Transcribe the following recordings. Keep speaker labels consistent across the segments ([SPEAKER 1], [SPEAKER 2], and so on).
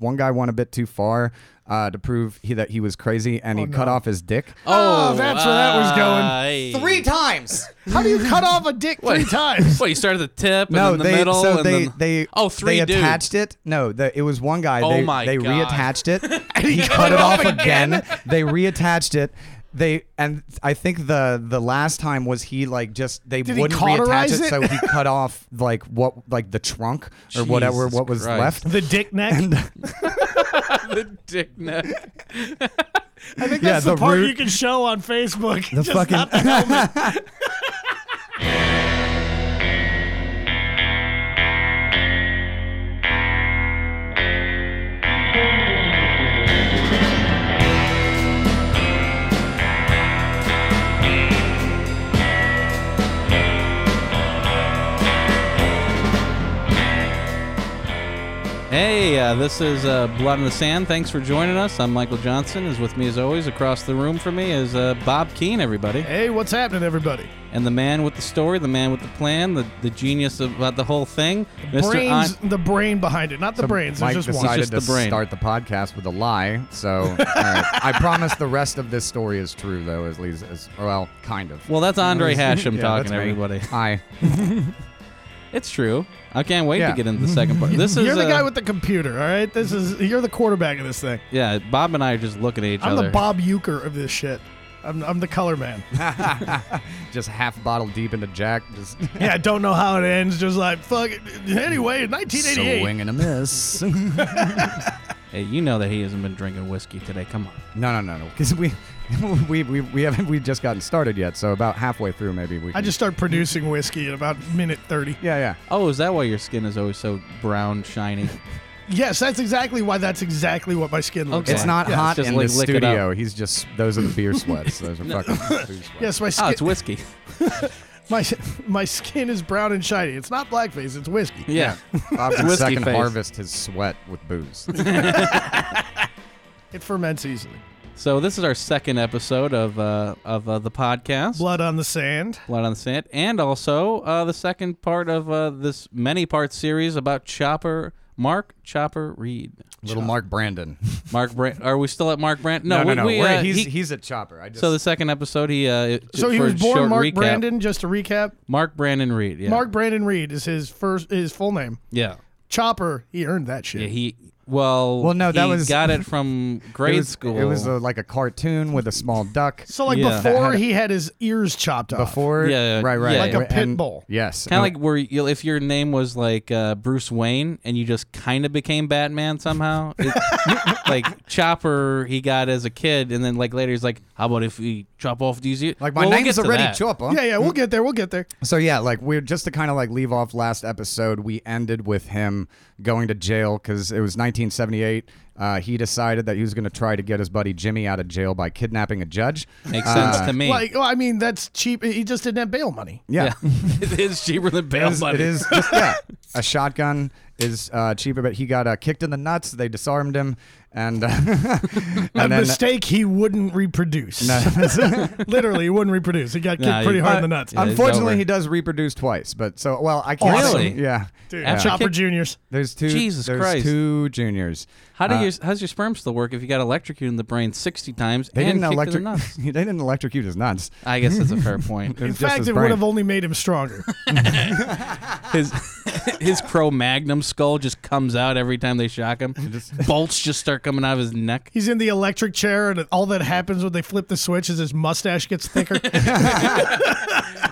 [SPEAKER 1] One guy went a bit too far uh, to prove he, that he was crazy, and he cut off his dick.
[SPEAKER 2] Oh, that's where that was going.
[SPEAKER 1] Three times.
[SPEAKER 2] How do you cut off a dick three times?
[SPEAKER 3] What you start at the tip and
[SPEAKER 1] No,
[SPEAKER 3] then the
[SPEAKER 1] they
[SPEAKER 3] middle
[SPEAKER 1] so
[SPEAKER 3] and
[SPEAKER 1] they
[SPEAKER 3] then
[SPEAKER 1] they
[SPEAKER 3] oh three
[SPEAKER 1] they
[SPEAKER 3] dudes.
[SPEAKER 1] attached it. No, the, it was one guy.
[SPEAKER 3] Oh
[SPEAKER 1] they,
[SPEAKER 3] my
[SPEAKER 1] They
[SPEAKER 3] God.
[SPEAKER 1] reattached it. and he cut it off again. They reattached it. They and I think the the last time was he like just they
[SPEAKER 2] he
[SPEAKER 1] wouldn't reattach
[SPEAKER 2] cauterize
[SPEAKER 1] it,
[SPEAKER 2] it?
[SPEAKER 1] so he cut off like what like the trunk or whatever
[SPEAKER 3] Jesus
[SPEAKER 1] what was
[SPEAKER 3] Christ.
[SPEAKER 1] left.
[SPEAKER 2] the dick neck.
[SPEAKER 3] the dick neck.
[SPEAKER 2] I think
[SPEAKER 1] yeah,
[SPEAKER 2] that's
[SPEAKER 1] the
[SPEAKER 2] the, part
[SPEAKER 1] root-
[SPEAKER 2] you can show on Facebook.
[SPEAKER 1] The
[SPEAKER 2] Just
[SPEAKER 1] fucking
[SPEAKER 2] not the helmet.
[SPEAKER 3] Hey, uh, this is uh, Blood in the Sand. Thanks for joining us. I'm Michael Johnson. Is with me as always. Across the room from me is uh, Bob Keane. Everybody.
[SPEAKER 2] hey, what's happening, everybody?
[SPEAKER 3] and the man with the story, the man with the plan, the, the genius about the whole thing, Mr.
[SPEAKER 2] Brains,
[SPEAKER 3] An-
[SPEAKER 2] the brain behind it, not the
[SPEAKER 1] So
[SPEAKER 2] brains.
[SPEAKER 1] Mike
[SPEAKER 2] There's just one.
[SPEAKER 1] decided
[SPEAKER 3] It's just
[SPEAKER 1] to
[SPEAKER 3] the brain.
[SPEAKER 1] start the podcast with a lie. So all right. I promise the rest of this story is true, though, at least as well, kind of.
[SPEAKER 3] well, that's Andre Hashem
[SPEAKER 1] Yeah, that's
[SPEAKER 3] talking,
[SPEAKER 1] me.
[SPEAKER 3] everybody.
[SPEAKER 1] Hi.
[SPEAKER 3] It's true. I can't wait
[SPEAKER 1] Yeah.
[SPEAKER 3] to get into the second part. This is
[SPEAKER 2] You're the
[SPEAKER 3] uh,
[SPEAKER 2] guy with the computer, all right? This is you're the quarterback of this thing.
[SPEAKER 3] yeah. Bob and I are just looking at each
[SPEAKER 2] I'm
[SPEAKER 3] other.
[SPEAKER 2] the Bob Euchre of this shit. I'm, I'm the color man.
[SPEAKER 1] Just half bottle deep into Jack. Just
[SPEAKER 2] yeah, I don't know how it ends. Just like fuck. It. Anyway, 1988.
[SPEAKER 1] swing and a miss. no,
[SPEAKER 3] Hey, you know that he hasn't been drinking whiskey today. Come on.
[SPEAKER 1] no, no, no. Because we, we, we, we haven't. We've just gotten started yet. So about halfway through, maybe we.
[SPEAKER 2] I
[SPEAKER 1] can-
[SPEAKER 2] just start producing whiskey at about minute 30.
[SPEAKER 1] Yeah, yeah.
[SPEAKER 3] Oh, is that why your skin is always so brown, shiny?
[SPEAKER 2] Yes, that's exactly why. That's exactly what my skin looks
[SPEAKER 3] Okay.
[SPEAKER 1] It's
[SPEAKER 2] like.
[SPEAKER 1] not
[SPEAKER 3] Yeah, it's
[SPEAKER 1] hot
[SPEAKER 3] just
[SPEAKER 1] in
[SPEAKER 3] like
[SPEAKER 1] the
[SPEAKER 3] lick it up.
[SPEAKER 1] studio. He's just those are the beer sweats. Those are fucking beer sweats.
[SPEAKER 2] Yes, my
[SPEAKER 3] oh,
[SPEAKER 2] skin.
[SPEAKER 3] it's whiskey.
[SPEAKER 2] my my skin is brown and shiny. It's not blackface. It's whiskey.
[SPEAKER 3] Yeah.
[SPEAKER 1] Bob can
[SPEAKER 3] Whiskey
[SPEAKER 1] second
[SPEAKER 3] face.
[SPEAKER 1] harvest his sweat with booze.
[SPEAKER 2] It ferments easily.
[SPEAKER 3] so this is our second episode of uh, of uh, the podcast.
[SPEAKER 2] Blood on the sand.
[SPEAKER 3] Blood on the Sand, and also uh, the second part of uh, this many part series about Chopper Mark Chopper Reed.
[SPEAKER 1] Little Mark Brandon.
[SPEAKER 3] Mark Brand. Are we still at Mark Brand?
[SPEAKER 1] No,
[SPEAKER 3] we,
[SPEAKER 1] no, no.
[SPEAKER 3] we,
[SPEAKER 1] We're-
[SPEAKER 3] uh,
[SPEAKER 1] he's
[SPEAKER 3] he-
[SPEAKER 1] he's a chopper. I just
[SPEAKER 3] so the second episode, he uh,
[SPEAKER 2] So he
[SPEAKER 3] for
[SPEAKER 2] was born
[SPEAKER 3] short
[SPEAKER 2] Mark
[SPEAKER 3] recap,
[SPEAKER 2] Brandon. Just to recap,
[SPEAKER 3] Mark Brandon Reed. Yeah.
[SPEAKER 2] Mark Brandon Reed is his first his full name.
[SPEAKER 3] Yeah.
[SPEAKER 2] Chopper. He earned that shit.
[SPEAKER 3] Yeah. He. Well.
[SPEAKER 1] Well, no, that
[SPEAKER 3] he
[SPEAKER 1] was-
[SPEAKER 3] got it from grade
[SPEAKER 1] it was,
[SPEAKER 3] school.
[SPEAKER 1] It was uh like a cartoon with a small duck.
[SPEAKER 2] so like
[SPEAKER 3] Yeah.
[SPEAKER 2] before
[SPEAKER 1] That had-
[SPEAKER 2] he had his ears chopped off.
[SPEAKER 1] Before,
[SPEAKER 3] Yeah,
[SPEAKER 1] right, right,
[SPEAKER 3] yeah, Like
[SPEAKER 2] a pit
[SPEAKER 1] And-
[SPEAKER 2] bull.
[SPEAKER 1] Yes,
[SPEAKER 3] Kind of
[SPEAKER 1] And-
[SPEAKER 3] like where you, if your name was like uh, Bruce Wayne and you just kind of became Batman somehow. It- like Chopper, he got as a kid, and then like later he's like, "How about if we chop off these ears?"
[SPEAKER 1] Like my
[SPEAKER 3] Well, we'll
[SPEAKER 1] name's
[SPEAKER 3] get to
[SPEAKER 1] already
[SPEAKER 3] that.
[SPEAKER 1] Chopper.
[SPEAKER 2] Yeah,
[SPEAKER 3] Hmm.
[SPEAKER 2] yeah. We'll get there. We'll get there.
[SPEAKER 1] So yeah, like we're just to kind of like leave off last episode. We ended with him going to jail because it was 1978. Uh, he decided that he was going to try to get his buddy Jimmy out of jail by kidnapping a judge.
[SPEAKER 3] Makes
[SPEAKER 1] Uh,
[SPEAKER 3] sense to me.
[SPEAKER 2] Like, well, I mean, that's cheap. He just didn't have bail money.
[SPEAKER 1] Yeah,
[SPEAKER 3] it is cheaper than bail
[SPEAKER 1] It is-
[SPEAKER 3] money.
[SPEAKER 1] it is just, yeah. A shotgun is uh, cheaper, but he got uh, kicked in the nuts. They disarmed him, and uh,
[SPEAKER 2] A
[SPEAKER 1] and then uh,
[SPEAKER 2] mistake he wouldn't reproduce. Literally, he wouldn't reproduce. He got kicked
[SPEAKER 3] Nah,
[SPEAKER 2] pretty
[SPEAKER 3] he-
[SPEAKER 2] hard in the nuts.
[SPEAKER 3] Yeah, he's over.
[SPEAKER 1] unfortunately he does reproduce twice. But so well, I can't.
[SPEAKER 3] Oh, Really?
[SPEAKER 1] Yeah.
[SPEAKER 2] Dude,
[SPEAKER 3] After
[SPEAKER 2] Chopper
[SPEAKER 3] kick-
[SPEAKER 2] Juniors.
[SPEAKER 1] There's two.
[SPEAKER 3] Jesus
[SPEAKER 1] there's
[SPEAKER 3] Christ.
[SPEAKER 1] Two juniors.
[SPEAKER 3] How do
[SPEAKER 1] Uh,
[SPEAKER 3] your how's your sperm still work if you got electrocuted in the brain sixty times
[SPEAKER 1] They
[SPEAKER 3] and
[SPEAKER 1] didn't
[SPEAKER 3] kicked in
[SPEAKER 1] electric.
[SPEAKER 3] the nuts?
[SPEAKER 1] they didn't electrocute his nuts.
[SPEAKER 3] I guess that's a fair point.
[SPEAKER 2] In
[SPEAKER 1] was just
[SPEAKER 2] fact,
[SPEAKER 1] his
[SPEAKER 2] it
[SPEAKER 1] brain.
[SPEAKER 2] would have only made him stronger.
[SPEAKER 3] His his Cro Magnum skull just comes out every time they shock him. Bolts just start coming out of his neck.
[SPEAKER 2] He's in the electric chair, and all that happens when they flip the switch is his mustache gets thicker.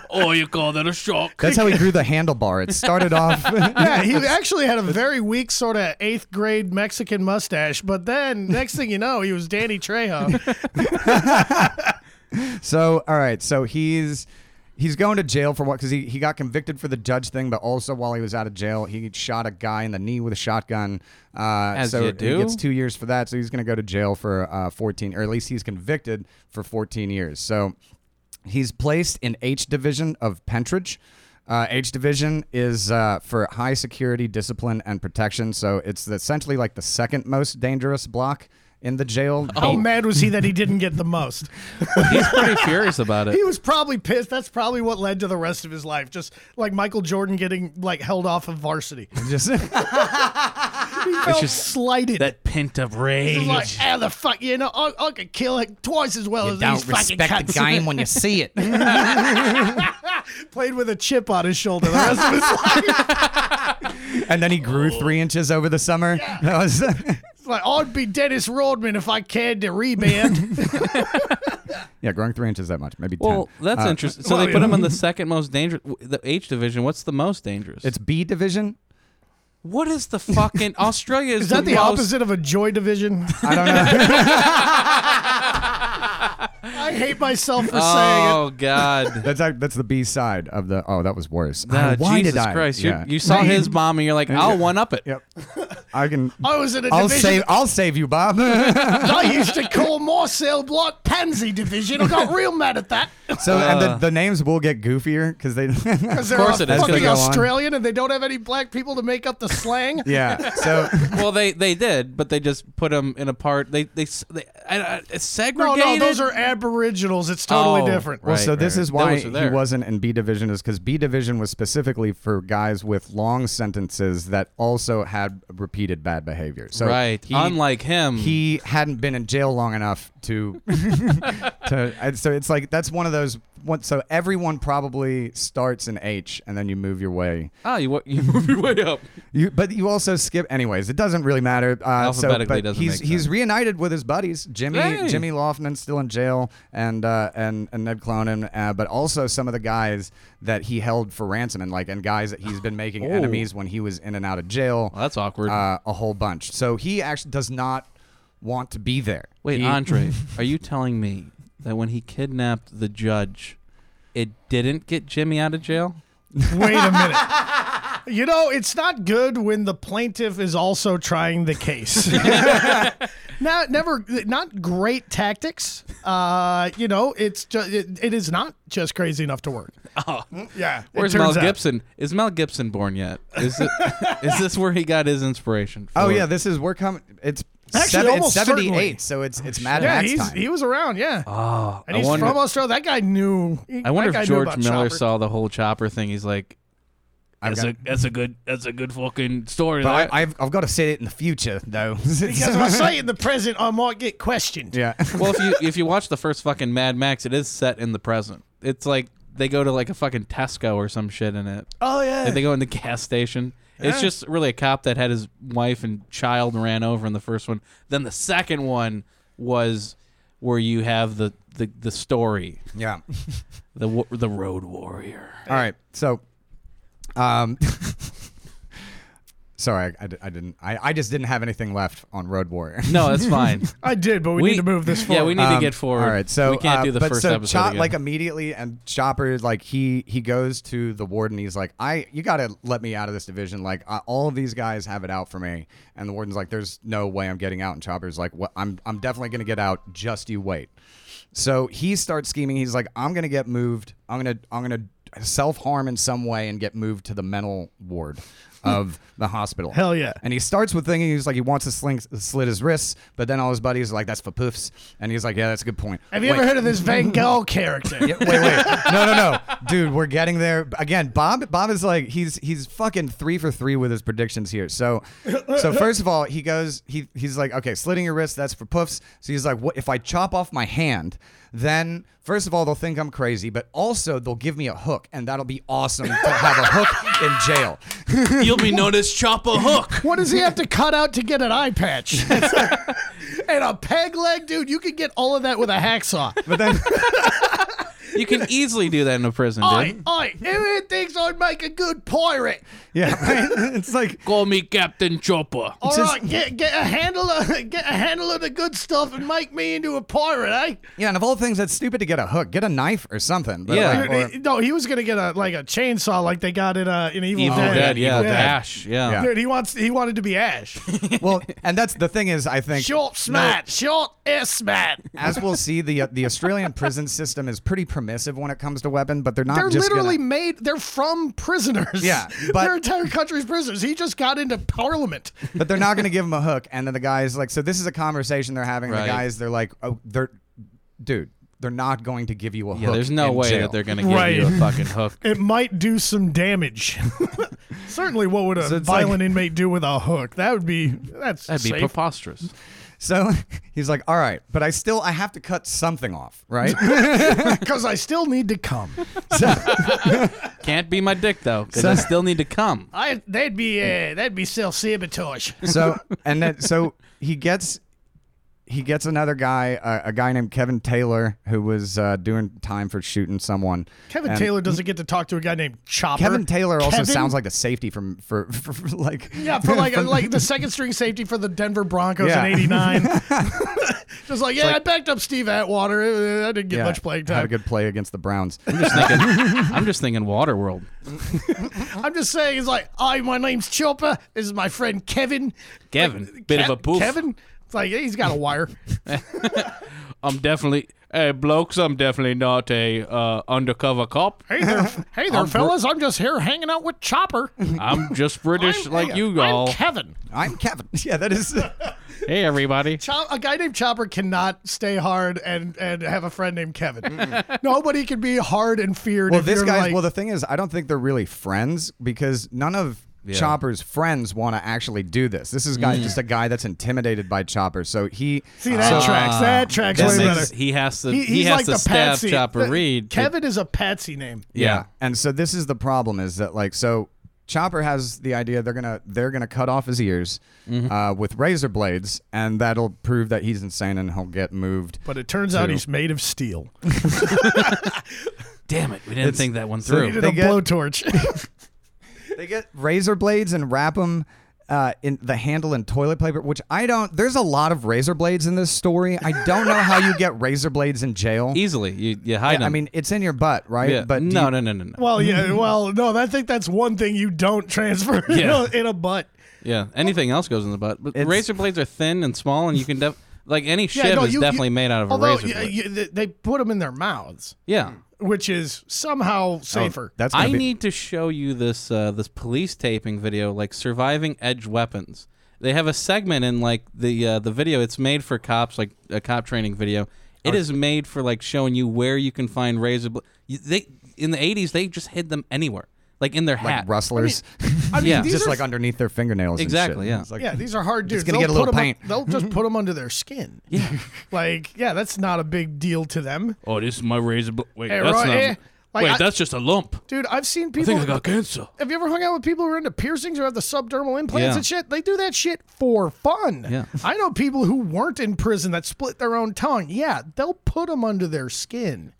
[SPEAKER 3] Oh, you call that a shock?
[SPEAKER 1] That's how he grew the handlebar. It started off.
[SPEAKER 2] yeah, he actually had a very weak sort of eighth grade Mexican mustache, but then next thing you know, he was Danny Trejo.
[SPEAKER 1] so all right. So he's he's going to jail for what? Because he he got convicted for the judge thing, but also while he was out of jail, he shot a guy in the knee with a shotgun. Uh,
[SPEAKER 3] As
[SPEAKER 1] so
[SPEAKER 3] you
[SPEAKER 1] he
[SPEAKER 3] do.
[SPEAKER 1] gets two years for that. So he's going to go to jail for uh, 14, or at least he's convicted for 14 years. So He's placed in H division of Pentridge. Uh, H division is uh, for high security, discipline, and protection. So it's essentially like the second most dangerous block in the jail.
[SPEAKER 2] How
[SPEAKER 3] Oh.
[SPEAKER 2] mad was he that he didn't get the most?
[SPEAKER 3] He's pretty furious about it.
[SPEAKER 2] He was probably pissed. That's probably what led to the rest of his life. Just like Michael Jordan getting like held off of varsity.
[SPEAKER 1] Just
[SPEAKER 2] felt slighted.
[SPEAKER 3] That pent up rage.
[SPEAKER 2] He's like, how the fuck, you know, I, I could kill it twice as well as these fucking cats.
[SPEAKER 1] when you see it.
[SPEAKER 2] Played with a chip on his shoulder the rest of his life.
[SPEAKER 1] and then he grew three inches over the summer. That was
[SPEAKER 2] It's like, I'd be Dennis Rodman if I cared to rebound.
[SPEAKER 1] yeah, growing three inches that much, maybe
[SPEAKER 3] well,
[SPEAKER 1] ten.
[SPEAKER 3] that's
[SPEAKER 1] Uh,
[SPEAKER 3] interesting. So they put him in the second most dangerous, the H division. What's the most dangerous?
[SPEAKER 1] It's B division.
[SPEAKER 3] what is the fucking Australia is,
[SPEAKER 2] Is that the
[SPEAKER 3] most-
[SPEAKER 2] opposite of a joy division?
[SPEAKER 1] I don't know.
[SPEAKER 2] I hate myself for saying it.
[SPEAKER 3] Oh God.
[SPEAKER 1] that's act- that's the B side of the. Oh, that was worse.
[SPEAKER 3] Ah,
[SPEAKER 1] Uh, why
[SPEAKER 3] Jesus
[SPEAKER 1] did I?
[SPEAKER 3] Christ!
[SPEAKER 1] Yeah.
[SPEAKER 3] You, you saw his mom, and you're like, "I'll one up it."
[SPEAKER 1] Yep. I can.
[SPEAKER 2] I was in a
[SPEAKER 1] I'll
[SPEAKER 2] division
[SPEAKER 1] save. I'll save you, Bob. so
[SPEAKER 2] that I used to call Marcel Block Pansy Division. I got real mad at that.
[SPEAKER 1] and the, the names will get goofier because they.
[SPEAKER 2] Because they're
[SPEAKER 3] course
[SPEAKER 2] all
[SPEAKER 3] it is, Uh. 'cause
[SPEAKER 1] they
[SPEAKER 2] fucking
[SPEAKER 1] go on.
[SPEAKER 2] Australian and they don't have any black people to make up the slang.
[SPEAKER 1] yeah. So.
[SPEAKER 3] Well, they they did, but they just put him in a part. They they, s- they I, I, it's
[SPEAKER 2] No,
[SPEAKER 3] segregated.
[SPEAKER 2] no, those are Aboriginals. It's totally
[SPEAKER 3] Oh,
[SPEAKER 2] different.
[SPEAKER 1] Well,
[SPEAKER 3] Right,
[SPEAKER 1] so
[SPEAKER 3] right,
[SPEAKER 1] this
[SPEAKER 3] right.
[SPEAKER 1] is why
[SPEAKER 3] Those are
[SPEAKER 1] he
[SPEAKER 3] there.
[SPEAKER 1] wasn't in B division is because B division was specifically for guys with long sentences that also had repeated bad behavior. So
[SPEAKER 3] right.
[SPEAKER 1] he-
[SPEAKER 3] Unlike him,
[SPEAKER 1] he hadn't been in jail long enough to to and so it's like that's one of those one so everyone probably starts in H and then you move your way.
[SPEAKER 3] oh, you wa- you move your way up.
[SPEAKER 1] You but you also skip anyways. It doesn't really matter. Uh, so,
[SPEAKER 3] Alphabetically
[SPEAKER 1] but
[SPEAKER 3] doesn't
[SPEAKER 1] he's
[SPEAKER 3] make
[SPEAKER 1] he's
[SPEAKER 3] sense.
[SPEAKER 1] reunited with his buddies. Jimmy
[SPEAKER 3] Hey.
[SPEAKER 1] Jimmy Laughlin still in jail and uh, and and Ned Clonin, uh, but also some of the guys that he held for ransom and like and guys that he's been making
[SPEAKER 3] Oh.
[SPEAKER 1] enemies when he was in and out of jail.
[SPEAKER 3] Well, that's awkward.
[SPEAKER 1] uh, a whole bunch. So he actually does not want to be there.
[SPEAKER 3] Wait,
[SPEAKER 1] He-
[SPEAKER 3] Andre, are you telling me that when he kidnapped the judge, it didn't get Jimmy out of jail?
[SPEAKER 2] Wait a minute. You know, it's not good when the plaintiff is also trying the case. not never not great tactics. Uh, you know, it's just it, it is not just crazy enough to work.
[SPEAKER 3] Oh,
[SPEAKER 2] Yeah. it
[SPEAKER 3] where's
[SPEAKER 2] turns
[SPEAKER 3] Mel
[SPEAKER 2] out.
[SPEAKER 3] Gibson? Is Mel Gibson born yet? Is it, is this where he got his inspiration? For
[SPEAKER 1] Oh yeah, this is we're coming. It's
[SPEAKER 2] Actually,
[SPEAKER 1] seven- it's
[SPEAKER 2] almost
[SPEAKER 1] seventy
[SPEAKER 2] certainly.
[SPEAKER 1] eight, so it's it's Mad
[SPEAKER 2] Yeah,
[SPEAKER 1] Max
[SPEAKER 2] he's,
[SPEAKER 1] time.
[SPEAKER 2] he was around, yeah.
[SPEAKER 3] Oh,
[SPEAKER 2] and
[SPEAKER 3] I
[SPEAKER 2] he's
[SPEAKER 3] wonder.
[SPEAKER 2] from Australia. That guy knew.
[SPEAKER 3] I wonder
[SPEAKER 2] that guy
[SPEAKER 3] if
[SPEAKER 2] knew
[SPEAKER 3] George
[SPEAKER 2] about
[SPEAKER 3] Miller
[SPEAKER 2] Chopper.
[SPEAKER 3] saw the whole Chopper thing. He's like,
[SPEAKER 1] I've
[SPEAKER 3] that's
[SPEAKER 1] got-
[SPEAKER 3] a that's a good that's a good fucking story.
[SPEAKER 1] but
[SPEAKER 3] that.
[SPEAKER 1] I, I've I've got to say it in the future though.
[SPEAKER 2] Because if I say it in the present, I might get questioned.
[SPEAKER 1] yeah.
[SPEAKER 3] well, if you if you watch the first fucking Mad Max, it is set in the present. It's like they go to like a fucking Tesco or some shit in it.
[SPEAKER 2] Oh yeah.
[SPEAKER 3] Like, they go in the gas station. It's just really a cop that had his wife and child ran over in the first one. Then the second one was where you have the the, the story,
[SPEAKER 1] Yeah.
[SPEAKER 3] the wa- the road warrior.
[SPEAKER 1] All right. So, um, sorry, I, I di- I didn't. I, I just didn't have anything left on Road Warrior.
[SPEAKER 3] No, that's fine.
[SPEAKER 2] I did, but we, need to move this forward.
[SPEAKER 3] Yeah, we need to
[SPEAKER 1] Um,
[SPEAKER 3] get forward.
[SPEAKER 1] All right, so
[SPEAKER 3] we can't
[SPEAKER 1] uh,
[SPEAKER 3] do the
[SPEAKER 1] but
[SPEAKER 3] first
[SPEAKER 1] so
[SPEAKER 3] episode.
[SPEAKER 1] Chop-
[SPEAKER 3] again.
[SPEAKER 1] like immediately, and Chopper like he he goes to the warden. He's like, I you got to let me out of this division. Like I, all of these guys have it out for me, and the warden's like, there's no way I'm getting out. And Chopper's like, what? I'm I'm definitely gonna get out. Just you wait. So he starts scheming. He's like, I'm gonna get moved. I'm gonna I'm gonna self harm in some way and get moved to the mental ward of the hospital.
[SPEAKER 2] Hell yeah.
[SPEAKER 1] And he starts with thinking he's like he wants to sling, slit his wrists, but then all his buddies are like, "That's for poofs," and he's like, "Yeah, that's a good point."
[SPEAKER 2] Have you
[SPEAKER 1] Wait.
[SPEAKER 2] ever heard of this Van Gogh character?
[SPEAKER 1] Yeah, wait, wait, no, no, no, dude, we're getting there again. Bob, Bob is like he's he's fucking three for three with his predictions here. So, so first of all, he goes he he's like, okay, slitting your wrist, that's for poofs. So he's like, what if I chop off my hand? Then first of all, they'll think I'm crazy, but also they'll give me a hook, and that'll be awesome to have a hook in jail.
[SPEAKER 3] You'll be noticed chop a hook.
[SPEAKER 2] What does he have to cut out to get an eye patch? and a peg leg, dude. You could get all of that with a hacksaw.
[SPEAKER 1] But then.
[SPEAKER 3] You can easily do that in a prison,
[SPEAKER 2] Oi,
[SPEAKER 3] dude.
[SPEAKER 2] oi, everyone thinks I'd make a good pirate.
[SPEAKER 1] Yeah, right? it's like
[SPEAKER 3] Call me Captain Chopper.
[SPEAKER 2] All right,
[SPEAKER 1] Just-
[SPEAKER 2] get get a handle of get a handle of the good stuff and make me into a pirate, eh?
[SPEAKER 1] yeah, and of all things, that's stupid to get a hook, get a knife or something. But
[SPEAKER 3] Yeah.
[SPEAKER 1] like,
[SPEAKER 2] Dude,
[SPEAKER 1] or-
[SPEAKER 2] he- no, he was gonna get a like a chainsaw like they got in uh in Evil,
[SPEAKER 3] Evil
[SPEAKER 2] Dead.
[SPEAKER 3] Dead, yeah,
[SPEAKER 2] Yeah.
[SPEAKER 3] Ash, yeah.
[SPEAKER 1] Yeah.
[SPEAKER 2] Dude, he wants he wanted to be Ash.
[SPEAKER 1] well, and that's the thing is, I think
[SPEAKER 2] Short smart, short S man.
[SPEAKER 1] as we'll see, the uh, the Australian prison system is pretty permissive when it comes to weapon, but they're not
[SPEAKER 2] They're
[SPEAKER 1] just
[SPEAKER 2] literally
[SPEAKER 1] gonna-
[SPEAKER 2] made. They're from prisoners.
[SPEAKER 1] Yeah, but-
[SPEAKER 2] their entire country's prisoners. He just got into parliament.
[SPEAKER 1] but they're not going to give him a hook. And then the guys like, so this is a conversation they're having. and The
[SPEAKER 3] Right.
[SPEAKER 1] guys they're like, oh, they're dude, they're not going to give you a hook.
[SPEAKER 3] Yeah, there's no
[SPEAKER 1] in
[SPEAKER 3] way
[SPEAKER 1] jail.
[SPEAKER 3] that they're gonna give
[SPEAKER 2] Right.
[SPEAKER 3] you a fucking hook.
[SPEAKER 2] It might do some damage. certainly, what would a
[SPEAKER 1] So it's like-
[SPEAKER 2] violent inmate do with a hook? That would be that's
[SPEAKER 3] That'd be
[SPEAKER 2] safe.
[SPEAKER 3] preposterous.
[SPEAKER 1] So he's like, all right, but I still I have to cut something off, right?
[SPEAKER 2] because I still need to come.
[SPEAKER 3] Can't be my dick though, because I still need to come.
[SPEAKER 2] I that'd be uh, that'd be self sabotage.
[SPEAKER 1] so and then so he gets he gets another guy, uh, a guy named Kevin Taylor, who was uh, doing time for shooting someone.
[SPEAKER 2] Kevin
[SPEAKER 1] And
[SPEAKER 2] Taylor doesn't get to talk to a guy named Chopper.
[SPEAKER 1] Kevin Taylor also
[SPEAKER 2] Kevin-
[SPEAKER 1] sounds like the safety from for, for, for like
[SPEAKER 2] Yeah, for like like the second string safety for the Denver Broncos
[SPEAKER 1] Yeah.
[SPEAKER 2] in '89. Just like, yeah, I backed up Steve Atwater. Uh, I didn't get
[SPEAKER 1] yeah,
[SPEAKER 2] much playing
[SPEAKER 1] Had a
[SPEAKER 2] time.
[SPEAKER 1] good play against the Browns.
[SPEAKER 3] I'm just thinking. I'm just thinking Waterworld.
[SPEAKER 2] I'm just saying, it's like, hi, my name's Chopper. This is my friend Kevin.
[SPEAKER 3] Kevin, bit of
[SPEAKER 2] Kev-
[SPEAKER 3] a poof.
[SPEAKER 2] Kevin. It's like yeah, he's got a wire.
[SPEAKER 3] I'm definitely, hey blokes, I'm definitely not a uh, undercover cop.
[SPEAKER 2] hey there, hey there, fellas. I'm just here hanging out with Chopper.
[SPEAKER 3] I'm just British
[SPEAKER 2] I'm-
[SPEAKER 3] like
[SPEAKER 2] hey,
[SPEAKER 3] you
[SPEAKER 2] I'm
[SPEAKER 3] all.
[SPEAKER 2] Kevin.
[SPEAKER 1] I'm Kevin. Yeah, that is.
[SPEAKER 3] hey everybody.
[SPEAKER 2] Chop, a guy named Chopper cannot stay hard and and have a friend named Kevin. Nobody can be hard and feared.
[SPEAKER 1] Well,
[SPEAKER 2] if
[SPEAKER 1] this
[SPEAKER 2] you're
[SPEAKER 1] guy.
[SPEAKER 2] like-
[SPEAKER 1] well, the thing is, I don't think they're really friends because none of Chopper's friends want to actually do this. This is guy just a guy that's intimidated by Chopper. So he. uh,
[SPEAKER 2] see that
[SPEAKER 1] so-
[SPEAKER 2] tracks. Ah, That tracks
[SPEAKER 3] That
[SPEAKER 2] way
[SPEAKER 3] makes-
[SPEAKER 2] better.
[SPEAKER 3] he has to.
[SPEAKER 2] He-
[SPEAKER 3] He,
[SPEAKER 2] he's
[SPEAKER 3] has
[SPEAKER 2] like
[SPEAKER 3] to
[SPEAKER 2] the
[SPEAKER 3] stab
[SPEAKER 2] patsy.
[SPEAKER 3] Chopper
[SPEAKER 2] The-
[SPEAKER 3] Reed.
[SPEAKER 2] Kevin is a patsy name.
[SPEAKER 1] Yeah. And so this is the problem is that like so Chopper has the idea they're gonna they're gonna cut off his ears uh, with razor blades and that'll prove that he's insane and he'll get moved.
[SPEAKER 2] But it turns out he's made of steel.
[SPEAKER 3] Damn it, we didn't think that one
[SPEAKER 1] so-
[SPEAKER 3] through.
[SPEAKER 2] Needed
[SPEAKER 1] They
[SPEAKER 2] a
[SPEAKER 1] get-
[SPEAKER 2] blowtorch.
[SPEAKER 1] They get razor blades and wrap them uh, in the handle in toilet paper, which I don't. There's a lot of razor blades in this story. I don't know how you get razor blades in jail.
[SPEAKER 3] Easily, you, you hide
[SPEAKER 1] I
[SPEAKER 3] him.
[SPEAKER 1] mean, it's in your butt, right?
[SPEAKER 3] yeah.
[SPEAKER 1] But do
[SPEAKER 3] no,
[SPEAKER 1] you-
[SPEAKER 3] no, no, no, no.
[SPEAKER 2] well, yeah. Well, no, I think that's one thing you don't transfer in
[SPEAKER 3] Yeah.
[SPEAKER 2] a- in a butt.
[SPEAKER 3] Yeah, anything else goes in the butt. But
[SPEAKER 1] It's-
[SPEAKER 3] razor blades are thin and small, and you can def- like any shiv
[SPEAKER 2] Yeah, no,
[SPEAKER 3] is
[SPEAKER 2] you-
[SPEAKER 3] definitely
[SPEAKER 2] you-
[SPEAKER 3] made out of a
[SPEAKER 2] although,
[SPEAKER 3] razor
[SPEAKER 2] yeah,
[SPEAKER 3] blade.
[SPEAKER 2] you- they- they put them in their mouths,
[SPEAKER 3] yeah,
[SPEAKER 2] which is somehow safer.
[SPEAKER 1] Oh, that's gonna
[SPEAKER 3] I
[SPEAKER 1] be-
[SPEAKER 3] need to show you this uh, this police taping video, like surviving edge weapons. They have a segment in like the uh, the video. It's made for cops, like a cop training video. It is made for like showing you where you can find razor. Bl- you- they in the '80s they just hid them anywhere, like in their
[SPEAKER 1] like
[SPEAKER 3] hat.
[SPEAKER 1] rustlers,
[SPEAKER 2] I mean,
[SPEAKER 3] Yeah.
[SPEAKER 2] these
[SPEAKER 1] just
[SPEAKER 2] are
[SPEAKER 1] like underneath their fingernails. and shit.
[SPEAKER 3] Exactly, yeah.
[SPEAKER 1] It's like-
[SPEAKER 2] Yeah, these are hard dudes.
[SPEAKER 1] Just gonna
[SPEAKER 2] they'll
[SPEAKER 1] get a little
[SPEAKER 2] put 'em un-
[SPEAKER 1] paint.
[SPEAKER 2] they'll just put them under their skin. Yeah. like, yeah, that's not a big deal to them.
[SPEAKER 3] oh, this is my razor. Bl- wait,
[SPEAKER 2] Hey, Roy, eh, like, I-
[SPEAKER 3] just a lump.
[SPEAKER 2] Dude, I've seen people.
[SPEAKER 3] cancer.
[SPEAKER 2] have you ever hung out with people who are into piercings or have the subdermal implants
[SPEAKER 3] Yeah.
[SPEAKER 2] and shit? They do that shit for fun.
[SPEAKER 3] Yeah.
[SPEAKER 2] I know people who weren't in prison that split their own tongue. Yeah, they'll put them under their skin.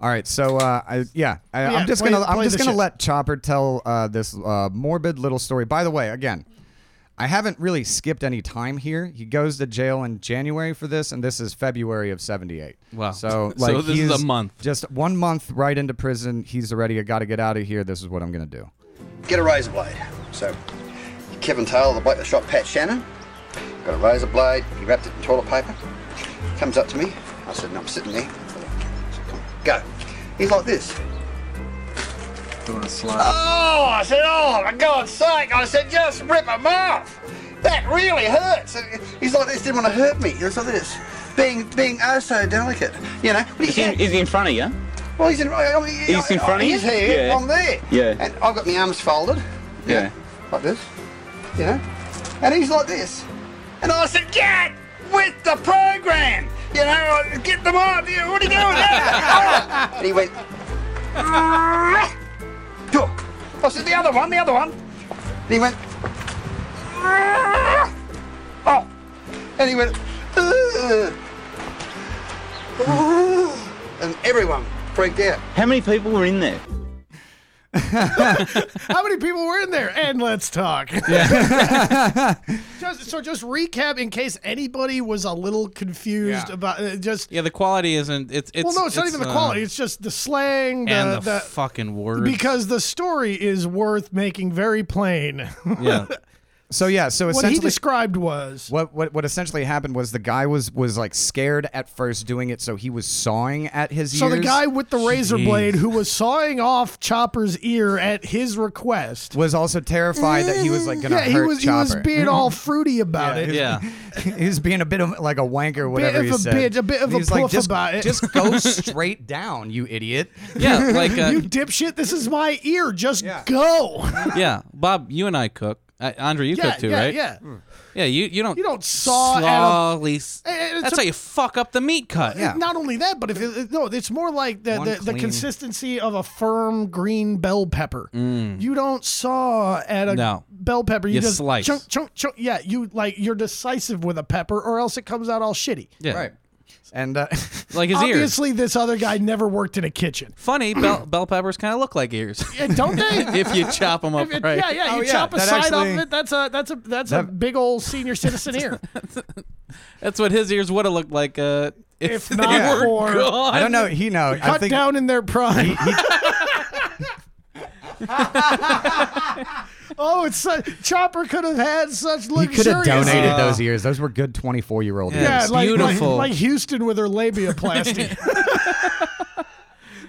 [SPEAKER 1] All right, so uh, I, yeah, I,
[SPEAKER 2] Yeah,
[SPEAKER 1] I'm just
[SPEAKER 2] play-
[SPEAKER 1] gonna I'm
[SPEAKER 2] play
[SPEAKER 1] just
[SPEAKER 2] the
[SPEAKER 1] gonna
[SPEAKER 2] shit.
[SPEAKER 1] let Chopper tell uh, this uh, morbid little story. By the way, again, I haven't really skipped any time here. He goes to jail in January for this, and this is February of '78.
[SPEAKER 3] Wow.
[SPEAKER 1] So
[SPEAKER 3] So
[SPEAKER 1] like,
[SPEAKER 3] this is a
[SPEAKER 1] he's
[SPEAKER 3] month.
[SPEAKER 1] just one month right into prison. He's already got to get out of here. This is what I'm gonna do.
[SPEAKER 4] get a razor blade. So, Kevin Taylor, the bloke that shot Pat Shannon, got a razor blade, he wrapped it in toilet paper, comes up to me. I said, no, I'm sitting there. Come on, Go. He's like this.
[SPEAKER 5] Doing a slide.
[SPEAKER 4] Oh, I said, oh, for God's sake. I said, just rip him off. That really hurts. And He's like this, didn't want to hurt me. He was like this, being, being oh so delicate. You know,
[SPEAKER 5] Is he, is he in front of you?
[SPEAKER 4] well, he's in, oh, I mean,
[SPEAKER 5] He's in front of
[SPEAKER 4] he's
[SPEAKER 5] you?
[SPEAKER 4] here,
[SPEAKER 5] Yeah.
[SPEAKER 4] I'm there.
[SPEAKER 5] Yeah.
[SPEAKER 4] And I've got my arms folded. you
[SPEAKER 5] Yeah.
[SPEAKER 4] know, Like this. You know? And he's like this. And I said, get with the program! You know, get them on! You know, What are you doing? and he went. "Phew." I said, the other one, the other one. And he went. Oh. And he went. "Ugh." And everyone freaked out.
[SPEAKER 5] How many people were in there?
[SPEAKER 2] How many people were in there? And let's talk. just, so just recap in case anybody was a little confused
[SPEAKER 1] Yeah.
[SPEAKER 2] about uh, just.
[SPEAKER 3] Yeah, the quality isn't. It's, it's
[SPEAKER 2] well, no, it's, not even the
[SPEAKER 3] uh,
[SPEAKER 2] quality. It's just the slang. The,
[SPEAKER 3] and the,
[SPEAKER 2] the-
[SPEAKER 3] fucking words.
[SPEAKER 2] because the story is worth making very plain.
[SPEAKER 3] yeah,
[SPEAKER 1] So yeah, so
[SPEAKER 2] What he
[SPEAKER 1] essentially
[SPEAKER 2] described was
[SPEAKER 1] What, what what essentially happened was the guy was was like scared at first doing it, so he was sawing at his
[SPEAKER 2] so
[SPEAKER 1] ears.
[SPEAKER 2] the guy with the razor
[SPEAKER 3] Jeez.
[SPEAKER 2] blade who was sawing off Chopper's ear at his request.
[SPEAKER 1] was also terrified that he was like gonna
[SPEAKER 2] yeah,
[SPEAKER 1] hurt
[SPEAKER 2] he was
[SPEAKER 1] Chopper. Mm-hmm.
[SPEAKER 2] he was being all fruity about
[SPEAKER 1] Yeah,
[SPEAKER 2] it.
[SPEAKER 1] he
[SPEAKER 3] Yeah.
[SPEAKER 1] he was being a bit of like a wanker, whatever
[SPEAKER 2] of
[SPEAKER 1] he
[SPEAKER 2] a
[SPEAKER 1] said.
[SPEAKER 2] bitch, a bit
[SPEAKER 1] And
[SPEAKER 2] of a
[SPEAKER 1] he was like,
[SPEAKER 2] poof
[SPEAKER 1] just,
[SPEAKER 2] about it."
[SPEAKER 1] Just go straight down, you idiot.
[SPEAKER 3] Yeah, like uh,
[SPEAKER 2] you dipshit, this is my ear. Just
[SPEAKER 1] Yeah.
[SPEAKER 2] go.
[SPEAKER 3] yeah, Bob, you and I cook. Uh, Andre, you
[SPEAKER 2] yeah,
[SPEAKER 3] cook too,
[SPEAKER 2] yeah,
[SPEAKER 3] right?
[SPEAKER 2] yeah.
[SPEAKER 1] Hmm.
[SPEAKER 3] Yeah, you you don't
[SPEAKER 2] You don't saw at a-
[SPEAKER 3] slowly. s-
[SPEAKER 2] Eh, eh, it's
[SPEAKER 3] That's how
[SPEAKER 2] a-
[SPEAKER 3] you fuck up the meat cut.
[SPEAKER 1] Yeah.
[SPEAKER 2] Not only that, but if it, it- no, it's more like
[SPEAKER 1] One
[SPEAKER 2] the, the, the
[SPEAKER 1] clean-
[SPEAKER 2] consistency of a firm green bell pepper. You don't saw at a
[SPEAKER 3] Mm. No.
[SPEAKER 2] bell pepper. You,
[SPEAKER 3] You
[SPEAKER 2] just
[SPEAKER 3] slice.
[SPEAKER 2] chunk, chunk, chunk. Yeah, you like you're decisive with a pepper, or else it comes out all shitty.
[SPEAKER 3] Yeah.
[SPEAKER 1] Right. And uh,
[SPEAKER 3] Like his ears.
[SPEAKER 2] Obviously, this other guy never worked in a kitchen.
[SPEAKER 3] Funny, bell, bell peppers kind of look like ears
[SPEAKER 2] Yeah, don't they?
[SPEAKER 3] if you chop them up
[SPEAKER 2] If it-
[SPEAKER 3] right.
[SPEAKER 2] Yeah, yeah.
[SPEAKER 1] Oh,
[SPEAKER 2] You
[SPEAKER 1] yeah,
[SPEAKER 2] chop a
[SPEAKER 1] that
[SPEAKER 2] side off of
[SPEAKER 1] actually-
[SPEAKER 2] it. That's a that's a that's a
[SPEAKER 1] That-
[SPEAKER 2] big old senior citizen ear.
[SPEAKER 3] That's what his ears would have looked like uh, if, they
[SPEAKER 2] If not
[SPEAKER 3] were
[SPEAKER 2] for-
[SPEAKER 3] gone.
[SPEAKER 1] I don't know. He know. I
[SPEAKER 2] Cut
[SPEAKER 1] think
[SPEAKER 2] down in their prime. oh, it's such, Chopper could have had such
[SPEAKER 1] he
[SPEAKER 2] luxurious.
[SPEAKER 1] could have donated
[SPEAKER 3] Uh,
[SPEAKER 1] those ears. Those were good twenty-four year old
[SPEAKER 3] Yeah.
[SPEAKER 1] ears.
[SPEAKER 2] Yeah, like,
[SPEAKER 3] Beautiful.
[SPEAKER 2] Like, like Houston with her labiaplasty.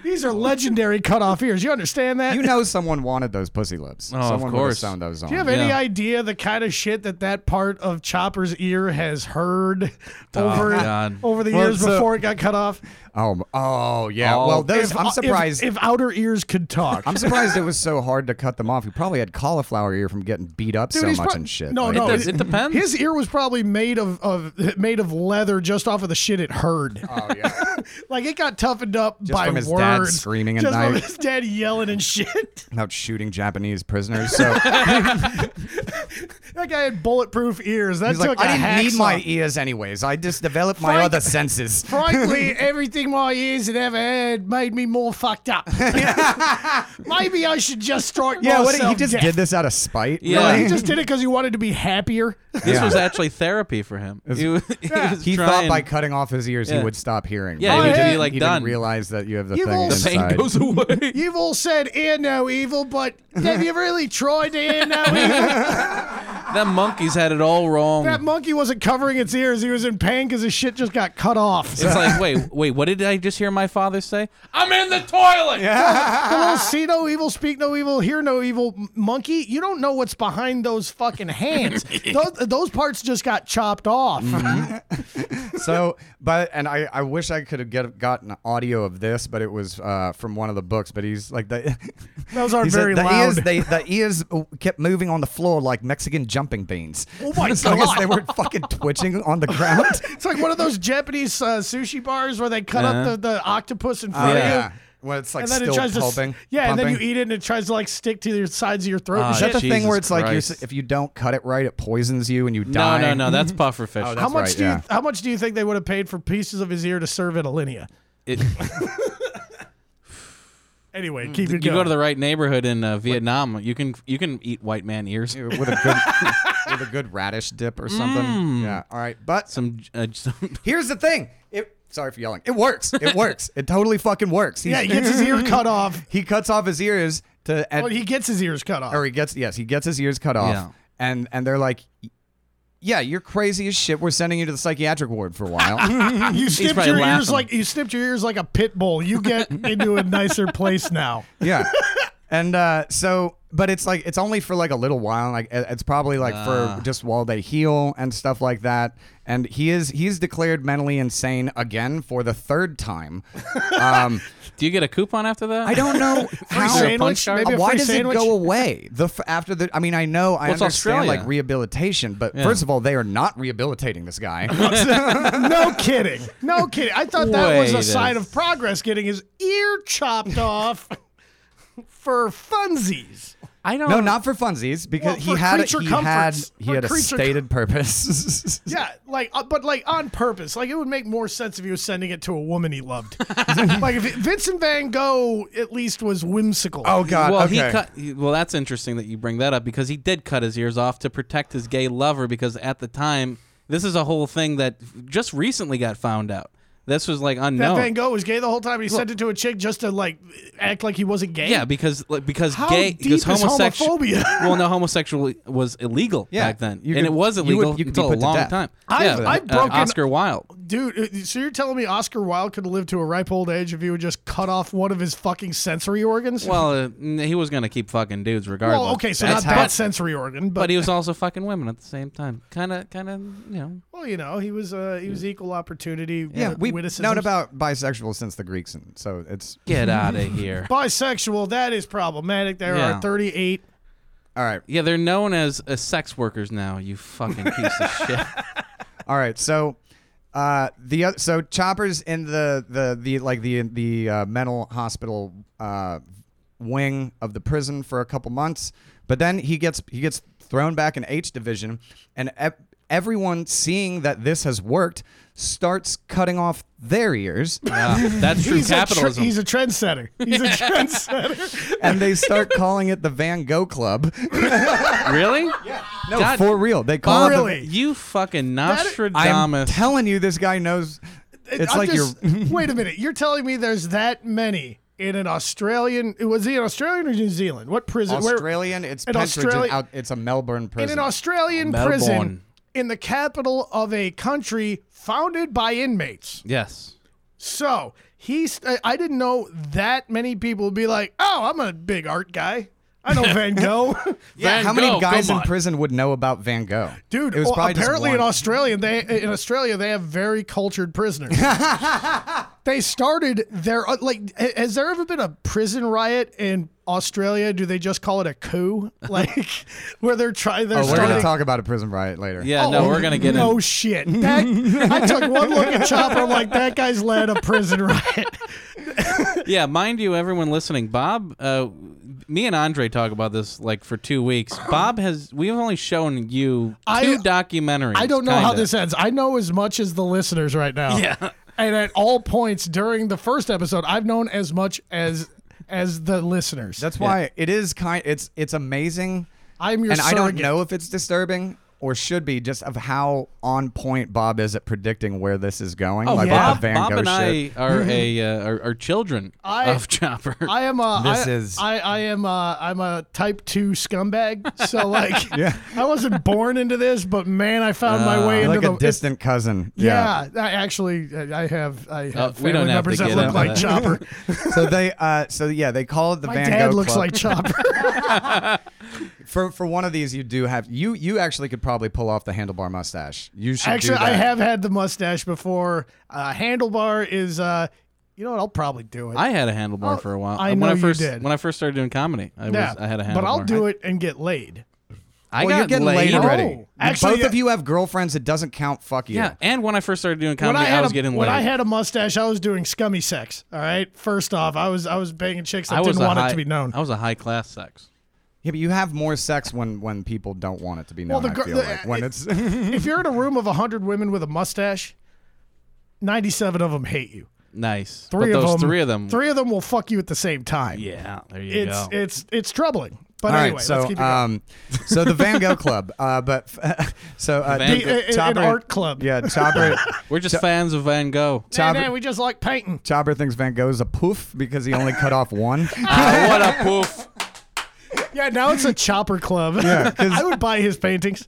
[SPEAKER 2] These are legendary cut-off ears. You understand that?
[SPEAKER 1] You know, someone wanted those pussy lips.
[SPEAKER 3] Oh, of
[SPEAKER 1] someone would have
[SPEAKER 3] course.
[SPEAKER 1] sewn those on.
[SPEAKER 2] Do you have any
[SPEAKER 3] Yeah.
[SPEAKER 2] idea the kind of shit that that part of Chopper's ear has heard over
[SPEAKER 3] God.
[SPEAKER 2] over the
[SPEAKER 1] Oh, Well,
[SPEAKER 2] years
[SPEAKER 1] so-
[SPEAKER 2] before it got cut off?
[SPEAKER 1] Oh, oh yeah.
[SPEAKER 3] Oh.
[SPEAKER 1] well, those.
[SPEAKER 2] If-
[SPEAKER 1] I'm surprised.
[SPEAKER 2] if, if outer ears could talk.
[SPEAKER 1] I'm surprised it was so hard to cut them off. He probably had cauliflower ear from getting beat up so much
[SPEAKER 2] Dude, he's prob-
[SPEAKER 1] and shit.
[SPEAKER 2] No,
[SPEAKER 1] Like,
[SPEAKER 2] no,
[SPEAKER 3] It does- it depends.
[SPEAKER 2] His ear was probably made of, of made of leather, just off of the shit it heard.
[SPEAKER 1] Oh yeah.
[SPEAKER 2] like it got toughened up by
[SPEAKER 1] from his
[SPEAKER 2] words,
[SPEAKER 1] dad screaming at
[SPEAKER 2] just from
[SPEAKER 1] night.
[SPEAKER 2] his dad yelling and shit.
[SPEAKER 1] About shooting Japanese prisoners. So
[SPEAKER 2] That guy had bulletproof ears. That
[SPEAKER 1] he's
[SPEAKER 2] took
[SPEAKER 1] like,
[SPEAKER 2] a
[SPEAKER 1] I didn't need
[SPEAKER 2] hacksaw."
[SPEAKER 1] my ears anyways. I just developed my
[SPEAKER 2] Frank-
[SPEAKER 1] other senses.
[SPEAKER 2] Frankly, everything my ears had ever had made me more fucked up. Maybe I should just strike
[SPEAKER 1] Yeah, what,
[SPEAKER 2] myself
[SPEAKER 1] he just
[SPEAKER 2] dead.
[SPEAKER 1] did this out of spite.
[SPEAKER 3] Yeah.
[SPEAKER 2] He just did it because he wanted to be happier.
[SPEAKER 3] This
[SPEAKER 1] Yeah.
[SPEAKER 3] was actually therapy for him. He, was- he was
[SPEAKER 1] He
[SPEAKER 3] trying-
[SPEAKER 1] thought by cutting off his ears
[SPEAKER 3] Yeah.
[SPEAKER 1] he would stop hearing.
[SPEAKER 3] Yeah,
[SPEAKER 1] but
[SPEAKER 2] he would
[SPEAKER 1] didn't-
[SPEAKER 2] be,
[SPEAKER 3] like,
[SPEAKER 1] he
[SPEAKER 3] done.
[SPEAKER 1] didn't realize that you have the
[SPEAKER 2] You've
[SPEAKER 1] thing
[SPEAKER 2] all- The
[SPEAKER 3] pain
[SPEAKER 1] inside.
[SPEAKER 3] goes away.
[SPEAKER 2] You've all said ear no evil, but have you really tried to ear no evil?
[SPEAKER 3] that monkey's had it all wrong.
[SPEAKER 2] That monkey wasn't covering its ears. He was in pain because his shit just got cut off.
[SPEAKER 3] it's like, wait, wait, what did I just hear my father say? I'm in the toilet.
[SPEAKER 2] The little see no evil, speak no evil, hear no evil m- monkey. You don't know what's behind those fucking hands. those, those parts just got chopped off.
[SPEAKER 1] Mm. so but and I, I wish I could have get, gotten audio of this, but it was uh, from one of the books. But he's like the
[SPEAKER 2] Those are
[SPEAKER 1] he said
[SPEAKER 2] very
[SPEAKER 1] the
[SPEAKER 2] loud.
[SPEAKER 1] Ears, they, the ears kept moving on the floor like Mexican jumping beans.
[SPEAKER 2] Oh my
[SPEAKER 1] so I guess
[SPEAKER 2] God.
[SPEAKER 1] they were fucking twitching on the ground.
[SPEAKER 2] it's like one of those Japanese uh, sushi bars where they cut
[SPEAKER 3] Uh-huh.
[SPEAKER 2] up the, the octopus in
[SPEAKER 1] Oh
[SPEAKER 2] front of you.
[SPEAKER 1] yeah. When it's like
[SPEAKER 2] And then
[SPEAKER 1] still
[SPEAKER 2] it tries
[SPEAKER 1] pulping.
[SPEAKER 2] to, s- yeah, and then
[SPEAKER 1] pumping.
[SPEAKER 2] you eat it and it tries to like stick to your sides of your throat.
[SPEAKER 3] Ah,
[SPEAKER 2] and
[SPEAKER 1] Is that the
[SPEAKER 2] shit.
[SPEAKER 1] thing
[SPEAKER 3] Jesus
[SPEAKER 1] where it's like you're,
[SPEAKER 3] Christ.
[SPEAKER 1] s- if you don't cut it right, it poisons you and you
[SPEAKER 3] No,
[SPEAKER 1] die?
[SPEAKER 3] no, no.
[SPEAKER 2] Mm-hmm.
[SPEAKER 3] That's pufferfish.
[SPEAKER 1] Oh,
[SPEAKER 2] how
[SPEAKER 1] that's
[SPEAKER 2] much
[SPEAKER 1] right,
[SPEAKER 2] do you
[SPEAKER 1] yeah.
[SPEAKER 2] how much do you think they would have paid for pieces of his ear to serve at Alinea?
[SPEAKER 3] It-
[SPEAKER 2] Anyway, keep
[SPEAKER 3] you
[SPEAKER 2] it going.
[SPEAKER 3] go to the right neighborhood in uh, Vietnam, you can you can eat white man ears.
[SPEAKER 1] with a good with a good radish dip or something. Yeah. All right, but
[SPEAKER 3] Mm. Some, uh, some
[SPEAKER 1] here's the thing. It sorry for yelling. It works. It works. it totally fucking works. He's-
[SPEAKER 2] yeah, he gets his ear cut off.
[SPEAKER 1] he cuts off his ears to and,
[SPEAKER 2] Well, he gets his ears cut off.
[SPEAKER 1] or he gets yes he gets his ears cut off
[SPEAKER 3] Yeah.
[SPEAKER 1] and and they're like. Yeah, you're crazy as shit. We're sending you to the psychiatric ward for a while.
[SPEAKER 2] You snipped
[SPEAKER 3] probably
[SPEAKER 2] your ears
[SPEAKER 3] laughing.
[SPEAKER 2] like you snipped your ears like a pit bull. You get into a nicer place now.
[SPEAKER 1] yeah. And uh, so, but it's like, it's only for like a little while. Like, it- it's probably like for just while they heal and stuff like that. And he is, he's declared mentally insane again for the third time. Um,
[SPEAKER 3] Do you get a coupon after that?
[SPEAKER 1] I don't know
[SPEAKER 2] Free
[SPEAKER 1] how.
[SPEAKER 2] sandwich,
[SPEAKER 3] punch
[SPEAKER 2] maybe a
[SPEAKER 1] why
[SPEAKER 2] free
[SPEAKER 1] does
[SPEAKER 2] sandwich.
[SPEAKER 1] it go away? The f- after the, I mean, I know I
[SPEAKER 3] Well, it's
[SPEAKER 1] understand
[SPEAKER 3] Australia.
[SPEAKER 1] like rehabilitation, but
[SPEAKER 3] Yeah.
[SPEAKER 1] first of all, they are not rehabilitating this guy.
[SPEAKER 2] no kidding. No kidding. I thought that was
[SPEAKER 3] Wait
[SPEAKER 2] a
[SPEAKER 3] a
[SPEAKER 2] sign of progress getting his ear chopped off for funsies.
[SPEAKER 3] I don't.
[SPEAKER 1] no, not for funsies, because
[SPEAKER 2] Well,
[SPEAKER 1] he
[SPEAKER 2] for
[SPEAKER 1] had
[SPEAKER 2] creature
[SPEAKER 1] he had
[SPEAKER 2] comforts.
[SPEAKER 1] he
[SPEAKER 2] For
[SPEAKER 1] had a
[SPEAKER 2] creature
[SPEAKER 1] stated purpose.
[SPEAKER 2] Yeah, like uh, but like on purpose. Like it would make more sense if he was sending it to a woman he loved. like if Vincent Van Gogh at least was whimsical.
[SPEAKER 1] Oh God!
[SPEAKER 3] Well,
[SPEAKER 1] okay.
[SPEAKER 3] he cut. he- Well, that's interesting that you bring that up because he did cut his ears off to protect his gay lover because at the time, this is a whole thing that just recently got found out. This was like
[SPEAKER 2] That
[SPEAKER 3] unknown.
[SPEAKER 2] Van Gogh was gay the whole time. He sent it to a chick just to like act like he wasn't gay.
[SPEAKER 3] yeah, because like, because
[SPEAKER 2] How
[SPEAKER 3] gay
[SPEAKER 2] deep
[SPEAKER 3] because
[SPEAKER 2] is
[SPEAKER 3] homosexual.
[SPEAKER 2] homophobia?
[SPEAKER 3] well, no, homosexual was illegal
[SPEAKER 1] Yeah,
[SPEAKER 3] back then,
[SPEAKER 1] you
[SPEAKER 3] and
[SPEAKER 1] could-
[SPEAKER 3] it was
[SPEAKER 1] you would-
[SPEAKER 3] illegal
[SPEAKER 1] you could be
[SPEAKER 3] until a
[SPEAKER 1] put to
[SPEAKER 3] long
[SPEAKER 1] death.
[SPEAKER 3] time.
[SPEAKER 2] I've-
[SPEAKER 3] yeah,
[SPEAKER 2] I've
[SPEAKER 3] uh,
[SPEAKER 2] broken-
[SPEAKER 3] Oscar Wilde.
[SPEAKER 2] dude. uh, So you're telling me Oscar Wilde could live to a ripe old age if he would just cut off one of his fucking sensory organs?
[SPEAKER 3] Well, uh, n- he was gonna keep fucking dudes regardless.
[SPEAKER 2] Well, okay, so
[SPEAKER 1] That's
[SPEAKER 2] not
[SPEAKER 1] how-
[SPEAKER 2] that sensory organ, but,
[SPEAKER 3] but he was also fucking women at the same time. Kind of, kind of, you know.
[SPEAKER 2] well, you know, he was uh, he was equal opportunity.
[SPEAKER 1] Yeah, we've
[SPEAKER 2] witticisms.
[SPEAKER 1] known about bisexual since the Greeks, and so it's
[SPEAKER 3] Get out of here.
[SPEAKER 2] bisexual. That is problematic. There
[SPEAKER 3] Yeah.
[SPEAKER 2] are 38.
[SPEAKER 1] all right.
[SPEAKER 3] Yeah, they're known as uh, sex workers now. You fucking piece of shit.
[SPEAKER 1] All right, so uh, the oth- so Chopper's in the the the like the the uh, mental hospital uh, wing of the prison for a couple months, but then he gets he gets thrown back in H division, and ev- everyone seeing that this has worked starts cutting off their ears,
[SPEAKER 3] Uh, that's true
[SPEAKER 2] He's a, tr-
[SPEAKER 3] capitalism.
[SPEAKER 2] he's a trendsetter. He's a trendsetter.
[SPEAKER 1] and they start calling it the Van Gogh Club.
[SPEAKER 3] really?
[SPEAKER 1] No,
[SPEAKER 3] God-
[SPEAKER 1] for real, they call it. the-
[SPEAKER 2] Really?
[SPEAKER 3] You fucking
[SPEAKER 1] I'm
[SPEAKER 3] Nostradamus.
[SPEAKER 1] telling you, this guy knows. It's
[SPEAKER 2] I'm
[SPEAKER 1] like
[SPEAKER 2] just-
[SPEAKER 1] you're.
[SPEAKER 2] wait a minute. You're telling me there's that many in an Australian? Was he in Australian or New Zealand? What prison? where-
[SPEAKER 1] Australian. It's
[SPEAKER 2] An
[SPEAKER 1] Pentridge.
[SPEAKER 2] Australi-
[SPEAKER 1] out, it's a Melbourne prison.
[SPEAKER 2] in an Australian
[SPEAKER 3] Melbourne.
[SPEAKER 2] prison in the capital of a country founded by inmates.
[SPEAKER 3] yes.
[SPEAKER 2] So he's, I- I didn't know that many people would be like, oh, I'm a big art guy. I know Van Gogh.
[SPEAKER 1] yeah,
[SPEAKER 3] Van
[SPEAKER 1] how many
[SPEAKER 3] Gogh,
[SPEAKER 1] guys
[SPEAKER 3] come
[SPEAKER 1] in
[SPEAKER 3] on.
[SPEAKER 1] prison would know about Van Gogh?
[SPEAKER 2] Dude,
[SPEAKER 1] it was
[SPEAKER 2] well,
[SPEAKER 1] probably just
[SPEAKER 2] apparently
[SPEAKER 1] one.
[SPEAKER 2] in Australia, they in Australia they have very cultured prisoners. they started their uh, like. ha- Has there ever been a prison riot in Australia? Do they just call it a coup, like where they're trying? They're
[SPEAKER 1] Oh, we're gonna
[SPEAKER 2] starting.
[SPEAKER 1] talk about a prison riot later.
[SPEAKER 3] Yeah, no, we're going to get
[SPEAKER 2] Oh, no
[SPEAKER 3] in.
[SPEAKER 2] shit. That, I took one look at Chopper. I'm like, that guy's led a prison riot.
[SPEAKER 3] Yeah, mind you, everyone listening, Bob, uh, me and Andre talk about this like for two weeks. Bob has, we've only shown you two
[SPEAKER 2] I-
[SPEAKER 3] documentaries.
[SPEAKER 2] I don't know how
[SPEAKER 3] kinda.
[SPEAKER 2] this ends. I know as much as the listeners right now.
[SPEAKER 3] Yeah.
[SPEAKER 2] And at all points during the first episode, I've known as much as as the listeners.
[SPEAKER 1] that's why it is kind. It's it's amazing,
[SPEAKER 2] I'm your
[SPEAKER 1] and I don't
[SPEAKER 2] surrogate.
[SPEAKER 1] know if it's disturbing or should be just of how on point Bob is at predicting where this is going. like
[SPEAKER 2] Oh, yeah. Mm-hmm.
[SPEAKER 1] with the Van
[SPEAKER 3] Bob
[SPEAKER 1] Gogh
[SPEAKER 3] and
[SPEAKER 1] shit.
[SPEAKER 3] I are a uh, are, are children
[SPEAKER 2] I-
[SPEAKER 3] of Chopper.
[SPEAKER 2] I am a
[SPEAKER 1] This
[SPEAKER 2] I-
[SPEAKER 1] is-
[SPEAKER 2] I, I am a I'm a type two scumbag. So like I wasn't born into this, but man, I found my way
[SPEAKER 1] You're
[SPEAKER 2] into
[SPEAKER 1] Uh, like a
[SPEAKER 2] the
[SPEAKER 1] distant cousin.
[SPEAKER 2] yeah, I actually I have I have
[SPEAKER 3] Oh, we
[SPEAKER 2] family
[SPEAKER 3] don't have to
[SPEAKER 2] members that
[SPEAKER 3] get
[SPEAKER 2] look
[SPEAKER 3] into
[SPEAKER 2] like
[SPEAKER 3] that.
[SPEAKER 2] Chopper.
[SPEAKER 1] so they uh so yeah they call it the
[SPEAKER 2] My
[SPEAKER 1] Van
[SPEAKER 2] dad
[SPEAKER 1] Gogh
[SPEAKER 2] looks
[SPEAKER 1] Club.
[SPEAKER 2] like Chopper.
[SPEAKER 1] for for one of these you do have you you actually could probably pull off the handlebar mustache. You should do
[SPEAKER 2] Actually, I
[SPEAKER 1] that.
[SPEAKER 2] have had the mustache before. Uh, handlebar is, uh, you know what? I'll probably do it.
[SPEAKER 3] I had a handlebar
[SPEAKER 2] Oh,
[SPEAKER 3] for a while.
[SPEAKER 2] I
[SPEAKER 3] when
[SPEAKER 2] know
[SPEAKER 3] I
[SPEAKER 2] you
[SPEAKER 3] first,
[SPEAKER 2] did.
[SPEAKER 3] When I first started doing comedy, I, was, I had a handlebar.
[SPEAKER 2] but I'll do it and get laid.
[SPEAKER 3] I
[SPEAKER 1] well,
[SPEAKER 3] got
[SPEAKER 1] you're getting
[SPEAKER 3] laid.
[SPEAKER 1] laid already.
[SPEAKER 2] Oh, actually,
[SPEAKER 1] both
[SPEAKER 2] yeah.
[SPEAKER 1] of you have girlfriends. It doesn't count. Fuck you.
[SPEAKER 3] Yeah, and when I first started doing
[SPEAKER 2] When
[SPEAKER 3] comedy,
[SPEAKER 2] I had
[SPEAKER 3] I was
[SPEAKER 2] a,
[SPEAKER 3] getting
[SPEAKER 2] when
[SPEAKER 3] laid.
[SPEAKER 2] I had a mustache, I was doing scummy sex. All right. First off, I was I was banging chicks that
[SPEAKER 3] I was
[SPEAKER 2] didn't
[SPEAKER 3] a
[SPEAKER 2] want
[SPEAKER 3] high,
[SPEAKER 2] it to be known.
[SPEAKER 3] I was a high class sex.
[SPEAKER 1] Yeah, but you have more sex when when people don't want it to be known.
[SPEAKER 2] Well, the
[SPEAKER 1] I
[SPEAKER 2] gir-
[SPEAKER 1] feel
[SPEAKER 2] the-
[SPEAKER 1] like when
[SPEAKER 2] it-
[SPEAKER 1] it's
[SPEAKER 2] if you're in a room of hundred women with a mustache, ninety-seven of them hate you.
[SPEAKER 3] Nice.
[SPEAKER 2] Three
[SPEAKER 3] but
[SPEAKER 2] of
[SPEAKER 3] those
[SPEAKER 2] them.
[SPEAKER 3] three of them.
[SPEAKER 2] Three of them will fuck you at the same time.
[SPEAKER 3] Yeah, there you go.
[SPEAKER 2] It's it's it's troubling. But
[SPEAKER 1] all right.
[SPEAKER 2] anyway,
[SPEAKER 1] so
[SPEAKER 2] let's keep it going.
[SPEAKER 1] um, so the Van Gogh Club. Uh, but so uh,
[SPEAKER 3] Van
[SPEAKER 2] The- a- a- an
[SPEAKER 1] Chopper-
[SPEAKER 2] art club.
[SPEAKER 1] Yeah, Chopper.
[SPEAKER 3] We're just fans of Van Gogh.
[SPEAKER 2] Nah,
[SPEAKER 1] Chopper-
[SPEAKER 2] nah, we just like painting.
[SPEAKER 1] Chopper thinks Van Gogh's a poof because he only cut off one.
[SPEAKER 3] Ah, what a poof.
[SPEAKER 2] Yeah, now it's a chopper club.
[SPEAKER 1] Yeah, 'cause-
[SPEAKER 2] I would buy his paintings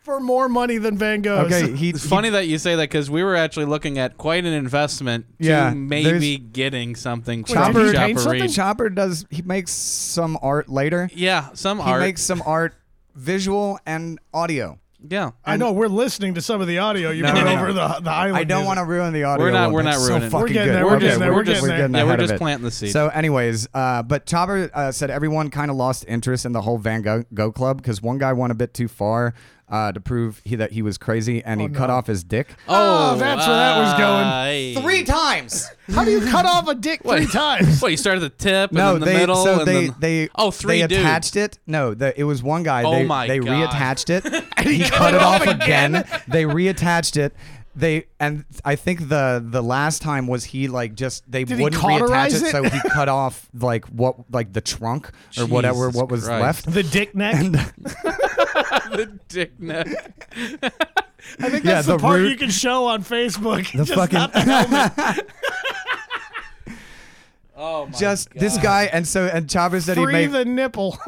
[SPEAKER 2] for more money than Van Gogh's.
[SPEAKER 1] Okay, he,
[SPEAKER 3] It's funny that you say that because we were actually looking at quite an investment
[SPEAKER 1] Yeah,
[SPEAKER 3] to maybe getting something from
[SPEAKER 2] did you
[SPEAKER 1] Chopper,
[SPEAKER 2] paint
[SPEAKER 3] Chopper-y.
[SPEAKER 2] something?
[SPEAKER 1] Chopper does. He makes some art later.
[SPEAKER 3] Yeah, some
[SPEAKER 1] He
[SPEAKER 3] art.
[SPEAKER 1] makes some art, visual and audio.
[SPEAKER 3] yeah.
[SPEAKER 2] I know we're listening to some of the audio you
[SPEAKER 1] No,
[SPEAKER 2] put
[SPEAKER 1] no, no.
[SPEAKER 2] over the the island.
[SPEAKER 1] I don't
[SPEAKER 2] music.
[SPEAKER 1] want to ruin the audio.
[SPEAKER 3] We're not-
[SPEAKER 1] one,
[SPEAKER 3] we're
[SPEAKER 1] but
[SPEAKER 3] not
[SPEAKER 1] it's
[SPEAKER 3] ruining it.
[SPEAKER 1] So
[SPEAKER 3] We're
[SPEAKER 1] fucking
[SPEAKER 2] getting
[SPEAKER 1] good.
[SPEAKER 2] there, we're
[SPEAKER 1] Okay,
[SPEAKER 2] getting there, we're getting there.
[SPEAKER 3] Yeah, we're
[SPEAKER 1] ahead of
[SPEAKER 3] just
[SPEAKER 1] it.
[SPEAKER 3] planting the seed.
[SPEAKER 1] So, anyways, uh, but Chopper uh, said everyone kind of lost interest in the whole Van Gogh, Gogh Club because one guy went a bit too far uh, to prove he, that he was crazy, and he cut off his dick.
[SPEAKER 2] Oh, that's where that was going.
[SPEAKER 1] Uh,
[SPEAKER 3] going.
[SPEAKER 1] Three times.
[SPEAKER 2] How do you cut off a dick three times?
[SPEAKER 3] What you start at the tip and
[SPEAKER 1] No,
[SPEAKER 3] then the
[SPEAKER 1] they
[SPEAKER 3] middle
[SPEAKER 1] so
[SPEAKER 3] and
[SPEAKER 1] they
[SPEAKER 3] then
[SPEAKER 1] they
[SPEAKER 3] oh three
[SPEAKER 1] they
[SPEAKER 3] dudes.
[SPEAKER 1] attached it. No, the, it was one guy.
[SPEAKER 3] Oh
[SPEAKER 1] they
[SPEAKER 3] my
[SPEAKER 1] they
[SPEAKER 3] God.
[SPEAKER 1] reattached it. he cut it off again. they reattached it. They and I think the the last time was he like just they
[SPEAKER 2] Did he
[SPEAKER 1] wouldn't reattach
[SPEAKER 2] cauterize
[SPEAKER 1] it,
[SPEAKER 2] it?
[SPEAKER 1] so he cut off like what like the trunk or whatever
[SPEAKER 3] Jesus
[SPEAKER 1] what was
[SPEAKER 3] Christ.
[SPEAKER 1] left.
[SPEAKER 2] The dick neck.
[SPEAKER 3] the dick neck.
[SPEAKER 2] I think
[SPEAKER 1] Yeah,
[SPEAKER 2] that's
[SPEAKER 1] the
[SPEAKER 2] the, part
[SPEAKER 1] root-
[SPEAKER 2] you can show on Facebook.
[SPEAKER 1] The
[SPEAKER 2] Just
[SPEAKER 1] fucking-
[SPEAKER 2] not the helmet.
[SPEAKER 3] Oh my
[SPEAKER 1] Just this guy, and so and Chavez said he
[SPEAKER 2] Free
[SPEAKER 1] made
[SPEAKER 2] the nipple.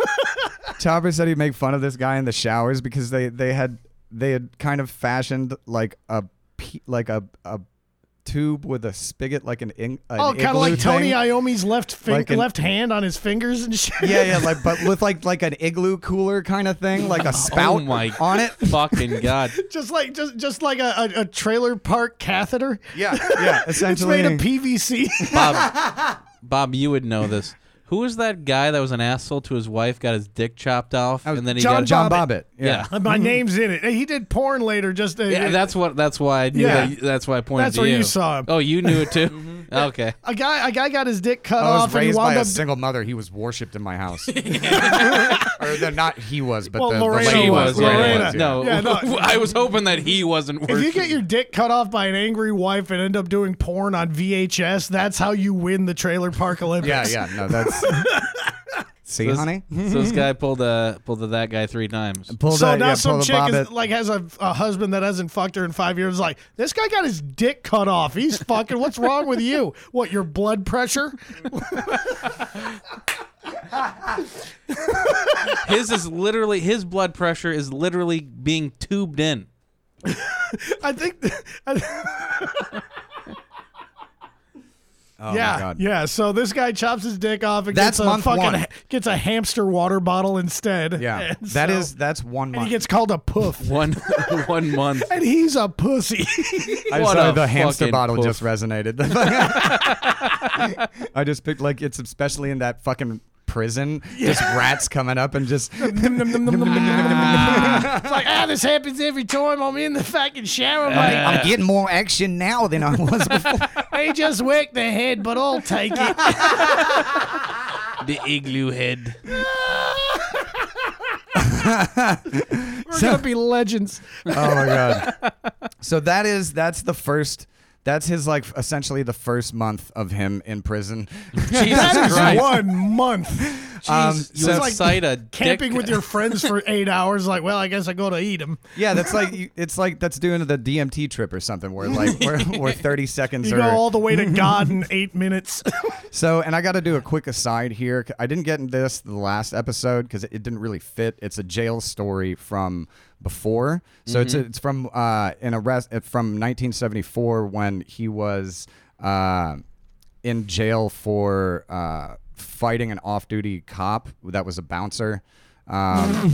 [SPEAKER 1] Chavez said he'd make fun of this guy in the showers because they they had they had kind of fashioned like a pe- like a a tube with a spigot like an, ing- an
[SPEAKER 2] oh, kind of
[SPEAKER 1] igloo
[SPEAKER 2] like Tony
[SPEAKER 1] thing.
[SPEAKER 2] Iommi's left fin-
[SPEAKER 1] Like an-
[SPEAKER 2] left hand on his fingers and shit.
[SPEAKER 1] yeah, yeah, like but with like like an igloo cooler kind of thing, like a spout
[SPEAKER 3] Oh my-
[SPEAKER 1] on it.
[SPEAKER 3] fucking god.
[SPEAKER 2] just like just just like a, a, a trailer park catheter.
[SPEAKER 1] Yeah, yeah,
[SPEAKER 2] It's
[SPEAKER 1] essentially.
[SPEAKER 2] made of PVC.
[SPEAKER 3] Bob, Bob, you would know this. Who was that guy that was an asshole to his wife, got his dick chopped off, and then he
[SPEAKER 1] John
[SPEAKER 3] got
[SPEAKER 1] John Bobbitt.
[SPEAKER 3] Yeah.
[SPEAKER 2] Uh, My
[SPEAKER 1] Mm.
[SPEAKER 2] name's in it. He did porn later. Just uh,
[SPEAKER 3] Yeah, that's what. That's why I knew.
[SPEAKER 2] Yeah.
[SPEAKER 3] That, that's why I pointed
[SPEAKER 2] That's
[SPEAKER 3] to
[SPEAKER 2] where
[SPEAKER 3] you.
[SPEAKER 2] you saw him. Mm-hmm.
[SPEAKER 3] Oh, you knew it too. Okay.
[SPEAKER 2] a guy a guy got his dick cut
[SPEAKER 1] I was
[SPEAKER 2] off and he
[SPEAKER 1] raised by
[SPEAKER 2] wound
[SPEAKER 1] a
[SPEAKER 2] up.
[SPEAKER 1] single mother. He was worshipped in my house. or the, not he was, but
[SPEAKER 2] Well,
[SPEAKER 1] the, the
[SPEAKER 2] Lorena
[SPEAKER 1] lady
[SPEAKER 2] She
[SPEAKER 1] was.
[SPEAKER 2] was, Lorena.
[SPEAKER 1] was, yeah.
[SPEAKER 3] No,
[SPEAKER 2] Yeah, no.
[SPEAKER 3] I was hoping that he wasn't.
[SPEAKER 2] if
[SPEAKER 3] Working.
[SPEAKER 2] you get your dick cut off by an angry wife and end up doing porn on VHS, that's how you win the trailer park Olympics.
[SPEAKER 1] Yeah, yeah, no, that's. See,
[SPEAKER 3] this,
[SPEAKER 1] honey?
[SPEAKER 3] so this guy pulled uh pulled the, that guy three times.
[SPEAKER 1] Pulled
[SPEAKER 2] So
[SPEAKER 1] a-
[SPEAKER 2] now
[SPEAKER 1] yeah,
[SPEAKER 2] some
[SPEAKER 1] pulled a
[SPEAKER 2] chick is,
[SPEAKER 1] Bobbitt.
[SPEAKER 2] like has a, a husband that hasn't fucked her in five years. Like this guy got his dick cut off. He's fucking. What's wrong with you? What your blood pressure?
[SPEAKER 3] His is literally his blood pressure is literally being tubed in.
[SPEAKER 2] I think.
[SPEAKER 1] Oh, my
[SPEAKER 2] yeah,
[SPEAKER 1] God.
[SPEAKER 2] yeah. So this guy chops his dick off and
[SPEAKER 1] That's
[SPEAKER 2] gets a
[SPEAKER 1] month
[SPEAKER 2] fucking
[SPEAKER 1] one.
[SPEAKER 2] gets a hamster water bottle instead.
[SPEAKER 1] Yeah,
[SPEAKER 2] And
[SPEAKER 1] that
[SPEAKER 2] so-
[SPEAKER 1] is that's one
[SPEAKER 2] And he
[SPEAKER 1] month.
[SPEAKER 2] gets called a poof.
[SPEAKER 3] One one month.
[SPEAKER 2] and he's a pussy.
[SPEAKER 1] I'm
[SPEAKER 3] What
[SPEAKER 1] sorry,
[SPEAKER 3] a
[SPEAKER 1] the hamster
[SPEAKER 3] fucking
[SPEAKER 1] bottle
[SPEAKER 3] poof.
[SPEAKER 1] just resonated. I just picked like it's especially in that fucking prison, just rats coming up and just
[SPEAKER 2] it's like ah, this happens every time I'm in the fucking shower.
[SPEAKER 1] I
[SPEAKER 2] mate.
[SPEAKER 1] am getting more action now than I was before.
[SPEAKER 2] They just whack the head, but I'll take it.
[SPEAKER 3] The igloo head.
[SPEAKER 2] We're gonna be legends.
[SPEAKER 1] oh my god. So that is that's the first. That's his like essentially the first month of him in prison.
[SPEAKER 3] Jesus
[SPEAKER 2] That is
[SPEAKER 3] Christ.
[SPEAKER 2] one month.
[SPEAKER 1] Um,
[SPEAKER 3] Jeez, you
[SPEAKER 1] so- It's
[SPEAKER 3] would
[SPEAKER 1] like
[SPEAKER 3] cite a
[SPEAKER 2] Camping
[SPEAKER 3] dick-
[SPEAKER 2] with your friends for eight hours. Like, well, I guess I go to eat them.
[SPEAKER 1] Yeah, that's like you- it's like that's doing the DMT trip or something where like we're, we're 30 seconds
[SPEAKER 2] You
[SPEAKER 1] or
[SPEAKER 2] go all the way to God in eight minutes.
[SPEAKER 1] So, and I got to do a quick aside here. I didn't get into this the last episode because it, it didn't really fit. It's a jail story from before, so it's it's from uh, an arrest uh, from 1974 when he was uh, in jail for uh, fighting an off-duty cop that was a bouncer. Um,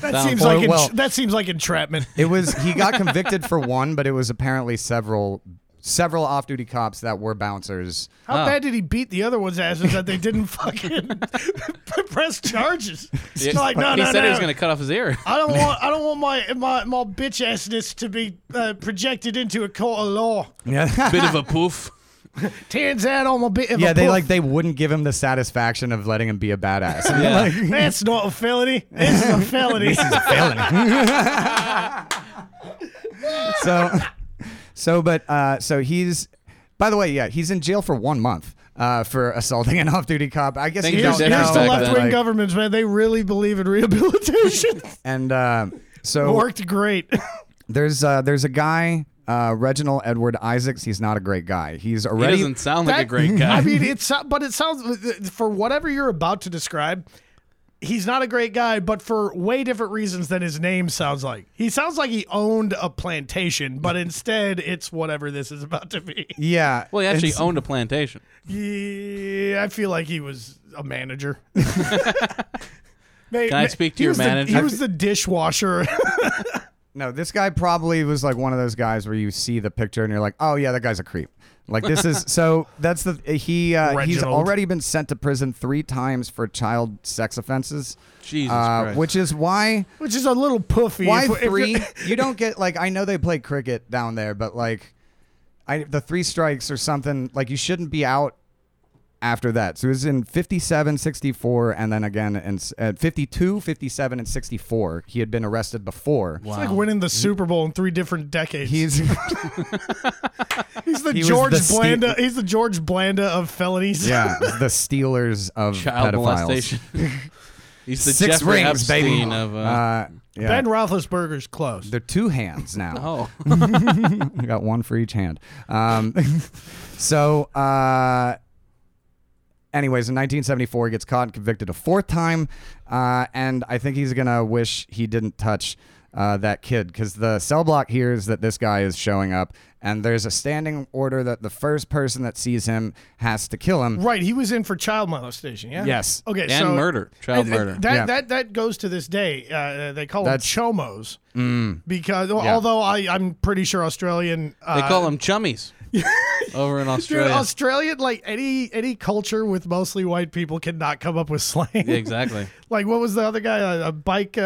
[SPEAKER 2] That seems
[SPEAKER 1] Or,
[SPEAKER 2] like en-
[SPEAKER 1] well-
[SPEAKER 2] that seems like entrapment.
[SPEAKER 1] it was he got convicted for one, but it was apparently several several off-duty cops that were bouncers.
[SPEAKER 2] How
[SPEAKER 3] Oh.
[SPEAKER 2] bad did he beat the other one's asses that they didn't fucking press charges? It's like, no,
[SPEAKER 3] he
[SPEAKER 2] no,
[SPEAKER 3] said he
[SPEAKER 2] no.
[SPEAKER 3] was going to cut off his ear.
[SPEAKER 2] I don't want I don't want my my, my bitch assness to be uh, projected into a court of law.
[SPEAKER 1] Yeah.
[SPEAKER 3] Bit of a poof.
[SPEAKER 2] Turns out I'm a bit of
[SPEAKER 1] Yeah,
[SPEAKER 2] a
[SPEAKER 1] they
[SPEAKER 2] poof.
[SPEAKER 1] like they wouldn't give him the satisfaction of letting him be a badass.
[SPEAKER 3] Yeah.
[SPEAKER 2] That's not a felony. This is a felony.
[SPEAKER 1] so, so, but uh, so he's. By the way, yeah, he's in jail for one month uh, for assaulting an off-duty cop. I guess
[SPEAKER 3] Things
[SPEAKER 1] you don't
[SPEAKER 3] are different
[SPEAKER 1] know,
[SPEAKER 2] Here's the
[SPEAKER 3] back
[SPEAKER 2] left
[SPEAKER 1] but,
[SPEAKER 2] wing
[SPEAKER 1] like-
[SPEAKER 2] governments, man. They really believe in rehabilitation.
[SPEAKER 1] And uh, so
[SPEAKER 2] Worked great.
[SPEAKER 1] there's uh, there's a guy. Uh, Reginald Edward Isaacs. He's not a great guy. He's
[SPEAKER 3] He
[SPEAKER 1] already
[SPEAKER 3] doesn't sound like a
[SPEAKER 2] That-
[SPEAKER 3] great guy.
[SPEAKER 2] I mean, it's but it sounds for whatever you're about to describe. He's not a great guy, but for way different reasons than his name sounds like. He sounds like he owned a plantation, but instead it's whatever this is about to be.
[SPEAKER 1] yeah.
[SPEAKER 3] well, he actually
[SPEAKER 1] it's-
[SPEAKER 3] owned a plantation.
[SPEAKER 2] Yeah, I feel like he was a manager.
[SPEAKER 3] Can I speak to your manager?
[SPEAKER 2] he was the dishwasher.
[SPEAKER 1] no. This guy probably was like one of those guys where you see the picture and you're like, oh yeah, that guy's a creep. Like this is so that's the he uh, he's
[SPEAKER 2] Reginald.
[SPEAKER 1] already been sent to prison three times for child sex offenses.
[SPEAKER 3] Jesus
[SPEAKER 1] uh,
[SPEAKER 3] Christ.
[SPEAKER 1] which is why
[SPEAKER 2] which is a little puffy.
[SPEAKER 1] why
[SPEAKER 2] If- if
[SPEAKER 1] three?
[SPEAKER 2] you're-
[SPEAKER 1] you don't get like I know they play cricket down there, but like, I the three strikes or something like you shouldn't be out after that. So it was in 57, 64, and then again in uh, 52, 57, and 64. He had been arrested before.
[SPEAKER 2] It's like winning the Super Bowl in three different decades.
[SPEAKER 1] He's
[SPEAKER 2] he's the
[SPEAKER 1] he was
[SPEAKER 2] George
[SPEAKER 1] the Steve-
[SPEAKER 2] Blanda. he's the George Blanda of felonies.
[SPEAKER 1] yeah, the Steelers of
[SPEAKER 3] Child
[SPEAKER 1] pedophiles.
[SPEAKER 3] molestation. He's the
[SPEAKER 1] Six
[SPEAKER 3] Jeffrey
[SPEAKER 1] rings,
[SPEAKER 3] Epstein
[SPEAKER 1] baby.
[SPEAKER 3] of uh,
[SPEAKER 1] Uh, Yeah.
[SPEAKER 2] Ben Roethlisberger's close.
[SPEAKER 1] They're two hands now.
[SPEAKER 3] Oh,
[SPEAKER 1] I got one for each hand. Um, so, uh, anyways, in 1974, he gets caught and convicted a fourth time, uh, and I think he's gonna wish he didn't touch. Uh, that kid, because the cell block hears that this guy is showing up, and there's a standing order that the first person that sees him has to kill him.
[SPEAKER 2] Right, he was in for child molestation. Yeah.
[SPEAKER 1] Yes.
[SPEAKER 2] Okay.
[SPEAKER 3] and
[SPEAKER 2] so
[SPEAKER 3] murder, child
[SPEAKER 2] And- and
[SPEAKER 3] murder.
[SPEAKER 2] That,
[SPEAKER 1] Yeah.
[SPEAKER 2] that that goes to this day. Uh, they call
[SPEAKER 1] That's-
[SPEAKER 2] them chomos because although I I'm pretty sure Australian uh,
[SPEAKER 3] Mm. they call them chummies over in
[SPEAKER 2] Dude,
[SPEAKER 3] Australia.
[SPEAKER 2] Australian, like any any culture with mostly white people, cannot come up with slang.
[SPEAKER 3] Yeah, exactly.
[SPEAKER 2] Like what was the other guy? A, a bike. Uh, uh,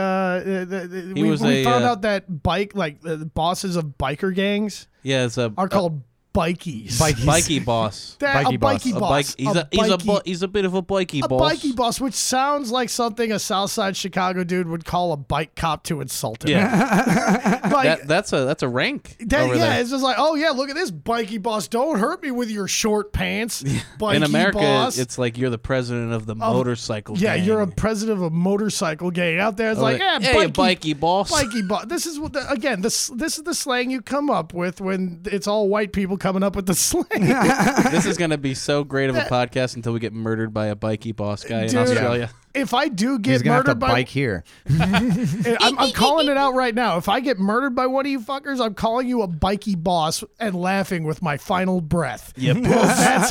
[SPEAKER 2] uh, we,
[SPEAKER 3] was
[SPEAKER 2] we
[SPEAKER 3] a,
[SPEAKER 2] found
[SPEAKER 3] uh,
[SPEAKER 2] out that bike, like the bosses of biker gangs,
[SPEAKER 3] Yeah, it's a
[SPEAKER 2] are called bikies.
[SPEAKER 1] Bike-
[SPEAKER 3] Uh, bikey boss.
[SPEAKER 2] That- a
[SPEAKER 1] bikey boss.
[SPEAKER 2] bikey
[SPEAKER 1] A
[SPEAKER 3] A
[SPEAKER 2] boss.
[SPEAKER 3] bike. He's a, he's a bo- he's a bit of a bikey
[SPEAKER 2] a
[SPEAKER 3] boss.
[SPEAKER 2] bikey boss, which sounds like something a Southside Chicago dude would call a bike cop to insult him.
[SPEAKER 3] Yeah,
[SPEAKER 2] like,
[SPEAKER 3] that, that's a that's a rank
[SPEAKER 2] That,
[SPEAKER 3] over
[SPEAKER 2] yeah,
[SPEAKER 3] there.
[SPEAKER 2] it's just like, oh yeah, look at this bikey boss. Don't hurt me with your short pants, bikey
[SPEAKER 3] in America,
[SPEAKER 2] boss.
[SPEAKER 3] it's like you're the president of the motorcycle.
[SPEAKER 2] yeah,
[SPEAKER 3] gang.
[SPEAKER 2] you're a president of a motorcycle gang out there. It's
[SPEAKER 3] Over
[SPEAKER 2] like,
[SPEAKER 3] there.
[SPEAKER 2] yeah,
[SPEAKER 3] Oh, hey,
[SPEAKER 2] bikey,
[SPEAKER 3] bikey boss.
[SPEAKER 2] bikey boss. This is what the, again. This this is the slang you come up with when it's all white people coming up with the slang.
[SPEAKER 3] this is gonna be so great of a podcast until we get murdered by a bikey boss guy
[SPEAKER 2] Dude,
[SPEAKER 3] in Australia.
[SPEAKER 2] If I do
[SPEAKER 1] He's
[SPEAKER 2] get
[SPEAKER 1] gonna have to
[SPEAKER 2] murdered by,
[SPEAKER 1] bike here.
[SPEAKER 2] I'm, I'm calling it out right now. If I get murdered by one of you fuckers, I'm calling you a bikey boss and laughing with my final breath. Yep, that's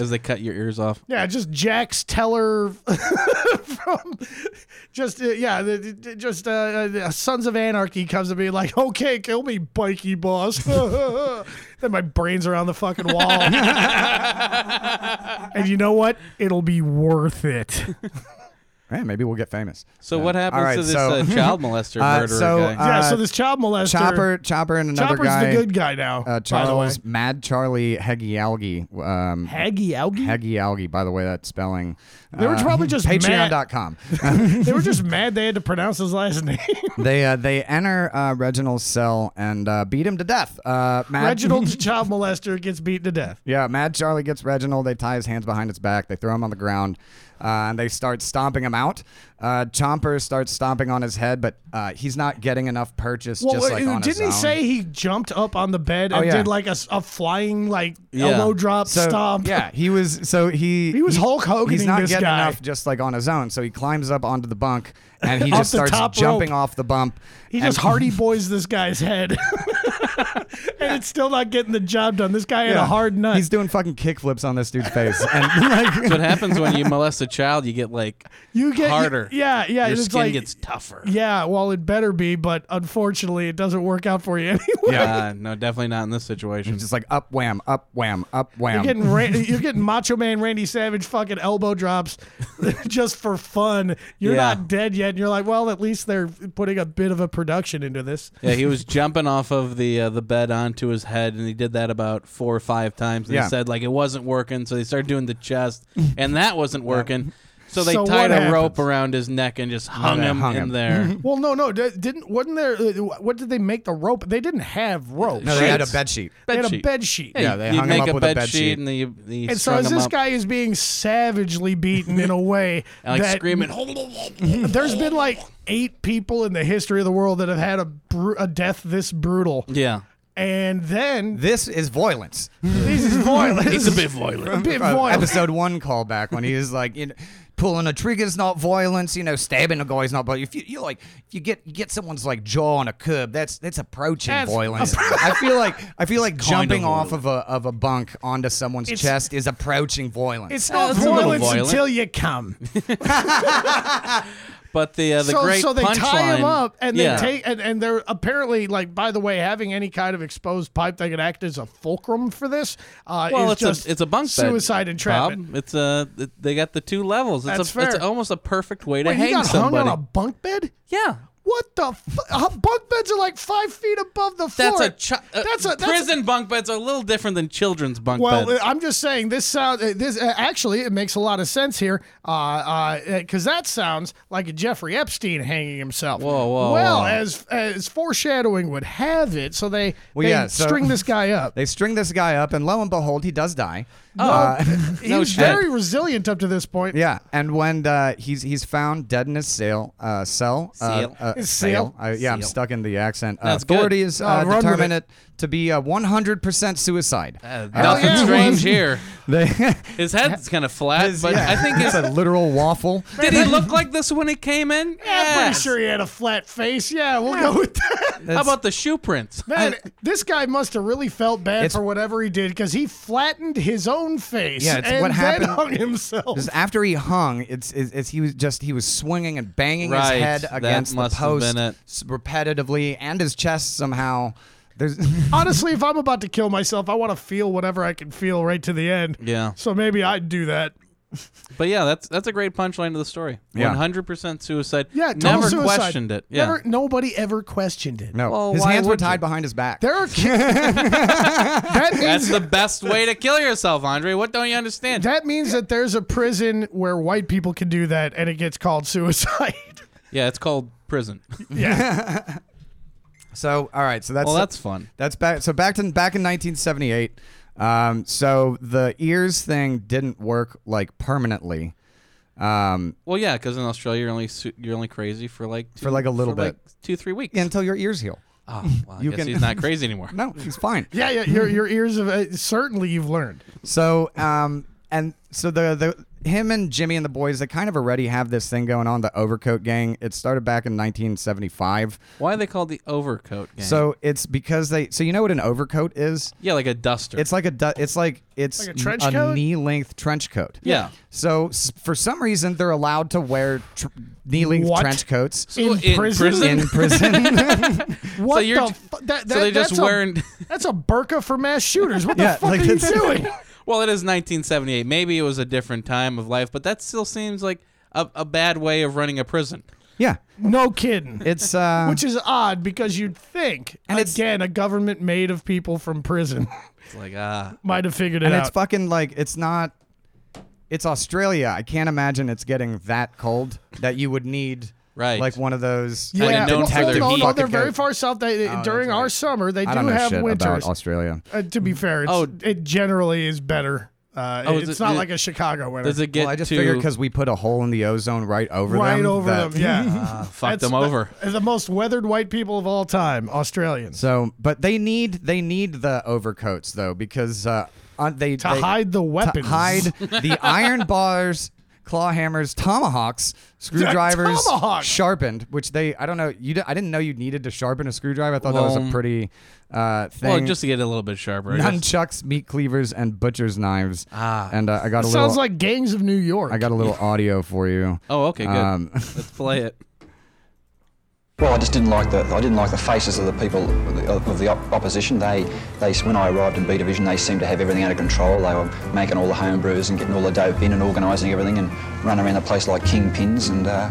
[SPEAKER 3] As they cut your ears off.
[SPEAKER 2] Yeah, just Jax Teller from just uh, yeah, the, the- just uh, uh, Sons of Anarchy comes to me like, okay, kill me, bikey boss. then my brains are on the fucking wall, and you know what? It'll be worth it.
[SPEAKER 1] Hey, maybe we'll get famous.
[SPEAKER 3] So what happens
[SPEAKER 1] All right,
[SPEAKER 3] to this
[SPEAKER 1] so-
[SPEAKER 3] uh, child molester
[SPEAKER 1] Uh,
[SPEAKER 3] murderer
[SPEAKER 1] so,
[SPEAKER 3] guy?
[SPEAKER 1] uh,
[SPEAKER 2] Yeah. so this child molester,
[SPEAKER 1] Chopper, Chopper, and another
[SPEAKER 2] Chopper's
[SPEAKER 1] guy.
[SPEAKER 2] the good guy now.
[SPEAKER 1] uh, Charles Mad Charlie Hegialgi. Um,
[SPEAKER 2] by the way, Haggy Algy.
[SPEAKER 1] Hegialgi, by the way, that spelling.
[SPEAKER 2] They were
[SPEAKER 1] Uh,
[SPEAKER 2] probably just mad.
[SPEAKER 1] Patreon.com.
[SPEAKER 2] they were just mad they had to pronounce his last name.
[SPEAKER 1] Uh, they uh, they enter uh, Reginald's cell and uh, beat him to death. Uh, Mad-
[SPEAKER 2] Reginald the child molester gets beaten to death.
[SPEAKER 1] Yeah, Mad Charlie gets Reginald. They tie his hands behind his back. They throw him on the ground, uh, and they start stomping him out. Uh, Chomper starts stomping on his head, but uh, he's not getting enough purchase. just like
[SPEAKER 2] uh,
[SPEAKER 1] on his
[SPEAKER 2] didn't he
[SPEAKER 1] own. Oh,
[SPEAKER 2] say he jumped up on the bed and
[SPEAKER 1] yeah.
[SPEAKER 2] did like a, s- a flying like
[SPEAKER 3] Yeah.
[SPEAKER 2] elbow drop
[SPEAKER 1] so,
[SPEAKER 2] stomp?
[SPEAKER 1] Yeah, he was. So he
[SPEAKER 2] He was Hulk Hogan-ing
[SPEAKER 1] He's not
[SPEAKER 2] this
[SPEAKER 1] getting
[SPEAKER 2] guy.
[SPEAKER 1] enough just like on his own. So he climbs up onto the bunk and he
[SPEAKER 2] Off
[SPEAKER 1] just
[SPEAKER 2] the
[SPEAKER 1] starts
[SPEAKER 2] top
[SPEAKER 1] jumping
[SPEAKER 2] rope.
[SPEAKER 1] off the bump.
[SPEAKER 2] He
[SPEAKER 1] and-
[SPEAKER 2] just Hardy Boys this guy's head, and it's still not getting the job done. This guy had a
[SPEAKER 1] Yeah.
[SPEAKER 2] hard nut.
[SPEAKER 1] He's doing fucking kickflips on this dude's face, and like,
[SPEAKER 3] That's what happens when you molest a child. You get like
[SPEAKER 2] you get
[SPEAKER 3] harder.
[SPEAKER 2] yeah, yeah.
[SPEAKER 3] your
[SPEAKER 2] it's
[SPEAKER 3] skin
[SPEAKER 2] like,
[SPEAKER 3] gets tougher.
[SPEAKER 2] yeah. Well, it better be, but unfortunately, it doesn't work out for you anyway.
[SPEAKER 3] Uh, no, definitely not in this situation.
[SPEAKER 1] just like up wham, up wham, up wham.
[SPEAKER 2] You're
[SPEAKER 3] Um,
[SPEAKER 2] getting Ra- you're getting Macho Man Randy Savage fucking elbow drops just for fun. You're
[SPEAKER 3] Yeah.
[SPEAKER 2] not dead yet, and you're like, well, at least they're putting a bit of a production into this.
[SPEAKER 3] Yeah, he was jumping off of the uh, the bed onto his head, and he did that about four or five times. And
[SPEAKER 1] Yeah.
[SPEAKER 3] They said like it wasn't working, so they started doing the chest, and that wasn't working. So they
[SPEAKER 2] So
[SPEAKER 3] tied a
[SPEAKER 2] what
[SPEAKER 3] rope around his neck and just hung
[SPEAKER 1] they
[SPEAKER 3] him
[SPEAKER 1] hung
[SPEAKER 3] in
[SPEAKER 1] him.
[SPEAKER 3] there.
[SPEAKER 2] Well, no, no, d- didn't wasn't there? Uh, what did they make the rope? They didn't have rope.
[SPEAKER 1] no, they had a
[SPEAKER 3] sheets.
[SPEAKER 1] bed sheet.
[SPEAKER 2] They had a
[SPEAKER 3] Bedsheet.
[SPEAKER 2] bed sheet.
[SPEAKER 1] Yeah, they
[SPEAKER 3] you
[SPEAKER 1] hung him
[SPEAKER 3] make
[SPEAKER 1] up
[SPEAKER 3] a
[SPEAKER 1] with a
[SPEAKER 3] bed
[SPEAKER 1] bed
[SPEAKER 3] sheet,
[SPEAKER 1] sheet.
[SPEAKER 3] and you, you
[SPEAKER 2] And so
[SPEAKER 3] strung
[SPEAKER 2] as
[SPEAKER 3] him
[SPEAKER 2] this
[SPEAKER 3] up.
[SPEAKER 2] guy is being savagely beaten in a way
[SPEAKER 3] and, like
[SPEAKER 2] that
[SPEAKER 3] screaming,
[SPEAKER 2] there's been like eight people in the history of the world that have had a bru- a death this brutal,
[SPEAKER 3] yeah,
[SPEAKER 2] and then
[SPEAKER 1] This is violence.
[SPEAKER 2] this is violent.
[SPEAKER 3] it's a bit violent.
[SPEAKER 2] a bit
[SPEAKER 1] Uh,
[SPEAKER 2] violent.
[SPEAKER 1] episode one callback when he was like, you know, pulling a trigger's not violence, you know, stabbing a guy's not. But if you you're like, if you get you get someone's like jaw on a curb, that's that's approaching
[SPEAKER 2] That's
[SPEAKER 1] violence. I feel like I feel like jumping off of
[SPEAKER 3] violent.
[SPEAKER 1] a of a bunk onto someone's
[SPEAKER 2] It's-
[SPEAKER 1] chest is approaching violence.
[SPEAKER 2] It's not
[SPEAKER 3] it's a little
[SPEAKER 2] violence
[SPEAKER 3] violent.
[SPEAKER 2] until you come.
[SPEAKER 3] But the uh, the
[SPEAKER 2] so,
[SPEAKER 3] great
[SPEAKER 2] so they tie
[SPEAKER 3] punchline-
[SPEAKER 2] him up and
[SPEAKER 3] yeah.
[SPEAKER 2] they take and, and they're apparently like by the way having any kind of exposed pipe that could act as a fulcrum for this. Uh,
[SPEAKER 3] Well,
[SPEAKER 2] is
[SPEAKER 3] it's
[SPEAKER 2] just
[SPEAKER 3] a it's a bunk bed.
[SPEAKER 2] suicide entrapment.
[SPEAKER 3] Bob. It's uh it- they got the two levels. It's
[SPEAKER 2] That's
[SPEAKER 3] a, It's
[SPEAKER 2] fair.
[SPEAKER 3] almost a perfect way to
[SPEAKER 2] Wait,
[SPEAKER 3] hang
[SPEAKER 2] he got
[SPEAKER 3] somebody.
[SPEAKER 2] hung on a bunk bed.
[SPEAKER 3] yeah.
[SPEAKER 2] What the fu- bunk beds are like five feet above the floor.
[SPEAKER 3] That's a, chi- uh,
[SPEAKER 2] that's a that's
[SPEAKER 3] prison bunk beds are a little different than children's bunk
[SPEAKER 2] Well, uh,
[SPEAKER 3] beds.
[SPEAKER 2] I'm just saying this sound. uh, This uh, actually it makes a lot of sense here, because uh, 'cause that sounds like a Jeffrey Epstein hanging himself.
[SPEAKER 3] Whoa, whoa,
[SPEAKER 2] Well,
[SPEAKER 3] whoa.
[SPEAKER 2] as as foreshadowing would have it, so they
[SPEAKER 1] Well,
[SPEAKER 2] they
[SPEAKER 1] yeah, so-
[SPEAKER 2] string this guy up.
[SPEAKER 1] they string this guy up, and lo and behold, he does die.
[SPEAKER 2] He
[SPEAKER 3] no
[SPEAKER 2] was
[SPEAKER 3] shit.
[SPEAKER 2] very resilient up to this point.
[SPEAKER 1] Yeah, and when uh, he's he's found dead in his cell, uh, cell, uh,
[SPEAKER 3] Seal.
[SPEAKER 1] uh, Sale. I, yeah, I'm
[SPEAKER 3] Seal.
[SPEAKER 1] stuck in the accent. Uh,
[SPEAKER 3] That's good.
[SPEAKER 1] authorities uh,
[SPEAKER 2] Oh, run with
[SPEAKER 1] determine
[SPEAKER 2] it.
[SPEAKER 1] it. to be uh, 100% suicide.
[SPEAKER 3] Uh,
[SPEAKER 1] Uh,
[SPEAKER 3] nothing
[SPEAKER 2] oh, yeah, it
[SPEAKER 3] strange
[SPEAKER 2] was-
[SPEAKER 3] here.
[SPEAKER 1] they,
[SPEAKER 3] His head's kind of flat,
[SPEAKER 1] His-
[SPEAKER 3] but
[SPEAKER 1] yeah.
[SPEAKER 3] I think
[SPEAKER 1] it's
[SPEAKER 3] it's.
[SPEAKER 1] a literal waffle.
[SPEAKER 3] Did he look like this when he came in?
[SPEAKER 2] I'm pretty
[SPEAKER 3] Yes.
[SPEAKER 2] sure he had a flat face. Yeah, we'll go with that.
[SPEAKER 3] How about the shoe prints?
[SPEAKER 2] Man, this guy must have really felt bad
[SPEAKER 1] It's-
[SPEAKER 2] for whatever he did because he flattened his own face
[SPEAKER 1] Yeah, it's
[SPEAKER 2] and
[SPEAKER 1] what
[SPEAKER 2] then
[SPEAKER 1] happened-
[SPEAKER 2] hung himself.
[SPEAKER 1] Because after he hung, it's, it's, it's he was just he was swinging and banging
[SPEAKER 3] Right,
[SPEAKER 1] his head
[SPEAKER 3] that
[SPEAKER 1] against the
[SPEAKER 3] must have
[SPEAKER 1] post
[SPEAKER 3] been it.
[SPEAKER 1] s- repetitively and his chest somehow. There's
[SPEAKER 2] Honestly, if I'm about to kill myself, I want to feel whatever I can feel right to the end.
[SPEAKER 3] Yeah.
[SPEAKER 2] So maybe I'd do that.
[SPEAKER 3] But yeah, that's that's a great punchline to the story.
[SPEAKER 1] Yeah.
[SPEAKER 3] One hundred percent suicide.
[SPEAKER 2] Yeah, total
[SPEAKER 3] never
[SPEAKER 2] suicide.
[SPEAKER 3] questioned it. Yeah,
[SPEAKER 2] Never, nobody ever questioned it.
[SPEAKER 1] no,
[SPEAKER 3] Well,
[SPEAKER 1] his
[SPEAKER 3] why
[SPEAKER 1] hands were
[SPEAKER 3] would
[SPEAKER 1] tied
[SPEAKER 3] you?
[SPEAKER 1] behind his back.
[SPEAKER 2] There are kids. that means
[SPEAKER 3] that's the best way to kill yourself, Andre. What don't you understand?
[SPEAKER 2] that means that there's a prison where white people can do that, and it gets called suicide.
[SPEAKER 3] yeah, it's called prison.
[SPEAKER 1] So all right, so that's
[SPEAKER 3] well, that's fun.
[SPEAKER 1] That's back. So back to back in 1978. Um, so the ears thing didn't work like permanently. Um,
[SPEAKER 3] Well, yeah, because in Australia you're only su- you're only crazy for like two,
[SPEAKER 1] For like a little
[SPEAKER 3] for, like, two three weeks.
[SPEAKER 1] until your ears heal.
[SPEAKER 3] oh, well, I
[SPEAKER 1] you
[SPEAKER 3] guess
[SPEAKER 1] can-
[SPEAKER 3] he's not crazy anymore.
[SPEAKER 1] No, he's fine.
[SPEAKER 2] yeah, yeah. Your your ears have uh, certainly you've learned.
[SPEAKER 1] So um, and so the the him and Jimmy and the boys they kind of already have this thing going on. The Overcoat Gang. It started back in 1975.
[SPEAKER 3] Why are they called the overcoat gang?
[SPEAKER 1] So it's because they. So you know what an overcoat is?
[SPEAKER 3] yeah, like a duster.
[SPEAKER 1] It's like a. du- It's like it's
[SPEAKER 2] Like a trench
[SPEAKER 1] n-
[SPEAKER 2] coat?
[SPEAKER 1] knee-length trench coat.
[SPEAKER 3] Yeah.
[SPEAKER 1] So s- for some reason they're allowed to wear tr- knee-length
[SPEAKER 2] What?
[SPEAKER 1] trench coats
[SPEAKER 2] in prison?
[SPEAKER 1] in prison.
[SPEAKER 2] What
[SPEAKER 3] So you're
[SPEAKER 2] the?
[SPEAKER 3] ju-
[SPEAKER 2] Fu- that, that,
[SPEAKER 3] so they're just
[SPEAKER 2] that's a-
[SPEAKER 3] wearing.
[SPEAKER 2] That's a burqa for mass shooters. What
[SPEAKER 1] Yeah,
[SPEAKER 2] the fuck
[SPEAKER 1] like
[SPEAKER 2] are you
[SPEAKER 1] that's-
[SPEAKER 2] doing?
[SPEAKER 3] well, it is 1978. Maybe it was a different time of life, but that still seems like a, a bad way of running a prison.
[SPEAKER 1] yeah.
[SPEAKER 2] No kidding.
[SPEAKER 1] It's uh
[SPEAKER 2] Which is odd because you'd think,
[SPEAKER 1] And it's-
[SPEAKER 2] again, a government made of people from prison
[SPEAKER 3] It's like ah,
[SPEAKER 2] might have figured it
[SPEAKER 1] and
[SPEAKER 2] out.
[SPEAKER 1] it's fucking like it's not it's Australia. I can't imagine it's getting that cold that you would need
[SPEAKER 3] Right.
[SPEAKER 1] like one of those
[SPEAKER 3] Kinda
[SPEAKER 2] yeah,
[SPEAKER 1] like,
[SPEAKER 3] known
[SPEAKER 2] well,
[SPEAKER 3] for
[SPEAKER 2] hold
[SPEAKER 3] their
[SPEAKER 2] on,
[SPEAKER 3] heat.
[SPEAKER 2] no, they're
[SPEAKER 1] Fucking
[SPEAKER 2] very
[SPEAKER 1] good.
[SPEAKER 2] far south. They, during
[SPEAKER 1] that's
[SPEAKER 2] our
[SPEAKER 1] right.
[SPEAKER 2] summer, they
[SPEAKER 1] I
[SPEAKER 2] do
[SPEAKER 1] don't know
[SPEAKER 2] have
[SPEAKER 1] shit
[SPEAKER 2] winters.
[SPEAKER 1] about Australia.
[SPEAKER 2] Uh, to be fair, it's,
[SPEAKER 3] Oh.
[SPEAKER 2] it generally is better. Uh,
[SPEAKER 3] Oh, is
[SPEAKER 2] it's
[SPEAKER 3] it-
[SPEAKER 2] not
[SPEAKER 3] is-
[SPEAKER 2] like a Chicago winter.
[SPEAKER 3] does it get
[SPEAKER 1] Well, I just
[SPEAKER 3] to
[SPEAKER 1] figured because we put a hole in the ozone right over
[SPEAKER 2] right
[SPEAKER 1] them.
[SPEAKER 2] over
[SPEAKER 1] that-
[SPEAKER 2] them, yeah.
[SPEAKER 3] Ah, fuck
[SPEAKER 2] That's
[SPEAKER 3] them
[SPEAKER 2] the-
[SPEAKER 3] over?
[SPEAKER 2] the most weathered white people of all time, Australians,
[SPEAKER 1] So, but they need they need the overcoats though because uh, uh, they
[SPEAKER 2] to
[SPEAKER 1] they,
[SPEAKER 2] hide the
[SPEAKER 1] to
[SPEAKER 2] weapons.
[SPEAKER 1] hide the iron bars, claw hammers, tomahawks, screwdrivers
[SPEAKER 2] Tomahawk.
[SPEAKER 1] sharpened, which they I don't know you di- I didn't know you needed to sharpen a screwdriver. I thought that was
[SPEAKER 3] Well,
[SPEAKER 1] a pretty uh, thing.
[SPEAKER 3] Well, just to get it a little bit sharper. I guess.
[SPEAKER 1] nunchucks, meat cleavers, and butcher's knives.
[SPEAKER 3] Ah.
[SPEAKER 1] and uh, I got a little
[SPEAKER 2] Sounds like gangs of New York.
[SPEAKER 1] I got a little audio for you.
[SPEAKER 3] Oh, okay, good.
[SPEAKER 1] Um,
[SPEAKER 3] Let's play it.
[SPEAKER 6] Well, I just didn't like the I didn't like the faces of the people of the, of the op- opposition. They they when I arrived in B Division, they seemed to have everything under control. They were making all the home brews and getting all the dope in and organising everything and running around the place like kingpins. And uh,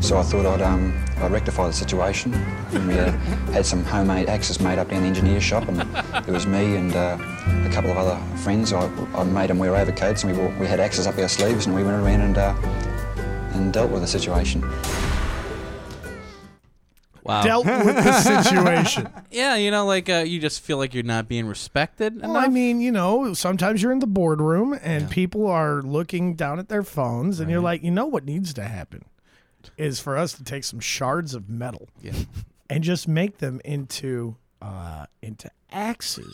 [SPEAKER 6] so I thought I'd um I'd rectify the situation. And we uh, had some homemade axes made up down the engineer shop, and it was me and uh, a couple of other friends. I, I made them wear overcoats, and we wore, we had axes up our sleeves, and we went around and uh, and dealt with the situation.
[SPEAKER 3] Wow.
[SPEAKER 2] dealt with the situation.
[SPEAKER 3] yeah, you know, like uh, you just feel like you're not being respected.
[SPEAKER 2] Well,
[SPEAKER 3] enough.
[SPEAKER 2] I mean, you know, sometimes you're in the boardroom and people are looking down at their phones, and you're like, you know what needs to happen is for us to take some shards of metal and just make them into uh into axes,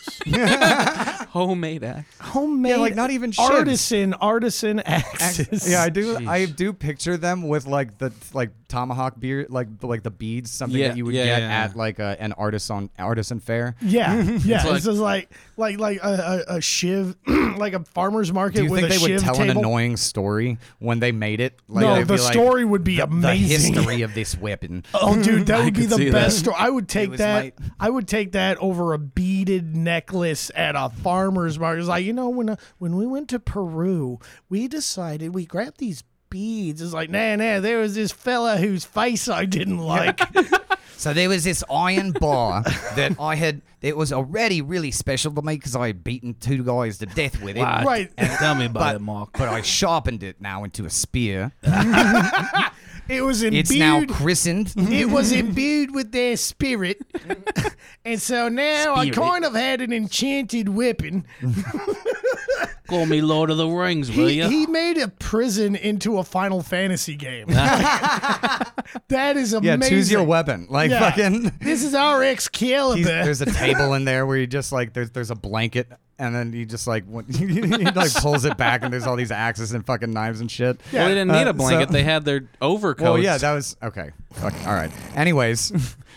[SPEAKER 3] homemade act.
[SPEAKER 2] homemade,
[SPEAKER 1] Yeah, like not even shivs.
[SPEAKER 2] artisan artisan axes.
[SPEAKER 1] Yeah, I do. I do picture them with like the like tomahawk beer, like like the beads, something
[SPEAKER 3] Yeah,
[SPEAKER 1] that you would
[SPEAKER 3] yeah,
[SPEAKER 1] get
[SPEAKER 3] yeah, yeah.
[SPEAKER 1] at like a, an artisan artisan fair.
[SPEAKER 2] Yeah, yeah.
[SPEAKER 3] like-
[SPEAKER 2] this is like like like a, a, a shiv, like a farmer's market
[SPEAKER 1] Do you
[SPEAKER 2] with
[SPEAKER 1] think
[SPEAKER 2] a
[SPEAKER 1] they would
[SPEAKER 2] shiv
[SPEAKER 1] tell an
[SPEAKER 2] table.
[SPEAKER 1] annoying story when they made it? Like,
[SPEAKER 2] no,
[SPEAKER 1] they'd
[SPEAKER 2] the
[SPEAKER 1] be like,
[SPEAKER 2] story would be
[SPEAKER 1] the
[SPEAKER 2] amazing.
[SPEAKER 1] history of this weapon.
[SPEAKER 2] Oh, dude, that would be
[SPEAKER 3] could
[SPEAKER 2] the
[SPEAKER 3] see
[SPEAKER 2] best
[SPEAKER 3] that.
[SPEAKER 2] story. I would take
[SPEAKER 1] was
[SPEAKER 2] that.
[SPEAKER 1] like-
[SPEAKER 2] I would take that over a beaded necklace at a farmer's market. It's like you know when uh, when we went to Peru, we decided we grabbed these beads. It's like nah, nah. There was this fella whose face I didn't like.
[SPEAKER 1] So there was this iron bar that I had. It was already really special to me because I had beaten two guys to death with it.
[SPEAKER 2] right.
[SPEAKER 3] Tell me about
[SPEAKER 1] But,
[SPEAKER 3] it, Mark.
[SPEAKER 1] but I sharpened it now into a spear.
[SPEAKER 2] It was imbued.
[SPEAKER 1] It's now christened.
[SPEAKER 2] it was imbued with their spirit, and so now I
[SPEAKER 3] Spirit.
[SPEAKER 2] kind of had an enchanted weapon.
[SPEAKER 3] Call me Lord of the Rings, will
[SPEAKER 2] He,
[SPEAKER 3] you?
[SPEAKER 2] he made a prison into a Final Fantasy game. that is
[SPEAKER 1] Yeah,
[SPEAKER 2] amazing.
[SPEAKER 1] choose your weapon. Like
[SPEAKER 2] Yeah.
[SPEAKER 1] fucking.
[SPEAKER 2] This is our Excalibur.
[SPEAKER 1] He's, there's a table in there where you just like there's there's a blanket and then you just like when- he like pulls it back and there's all these axes and fucking knives and shit.
[SPEAKER 3] well, they didn't need
[SPEAKER 1] Uh,
[SPEAKER 3] a blanket.
[SPEAKER 1] so-
[SPEAKER 3] they had their overcoats.
[SPEAKER 1] Well, yeah, that was okay. okay all right. Anyways,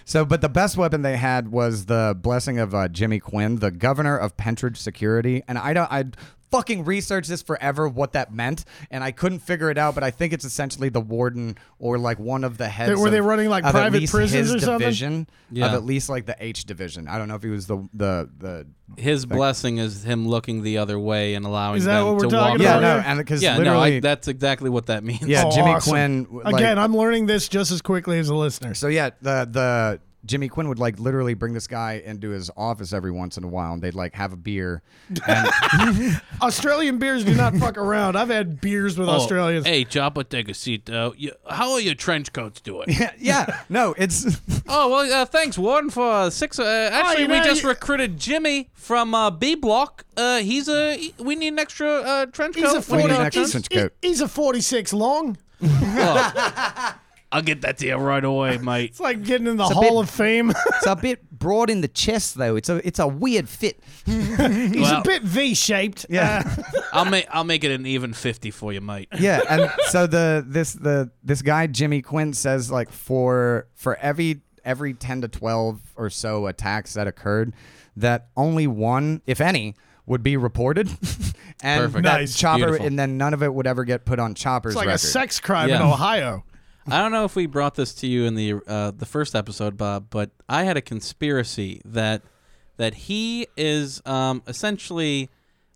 [SPEAKER 1] so but the best weapon they had was the blessing of uh, Jimmy Quinn, the governor of Pentridge Security, and I don't I fucking researched this forever what that meant and I couldn't figure it out, but I think it's essentially the warden or like one of the heads.
[SPEAKER 2] were they
[SPEAKER 1] of-
[SPEAKER 2] running, like,
[SPEAKER 1] of at
[SPEAKER 2] private
[SPEAKER 1] least
[SPEAKER 2] prisons
[SPEAKER 1] his
[SPEAKER 2] or something?
[SPEAKER 1] Division
[SPEAKER 3] Yeah.
[SPEAKER 1] of at least like the H division. I don't know if he was the the the.
[SPEAKER 3] His blessing is him looking the other way and allowing
[SPEAKER 2] Is that
[SPEAKER 3] them
[SPEAKER 2] what we're
[SPEAKER 3] to
[SPEAKER 2] talking
[SPEAKER 3] walk.
[SPEAKER 2] about
[SPEAKER 1] Yeah,
[SPEAKER 3] over.
[SPEAKER 1] no,
[SPEAKER 2] here?
[SPEAKER 1] and because
[SPEAKER 3] yeah, no,
[SPEAKER 1] literally
[SPEAKER 3] I, that's exactly what that means.
[SPEAKER 1] Yeah,
[SPEAKER 2] Oh,
[SPEAKER 1] Jimmy
[SPEAKER 2] awesome.
[SPEAKER 1] Quinn. w- like-
[SPEAKER 2] Again, I'm learning this just as quickly as the listeners.
[SPEAKER 1] So yeah, the the Jimmy Quinn would like literally bring this guy into his office every once in a while, and they'd like have a beer. And
[SPEAKER 2] Australian beers do not fuck around. I've had beers with
[SPEAKER 3] Oh,
[SPEAKER 2] Australians.
[SPEAKER 3] Hey, Joppa, take a seat. Uh, you, how are your trench coats doing?
[SPEAKER 1] yeah, no, it's
[SPEAKER 3] Oh well, uh, thanks, Warden, for uh, six. Uh, actually,
[SPEAKER 2] Oh, you
[SPEAKER 3] we
[SPEAKER 2] know,
[SPEAKER 3] just
[SPEAKER 2] you-
[SPEAKER 3] recruited Jimmy from uh, B Block. Uh, he's a. he- we need an extra uh, trench
[SPEAKER 2] He's a
[SPEAKER 3] coat. We need
[SPEAKER 2] 40,
[SPEAKER 3] an
[SPEAKER 1] an
[SPEAKER 3] extra-
[SPEAKER 1] extra-
[SPEAKER 2] he's,
[SPEAKER 1] trench
[SPEAKER 2] he-
[SPEAKER 1] coat.
[SPEAKER 2] he's a 46 long.
[SPEAKER 3] I'll get that to you right away, mate.
[SPEAKER 2] It's like getting in the Hall
[SPEAKER 1] bit-
[SPEAKER 2] of Fame.
[SPEAKER 1] it's a bit broad in the chest though. It's a it's a weird fit.
[SPEAKER 2] he's
[SPEAKER 3] Well-
[SPEAKER 2] a bit V-shaped. Uh,
[SPEAKER 1] Yeah.
[SPEAKER 3] I'll make. I'll make it an even fifty for you, mate.
[SPEAKER 1] yeah and so the this the this guy jimmy quinn says like for for every every 10 to 12 or so attacks that occurred that only one if any would be reported and
[SPEAKER 3] Perfect.
[SPEAKER 1] that
[SPEAKER 2] Nice.
[SPEAKER 1] chopper
[SPEAKER 3] Beautiful.
[SPEAKER 1] and then none of it would ever get put on chopper's
[SPEAKER 2] It's like
[SPEAKER 1] record
[SPEAKER 2] a sex crime in
[SPEAKER 3] Yeah.
[SPEAKER 2] Ohio.
[SPEAKER 3] I don't know if we brought this to you in the uh, the first episode, Bob, but I had a conspiracy that that he is um, essentially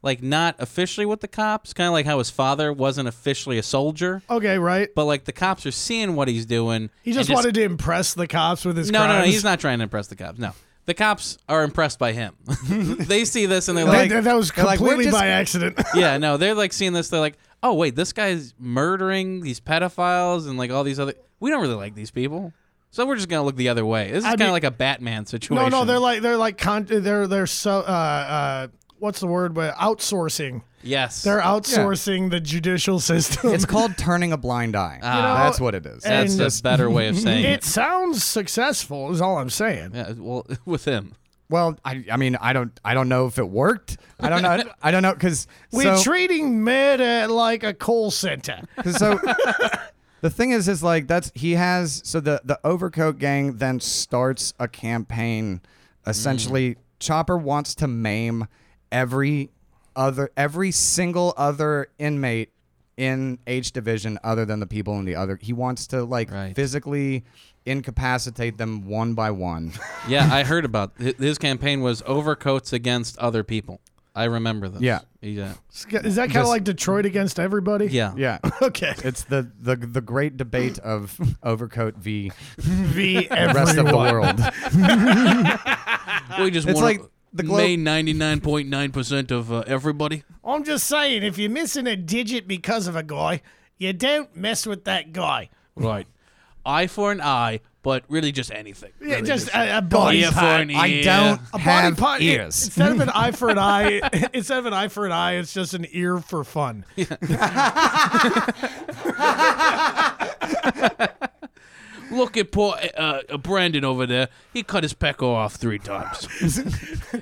[SPEAKER 3] like not officially with the cops, kind of like how his father wasn't officially a soldier,
[SPEAKER 2] Okay, right?
[SPEAKER 3] but like the cops are seeing what he's doing.
[SPEAKER 2] He just
[SPEAKER 3] and
[SPEAKER 2] wanted to impress the cops with his
[SPEAKER 3] No,
[SPEAKER 2] crimes.
[SPEAKER 3] no, no. He's not trying to impress the cops. No, the cops are impressed by him. they see this and they're
[SPEAKER 2] That-
[SPEAKER 3] like,
[SPEAKER 2] that, that was
[SPEAKER 1] they're like, we're
[SPEAKER 2] completely
[SPEAKER 1] just-
[SPEAKER 2] by accident.
[SPEAKER 3] yeah, no, they're like seeing this. They're like, oh wait, this guy's murdering these pedophiles and like all these other. We don't really like these people, so we're just gonna look the other way. This is
[SPEAKER 2] I
[SPEAKER 3] kind of
[SPEAKER 2] mean-
[SPEAKER 3] like a Batman situation.
[SPEAKER 2] no, no, they're like they're like con- they're they're so uh, uh, what's the word? But outsourcing.
[SPEAKER 3] yes,
[SPEAKER 2] They're outsourcing the judicial system.
[SPEAKER 1] it's called turning a blind eye
[SPEAKER 3] Ah.
[SPEAKER 1] that's what it is
[SPEAKER 3] That's
[SPEAKER 2] and-
[SPEAKER 3] a better way of saying
[SPEAKER 2] it
[SPEAKER 3] it.
[SPEAKER 2] sounds successful. Is all I'm saying.
[SPEAKER 3] Yeah, well, with him,
[SPEAKER 1] well I, I mean i don't i don't know if it worked i don't know i don't know because
[SPEAKER 2] We're treating meta like a call center.
[SPEAKER 1] 'Cause so the thing is is like that's he has so the the overcoat gang then starts a campaign essentially chopper wants to maim every other every single other inmate in H division other than the people in the other he wants to like
[SPEAKER 3] Right.
[SPEAKER 1] physically incapacitate them one by one
[SPEAKER 3] yeah, I heard about hi- his campaign was overcoats against other people. I remember this.
[SPEAKER 1] Yeah.
[SPEAKER 3] yeah,
[SPEAKER 2] Is that kind of
[SPEAKER 1] Just-
[SPEAKER 2] like Detroit against everybody?
[SPEAKER 3] yeah.
[SPEAKER 1] yeah
[SPEAKER 2] Okay.
[SPEAKER 1] it's the the the great debate of overcoat v
[SPEAKER 2] V
[SPEAKER 1] rest of the
[SPEAKER 2] everyone.
[SPEAKER 1] world
[SPEAKER 3] We just
[SPEAKER 1] It's
[SPEAKER 3] wanna
[SPEAKER 1] like the glo-
[SPEAKER 3] main ninety nine point nine percent of uh, everybody.
[SPEAKER 2] I'm just saying, if you're missing a digit because of a guy, you don't mess with that guy.
[SPEAKER 3] Right. Eye for an eye, but really just anything.
[SPEAKER 2] Yeah,
[SPEAKER 3] Really
[SPEAKER 2] just a, a body
[SPEAKER 3] Ear for
[SPEAKER 2] part.
[SPEAKER 3] an ear.
[SPEAKER 1] I don't
[SPEAKER 2] A
[SPEAKER 1] have
[SPEAKER 2] body part.
[SPEAKER 1] ears.
[SPEAKER 2] Instead of an eye for an eye, instead of an eye for an eye, it's just an ear for fun.
[SPEAKER 3] Look at poor uh, uh, Brandon over there. He cut his pecker off three times.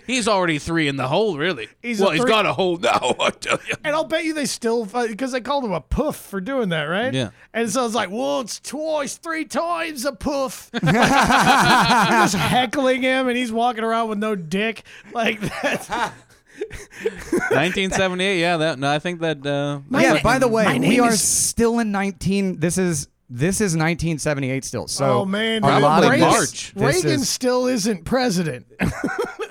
[SPEAKER 3] he's already three in the hole, really.
[SPEAKER 2] He's a
[SPEAKER 3] well, he's
[SPEAKER 2] three-
[SPEAKER 3] got a hole now, I tell you.
[SPEAKER 2] And I'll bet you they still because they called him a poof for doing that, right?
[SPEAKER 3] Yeah.
[SPEAKER 2] And so it's like once, twice, three times a poof. You're just heckling him, and he's walking around with no dick like that.
[SPEAKER 3] 1978, yeah. That, no, I think that. Uh,
[SPEAKER 1] yeah.
[SPEAKER 2] na-
[SPEAKER 1] by the
[SPEAKER 2] my
[SPEAKER 1] way, we
[SPEAKER 2] name
[SPEAKER 1] are
[SPEAKER 2] is-
[SPEAKER 1] still in 19. This is this is 1978 still. So
[SPEAKER 2] oh man,
[SPEAKER 1] a lot of
[SPEAKER 3] Probably
[SPEAKER 1] this-
[SPEAKER 2] Reagan,
[SPEAKER 3] March.
[SPEAKER 1] this
[SPEAKER 2] Reagan
[SPEAKER 1] is-
[SPEAKER 2] still isn't president.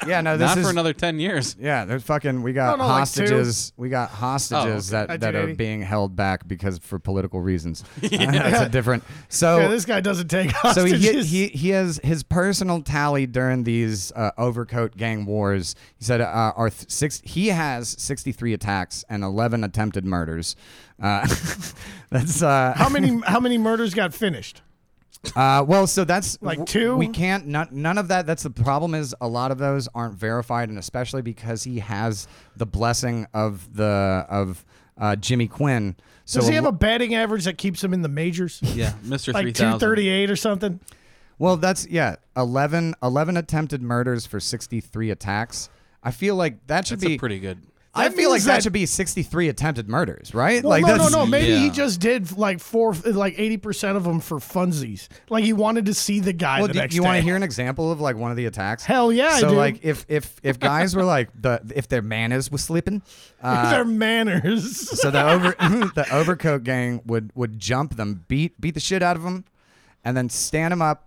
[SPEAKER 1] yeah, no, this
[SPEAKER 3] not
[SPEAKER 1] is
[SPEAKER 3] for another 10 years.
[SPEAKER 1] yeah. There's fucking. We got
[SPEAKER 2] No, no, like two.
[SPEAKER 1] hostages. we got hostages
[SPEAKER 3] Oh,
[SPEAKER 1] that that are
[SPEAKER 2] 1980.
[SPEAKER 1] being held back because for political reasons. That's a different. So
[SPEAKER 2] yeah, this guy doesn't take
[SPEAKER 1] so
[SPEAKER 2] hostages.
[SPEAKER 1] he, he he has his personal tally during these uh, overcoat gang wars. He said uh, are th- six. He has 63 attacks and 11 attempted murders. Uh, that's uh,
[SPEAKER 2] how many how many murders got finished?
[SPEAKER 1] Uh, well, so that's
[SPEAKER 2] Like
[SPEAKER 1] w-
[SPEAKER 2] two?
[SPEAKER 1] We can't. None, none of that. That's the problem. Is a lot of those aren't verified, and especially because he has the blessing of the of uh, Jimmy Quinn. So
[SPEAKER 2] Does
[SPEAKER 1] a
[SPEAKER 2] he have a
[SPEAKER 1] lo-
[SPEAKER 2] batting average that keeps him in the majors?
[SPEAKER 3] Yeah, Mr.
[SPEAKER 2] like
[SPEAKER 3] 3000.
[SPEAKER 2] 238 or something?
[SPEAKER 1] well, that's yeah, 11, 11 attempted murders for sixty three attacks. I feel like that should
[SPEAKER 3] That's
[SPEAKER 1] be
[SPEAKER 3] a pretty good.
[SPEAKER 1] I
[SPEAKER 2] That
[SPEAKER 1] feel like
[SPEAKER 2] means
[SPEAKER 1] that,
[SPEAKER 2] that-
[SPEAKER 1] should be sixty three attempted murders, right?
[SPEAKER 2] Well,
[SPEAKER 1] like
[SPEAKER 2] no, no,
[SPEAKER 1] that's
[SPEAKER 2] no. Maybe he
[SPEAKER 3] Yeah.
[SPEAKER 2] just did like four, like 80% of them for funsies. Like he wanted to see the guy
[SPEAKER 1] Well,
[SPEAKER 2] the
[SPEAKER 1] do,
[SPEAKER 2] next
[SPEAKER 1] you want
[SPEAKER 2] day.
[SPEAKER 1] to hear an example of like one of the attacks?
[SPEAKER 2] Hell yeah, I
[SPEAKER 1] So
[SPEAKER 2] do.
[SPEAKER 1] like if if if guys were like the if their manners was slipping, uh,
[SPEAKER 2] Their manners.
[SPEAKER 1] so the over the overcoat gang would would jump them, beat beat the shit out of them, and then stand him up.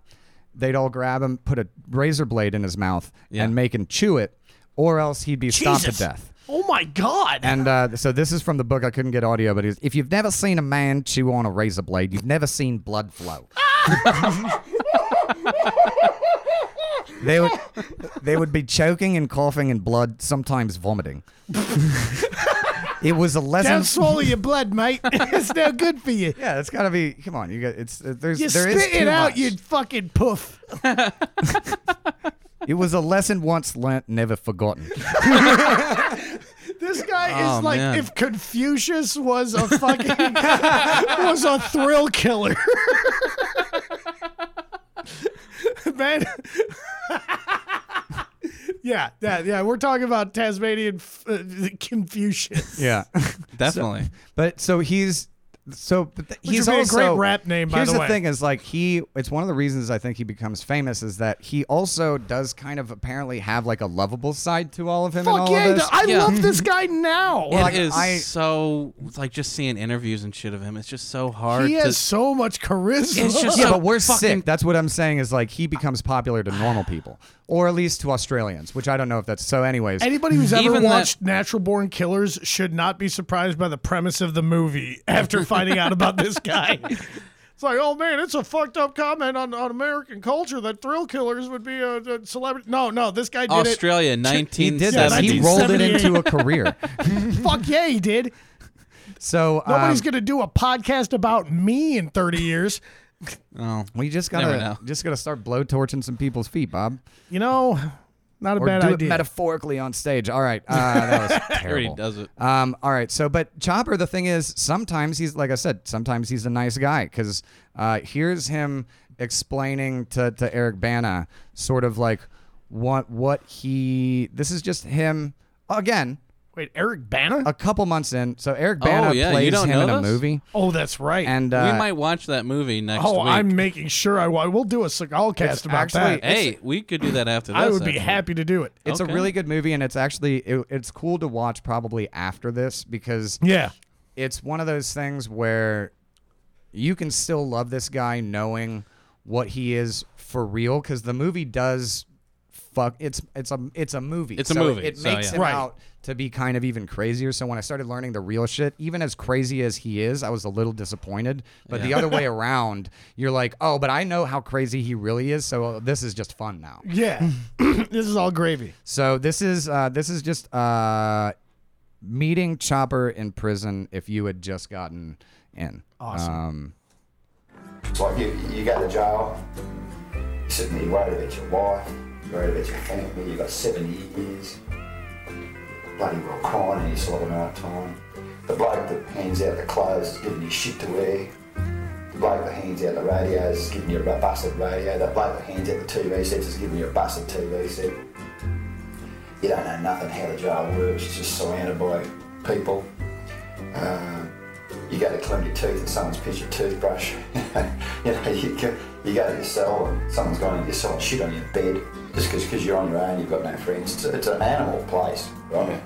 [SPEAKER 1] They'd all grab him, put a razor blade in his mouth,
[SPEAKER 3] Yeah.
[SPEAKER 1] and make him chew it, or else he'd be stomped to
[SPEAKER 2] Jesus.
[SPEAKER 1] death.
[SPEAKER 2] Oh my God.
[SPEAKER 1] And uh, so this is from the book. I couldn't get audio, but it's, if you've never seen a man chew on a razor blade, you've never seen blood flow. they would they would be choking and coughing and blood, sometimes vomiting. it was a lesson.
[SPEAKER 2] Don't swallow your blood, mate. it's no good for you.
[SPEAKER 1] yeah, that's gotta be. Come on, you got it's. Uh, there's
[SPEAKER 2] You
[SPEAKER 1] there is
[SPEAKER 2] spit it
[SPEAKER 1] too
[SPEAKER 2] out,
[SPEAKER 1] much.
[SPEAKER 2] you fucking poof.
[SPEAKER 1] It was a lesson once learnt, never forgotten.
[SPEAKER 2] This guy
[SPEAKER 3] Oh,
[SPEAKER 2] is like
[SPEAKER 3] man.
[SPEAKER 2] if Confucius was a fucking was a thrill killer. Man. yeah, yeah, yeah. We're talking about Tasmanian f- uh, Confucius.
[SPEAKER 1] yeah,
[SPEAKER 3] Definitely.
[SPEAKER 1] but so he's so but th-
[SPEAKER 2] Which
[SPEAKER 1] he's
[SPEAKER 2] would be a
[SPEAKER 1] also
[SPEAKER 2] great rap name, by
[SPEAKER 1] Here's
[SPEAKER 2] the
[SPEAKER 1] the
[SPEAKER 2] way.
[SPEAKER 1] thing: is like he. It's one of the reasons I think he becomes famous is that he also does kind of apparently have like a lovable side to all of him. and
[SPEAKER 2] Fuck
[SPEAKER 1] all
[SPEAKER 2] yeah,
[SPEAKER 1] of this.
[SPEAKER 2] th- I
[SPEAKER 3] Yeah.
[SPEAKER 2] love this guy now.
[SPEAKER 3] It is
[SPEAKER 1] like, I-
[SPEAKER 3] so it's like just seeing interviews and shit of him. It's just so hard.
[SPEAKER 2] he
[SPEAKER 3] to,
[SPEAKER 2] has so much charisma.
[SPEAKER 3] It's just-
[SPEAKER 1] yeah,
[SPEAKER 3] so
[SPEAKER 1] but we're
[SPEAKER 3] fucking-
[SPEAKER 1] sick. That's what I'm saying. Is like he becomes popular to normal people, or at least to Australians, which I don't know if that's so. Anyways,
[SPEAKER 2] Anybody who's ever
[SPEAKER 3] Even that-
[SPEAKER 2] watched Natural Born Killers should not be surprised by the premise of the movie after finding out about this guy. It's like, oh man, it's a fucked up comment on, on American culture that thrill killers would be a, a celebrity. No, no, this guy did
[SPEAKER 3] Australia,
[SPEAKER 1] he did this. He
[SPEAKER 3] 1970.
[SPEAKER 1] rolled it into a career.
[SPEAKER 2] it. Fuck yeah, he did.
[SPEAKER 1] So um,
[SPEAKER 2] Nobody's gonna do a podcast about me in thirty years.
[SPEAKER 3] Oh,
[SPEAKER 1] we just
[SPEAKER 3] Never
[SPEAKER 1] gotta
[SPEAKER 3] know.
[SPEAKER 1] just gotta start blowtorching some people's feet, Bob,
[SPEAKER 2] You know, not a
[SPEAKER 1] or
[SPEAKER 2] bad
[SPEAKER 1] do
[SPEAKER 2] idea.
[SPEAKER 1] it metaphorically on stage. All right, uh, that was
[SPEAKER 3] he already
[SPEAKER 1] terrible.
[SPEAKER 3] does it.
[SPEAKER 1] Um, all right. So, but Chopper, the thing is, sometimes he's like I said, sometimes he's a nice guy because uh, here's him explaining to, to Eric Bana sort of like what what he. This is just him again.
[SPEAKER 2] Wait, Eric Bana?
[SPEAKER 1] A couple months in, so Eric Bana
[SPEAKER 3] Oh, yeah, you
[SPEAKER 1] plays
[SPEAKER 3] don't
[SPEAKER 1] him in
[SPEAKER 3] know
[SPEAKER 1] a
[SPEAKER 3] this?
[SPEAKER 1] movie,
[SPEAKER 2] oh, that's right.
[SPEAKER 1] and uh,
[SPEAKER 3] we might watch that movie next week.
[SPEAKER 2] oh, I'm making sure I will. We'll do a Seagal cast about
[SPEAKER 1] actually-
[SPEAKER 2] that.
[SPEAKER 3] hey, we could do that after this.
[SPEAKER 2] I would be
[SPEAKER 3] actually.
[SPEAKER 2] happy to do it.
[SPEAKER 1] it's
[SPEAKER 3] okay.
[SPEAKER 1] a really good movie, and it's actually it, it's cool to watch probably after this because
[SPEAKER 2] Yeah.
[SPEAKER 1] it's one of those things where you can still love this guy knowing what he is for real because the movie does fuck it's it's a it's a movie
[SPEAKER 3] It's a
[SPEAKER 1] So
[SPEAKER 3] movie,
[SPEAKER 1] it, it
[SPEAKER 3] so,
[SPEAKER 1] makes
[SPEAKER 3] yeah.
[SPEAKER 1] him
[SPEAKER 2] Right.
[SPEAKER 1] out to be kind of even crazier so when i started learning the real shit even as crazy as he is i was a little disappointed but the other way around you're like oh but i know how crazy he really is so this is just fun now
[SPEAKER 2] Yeah, this is all gravy.
[SPEAKER 1] so this is uh, this is just uh, meeting Chopper in prison. If you had just gotten in, awesome. Um,
[SPEAKER 4] Like you, you go to jail, you're sitting there worried about your wife, worried about your family, you've got seven years, bloody well crying in this sort of amount of time. The bloke that hands out the clothes is giving you shit to wear. The bloke that hands out the radios is giving you a busted radio. The bloke that hands out the TV sets is giving you a busted TV set. You don't know nothing how the jail works, you're just surrounded by people. Um, you go to clean your teeth and someone's pissed your toothbrush. you know, you go, you go to your cell and someone's gone into your cell and shit on your bed just because you're on your own, you've got no friends. It's, it's an animal place, right?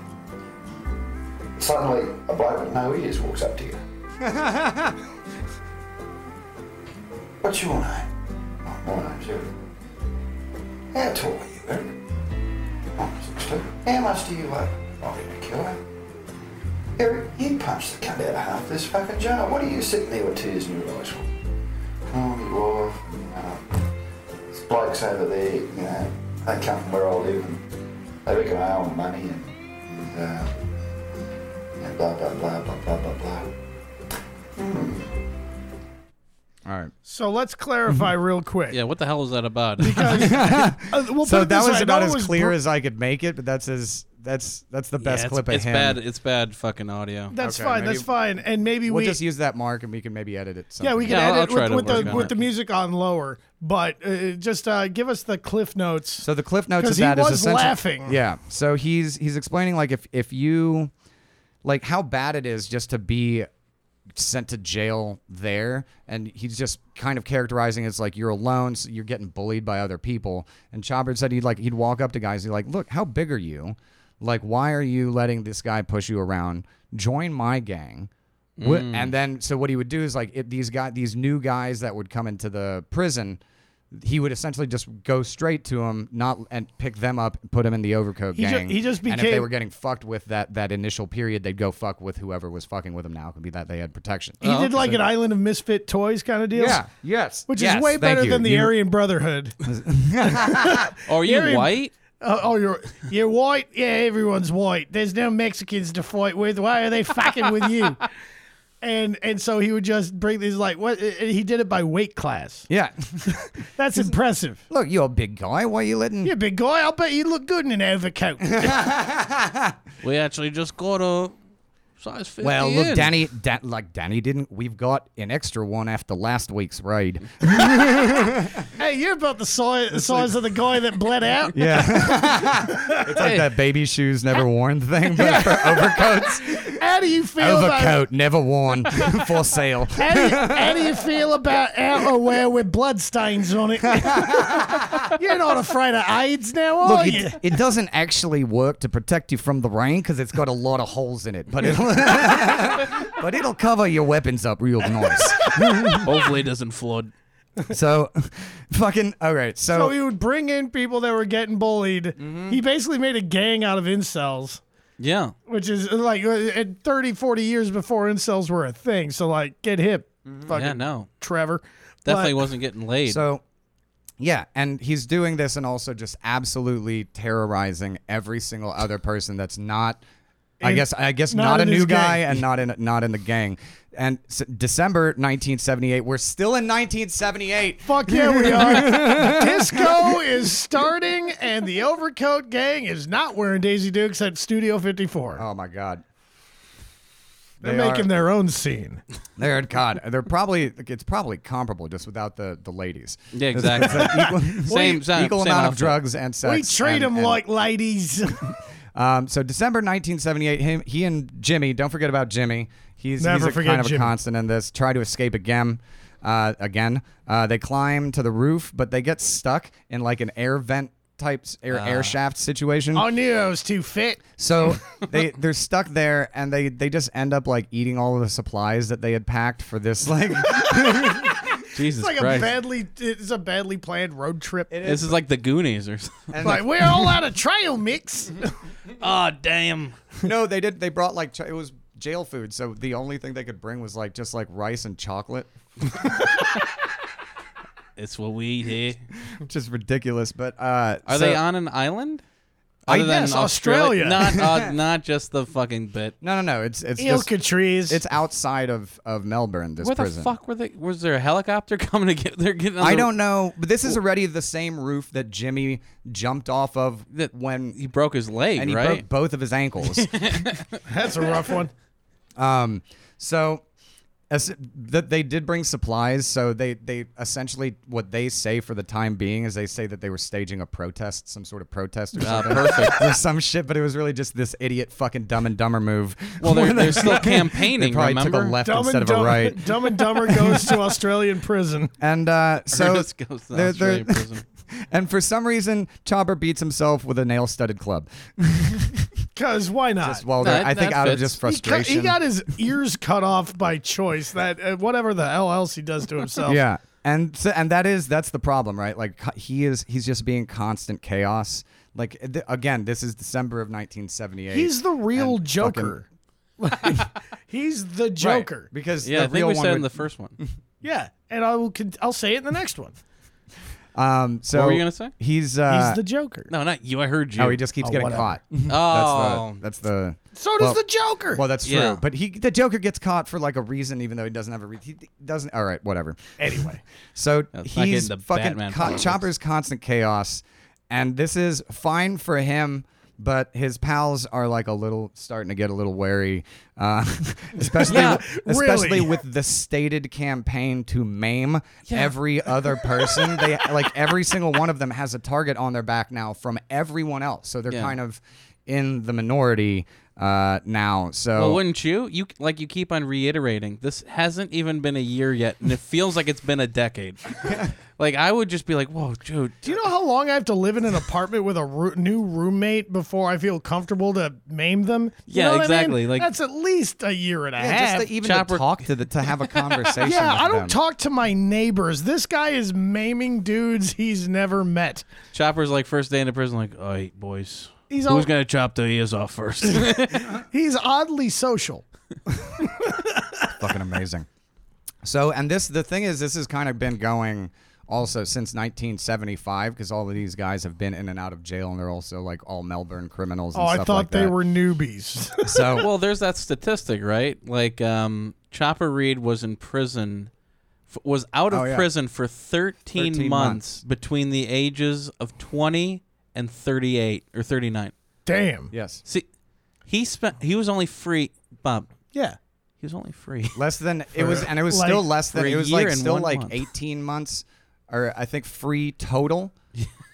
[SPEAKER 4] Suddenly, a bloke with no ears walks up to you. What's your name? Oh, my name's Eric. How tall are you, Eric? Oh, six two. How much do you weigh? Oh, a kilo. Eric, you punched the cunt out of half this fucking jar. What are you sitting there with tears in your eyes for? Oh, your wife. You know, it's Um, blokes over there, you know, they come from where I live and they reckon I owe them money and, and, uh, and blah, blah, blah, blah, blah, blah, blah.
[SPEAKER 1] All right.
[SPEAKER 2] So let's clarify
[SPEAKER 1] Mm-hmm.
[SPEAKER 2] real quick.
[SPEAKER 3] Yeah, what the hell was that about?
[SPEAKER 2] Uh,
[SPEAKER 1] So
[SPEAKER 2] well, put
[SPEAKER 1] that
[SPEAKER 2] it this way,
[SPEAKER 1] was
[SPEAKER 2] I
[SPEAKER 1] about
[SPEAKER 2] know it
[SPEAKER 1] as
[SPEAKER 2] was
[SPEAKER 1] clear
[SPEAKER 2] br-
[SPEAKER 1] as I could make it, but that's as that's that's the
[SPEAKER 3] Yeah,
[SPEAKER 1] best
[SPEAKER 3] it's-
[SPEAKER 1] clip of
[SPEAKER 3] It's
[SPEAKER 1] him.
[SPEAKER 3] bad. It's bad fucking audio.
[SPEAKER 2] That's
[SPEAKER 1] Okay,
[SPEAKER 2] fine.
[SPEAKER 1] maybe-
[SPEAKER 2] That's fine. And maybe
[SPEAKER 1] We'll
[SPEAKER 2] we
[SPEAKER 1] just use that mark and we can maybe edit it.
[SPEAKER 2] yeah we
[SPEAKER 1] something.
[SPEAKER 2] can
[SPEAKER 3] Yeah, I'll- I'll
[SPEAKER 2] edit
[SPEAKER 3] try
[SPEAKER 2] with,
[SPEAKER 3] to
[SPEAKER 2] with
[SPEAKER 3] work
[SPEAKER 2] the
[SPEAKER 3] on
[SPEAKER 2] with
[SPEAKER 3] it.
[SPEAKER 2] the music on lower, but uh, just uh, give us the cliff notes.
[SPEAKER 1] So the cliff notes
[SPEAKER 2] 'Cause
[SPEAKER 1] of
[SPEAKER 2] he
[SPEAKER 1] that is
[SPEAKER 2] was
[SPEAKER 1] essentially
[SPEAKER 2] laughing.
[SPEAKER 1] Yeah. So he's he's explaining like if if you like how bad it is just to be sent to jail there and he's just kind of characterizing it as like you're alone so you're getting bullied by other people and chopper said he'd like he'd walk up to guys he'd like look how big are you like why are you letting this guy push you around join my gang Wh-
[SPEAKER 2] Mm.
[SPEAKER 1] and then so what he would do is like it, these guy these new guys that would come into the prison he would essentially just go straight to them, not and pick them up, put them in the overcoat
[SPEAKER 2] He ju-
[SPEAKER 1] gang.
[SPEAKER 2] he just
[SPEAKER 1] And if they
[SPEAKER 2] became-
[SPEAKER 1] were getting fucked with that that initial period, they'd go fuck with whoever was fucking with them. Now it could be that they had protection.
[SPEAKER 2] he did like an Island of Misfit Toys kind of deal.
[SPEAKER 1] oh, yeah. Yes.
[SPEAKER 2] Which
[SPEAKER 1] yes,
[SPEAKER 2] is way
[SPEAKER 1] thank
[SPEAKER 2] better
[SPEAKER 1] you.
[SPEAKER 2] than the
[SPEAKER 1] You-
[SPEAKER 2] Aryan Brotherhood.
[SPEAKER 3] Are you
[SPEAKER 2] Gary-
[SPEAKER 3] white?
[SPEAKER 2] Uh, oh, you're you're white. Yeah, everyone's white. There's no Mexicans to fight with. Why are they fucking with you? And and so he would just bring these like what and he did it by weight class.
[SPEAKER 1] Yeah.
[SPEAKER 2] That's impressive.
[SPEAKER 1] Look, you're a big guy. Why are you letting?
[SPEAKER 2] Yeah, big guy. I'll bet you look good in an overcoat.
[SPEAKER 3] We actually just got a size 50
[SPEAKER 1] Well, look,
[SPEAKER 3] in.
[SPEAKER 1] Danny. Da- like Danny didn't. We've got an extra one after last week's raid.
[SPEAKER 2] hey, you're about the size the size of the guy that bled out.
[SPEAKER 1] Yeah. it's like
[SPEAKER 3] Hey.
[SPEAKER 1] that baby shoes never worn thing, but for overcoats.
[SPEAKER 2] How do you feel about
[SPEAKER 1] Overcoat never worn for sale.
[SPEAKER 2] how do, you, how do you feel about outerwear with blood stains on it? you're not afraid of AIDS now, are
[SPEAKER 1] Look,
[SPEAKER 2] you?
[SPEAKER 1] it, it doesn't actually work to protect you from the rain because it's got a lot of holes in it, but it'll, but it'll cover your weapons up real nice.
[SPEAKER 3] Hopefully, it doesn't flood.
[SPEAKER 1] So, fucking all right.
[SPEAKER 2] So
[SPEAKER 1] So,
[SPEAKER 2] he would bring in people that were getting bullied. He basically made a gang out of incels,
[SPEAKER 3] Yeah.
[SPEAKER 2] which is like uh, at 30, 40 years before incels were a thing. So, like, get hip, fucking
[SPEAKER 3] Yeah, no.
[SPEAKER 2] Trevor.
[SPEAKER 3] Definitely
[SPEAKER 2] But-
[SPEAKER 3] wasn't getting laid.
[SPEAKER 1] so, yeah, and he's doing this and also just absolutely terrorizing every single other person that's not. I
[SPEAKER 2] In-
[SPEAKER 1] guess I guess
[SPEAKER 2] not
[SPEAKER 1] not, a
[SPEAKER 2] in
[SPEAKER 1] new
[SPEAKER 2] his
[SPEAKER 1] guy
[SPEAKER 2] gang.
[SPEAKER 1] and not in not in the gang. And s- December 1978, we're still in 1978.
[SPEAKER 2] Fuck yeah, we are. Disco is starting, and the overcoat gang is not wearing Daisy Dukes at Studio 54.
[SPEAKER 1] Oh my god.
[SPEAKER 2] They're
[SPEAKER 1] they are-
[SPEAKER 2] making their own scene.
[SPEAKER 1] They're God. They're probably it's probably comparable, just without the the ladies.
[SPEAKER 3] yeah, exactly. same, same,
[SPEAKER 1] Equal
[SPEAKER 3] same
[SPEAKER 1] amount of
[SPEAKER 3] outfit.
[SPEAKER 1] drugs and sex.
[SPEAKER 2] We treat
[SPEAKER 1] and-
[SPEAKER 2] them
[SPEAKER 1] and-
[SPEAKER 2] like ladies.
[SPEAKER 1] Um, so December 1978, him, he and Jimmy. Don't forget about Jimmy. He's, he's
[SPEAKER 2] Never
[SPEAKER 1] a,
[SPEAKER 2] forget
[SPEAKER 1] kind of
[SPEAKER 2] Jimmy.
[SPEAKER 1] a constant in this. Try to escape again. Uh, again, uh, they climb to the roof, but they get stuck in like an air vent type s- air
[SPEAKER 3] Ah.
[SPEAKER 1] air shaft situation.
[SPEAKER 2] I knew I was too fit.
[SPEAKER 1] So they they're stuck there, and they they just end up like eating all of the supplies that they had packed for this like.
[SPEAKER 3] Jesus
[SPEAKER 2] It's like
[SPEAKER 3] Christ.
[SPEAKER 2] a badly, it's a badly planned road trip.
[SPEAKER 3] this is like the Goonies or something.
[SPEAKER 2] Like we're all out of trail mix.
[SPEAKER 3] oh,
[SPEAKER 2] Ah,
[SPEAKER 3] damn.
[SPEAKER 1] No, they did. They brought like ch- it was jail food, so the only thing they could bring was like just like rice and chocolate,
[SPEAKER 3] It's what we eat here.
[SPEAKER 1] which is ridiculous. But uh,
[SPEAKER 3] Are
[SPEAKER 1] so-
[SPEAKER 3] they on an island?
[SPEAKER 1] I
[SPEAKER 3] Other than
[SPEAKER 1] guess
[SPEAKER 2] Australia.
[SPEAKER 3] Not, uh, not just the fucking bit.
[SPEAKER 1] No, no, no. It's it's just,
[SPEAKER 2] Ilka trees.
[SPEAKER 1] it's outside of of Melbourne. This
[SPEAKER 3] Where the
[SPEAKER 1] prison.
[SPEAKER 3] fuck were they? Was there a helicopter coming to get? They're getting. On
[SPEAKER 1] I
[SPEAKER 3] the-
[SPEAKER 1] don't know, but this is already the same roof that Jimmy jumped off of
[SPEAKER 3] That-
[SPEAKER 1] when
[SPEAKER 3] He broke his leg,
[SPEAKER 1] and he
[SPEAKER 3] right?
[SPEAKER 1] broke both of his ankles.
[SPEAKER 2] That's a rough one.
[SPEAKER 1] Um, so as, that they did bring supplies. So they they essentially what they say for the time being is they say that they were staging a protest, some sort of protest or something.
[SPEAKER 3] Ah, perfect.
[SPEAKER 1] or some shit, but it was really just this idiot fucking dumb and dumber move.
[SPEAKER 3] well, they're,
[SPEAKER 1] Where
[SPEAKER 3] they're still
[SPEAKER 1] they
[SPEAKER 3] campaigning.
[SPEAKER 1] probably
[SPEAKER 3] remember?
[SPEAKER 1] took a left
[SPEAKER 2] Dumb
[SPEAKER 1] instead
[SPEAKER 2] and
[SPEAKER 1] of a
[SPEAKER 2] dumb,
[SPEAKER 1] right.
[SPEAKER 2] Dumb and Dumber goes to Australian prison.
[SPEAKER 1] And uh, so
[SPEAKER 3] Ernest goes to
[SPEAKER 1] they're- they're-
[SPEAKER 3] Australian prison.
[SPEAKER 1] and for some reason, Chopper beats himself with a nail-studded club.
[SPEAKER 2] Cause why not?
[SPEAKER 1] Just while
[SPEAKER 3] No,
[SPEAKER 1] they're- I
[SPEAKER 3] that
[SPEAKER 1] think out of
[SPEAKER 3] fits.
[SPEAKER 1] just
[SPEAKER 3] He
[SPEAKER 2] he, cut,
[SPEAKER 1] frustration.
[SPEAKER 2] he got his ears cut off by choice. That uh, whatever the hell else he does to
[SPEAKER 3] Oh.
[SPEAKER 2] himself.
[SPEAKER 1] Yeah. And so, and that is that's the problem, right? Like co- he is he's just being constant chaos. Like th- again, this is December of 1978.
[SPEAKER 2] He's the real
[SPEAKER 1] And
[SPEAKER 2] Joker. He's the
[SPEAKER 1] Right,
[SPEAKER 2] Joker.
[SPEAKER 1] because
[SPEAKER 3] Yeah,
[SPEAKER 1] the
[SPEAKER 3] I think
[SPEAKER 1] real
[SPEAKER 3] we
[SPEAKER 1] one
[SPEAKER 3] said in
[SPEAKER 1] would-
[SPEAKER 3] the first one.
[SPEAKER 2] Yeah, and I will. Con- I'll say it in the next one.
[SPEAKER 1] Um, so
[SPEAKER 3] were you gonna say?
[SPEAKER 1] He's uh,
[SPEAKER 2] He's the Joker.
[SPEAKER 3] No, not you. I heard you.
[SPEAKER 1] oh, he just keeps
[SPEAKER 2] Oh,
[SPEAKER 1] getting
[SPEAKER 2] whatever.
[SPEAKER 1] caught.
[SPEAKER 3] Oh.
[SPEAKER 1] That's the that's the
[SPEAKER 2] So does
[SPEAKER 1] well-
[SPEAKER 2] the Joker.
[SPEAKER 1] Well, that's
[SPEAKER 3] Yeah.
[SPEAKER 1] true. But he, the Joker, gets caught for like a reason, even though he doesn't have a re- he doesn't. All right, whatever.
[SPEAKER 2] anyway,
[SPEAKER 1] So
[SPEAKER 3] That's not
[SPEAKER 1] he's
[SPEAKER 3] getting the
[SPEAKER 1] fucking
[SPEAKER 3] Batman
[SPEAKER 1] co-
[SPEAKER 3] politics.
[SPEAKER 1] Chopper's constant chaos, and this is fine for him. But his pals are like a little starting to get a little wary, uh, especially
[SPEAKER 3] Yeah,
[SPEAKER 1] especially
[SPEAKER 2] really.
[SPEAKER 1] with the stated campaign to maim every other person. they like every single one of them has a target on their back now from everyone else, so they're
[SPEAKER 3] Yeah.
[SPEAKER 1] kind of in the minority uh, now. So
[SPEAKER 3] Well, wouldn't you? You like you keep on reiterating. This hasn't even been a year yet, and it feels like it's been a decade. like I would just be like, "Whoa, dude,
[SPEAKER 2] do you know how long I have to live in an apartment with a roo- new roommate before I feel comfortable to maim them?
[SPEAKER 3] Yeah,
[SPEAKER 2] You know what I mean?
[SPEAKER 3] exactly, like-
[SPEAKER 2] that's at least a year and a half.
[SPEAKER 1] yeah, just to Eh, even to
[SPEAKER 3] Chopper-
[SPEAKER 1] talk to the, to have a conversation.
[SPEAKER 2] Yeah,
[SPEAKER 1] with
[SPEAKER 2] I don't
[SPEAKER 1] them.
[SPEAKER 2] talk to my neighbors. This guy is maiming dudes he's never met.
[SPEAKER 3] Chopper's like first day in the prison, like, all right, boys.
[SPEAKER 2] He's
[SPEAKER 3] Who's
[SPEAKER 2] all-
[SPEAKER 3] gonna chop the ears off first?
[SPEAKER 2] He's oddly social.
[SPEAKER 1] fucking amazing. So, and this the thing is, this has kind of been going also since 1975 because all of these guys have been in and out of jail, and they're also like all Melbourne criminals. And
[SPEAKER 2] Oh, I
[SPEAKER 1] stuff
[SPEAKER 2] thought
[SPEAKER 1] like
[SPEAKER 2] they
[SPEAKER 1] that.
[SPEAKER 2] were newbies.
[SPEAKER 1] So,
[SPEAKER 3] well, there's that statistic, right? Like, um, Chopper Reed was in prison, f- was out of
[SPEAKER 1] Oh, yeah.
[SPEAKER 3] prison for 13,
[SPEAKER 1] 13 months.
[SPEAKER 3] months between the ages of 20 and 38 or 39.
[SPEAKER 2] Damn.
[SPEAKER 1] yes,
[SPEAKER 3] See, he spent. He was only free, Bob.
[SPEAKER 2] Yeah.
[SPEAKER 3] He was only free.
[SPEAKER 1] less than it was, and it was
[SPEAKER 2] like,
[SPEAKER 1] still less than
[SPEAKER 3] for a
[SPEAKER 1] it was
[SPEAKER 3] year
[SPEAKER 1] like
[SPEAKER 3] and
[SPEAKER 1] still
[SPEAKER 3] one
[SPEAKER 1] like
[SPEAKER 3] month.
[SPEAKER 1] 18 months, or I think free total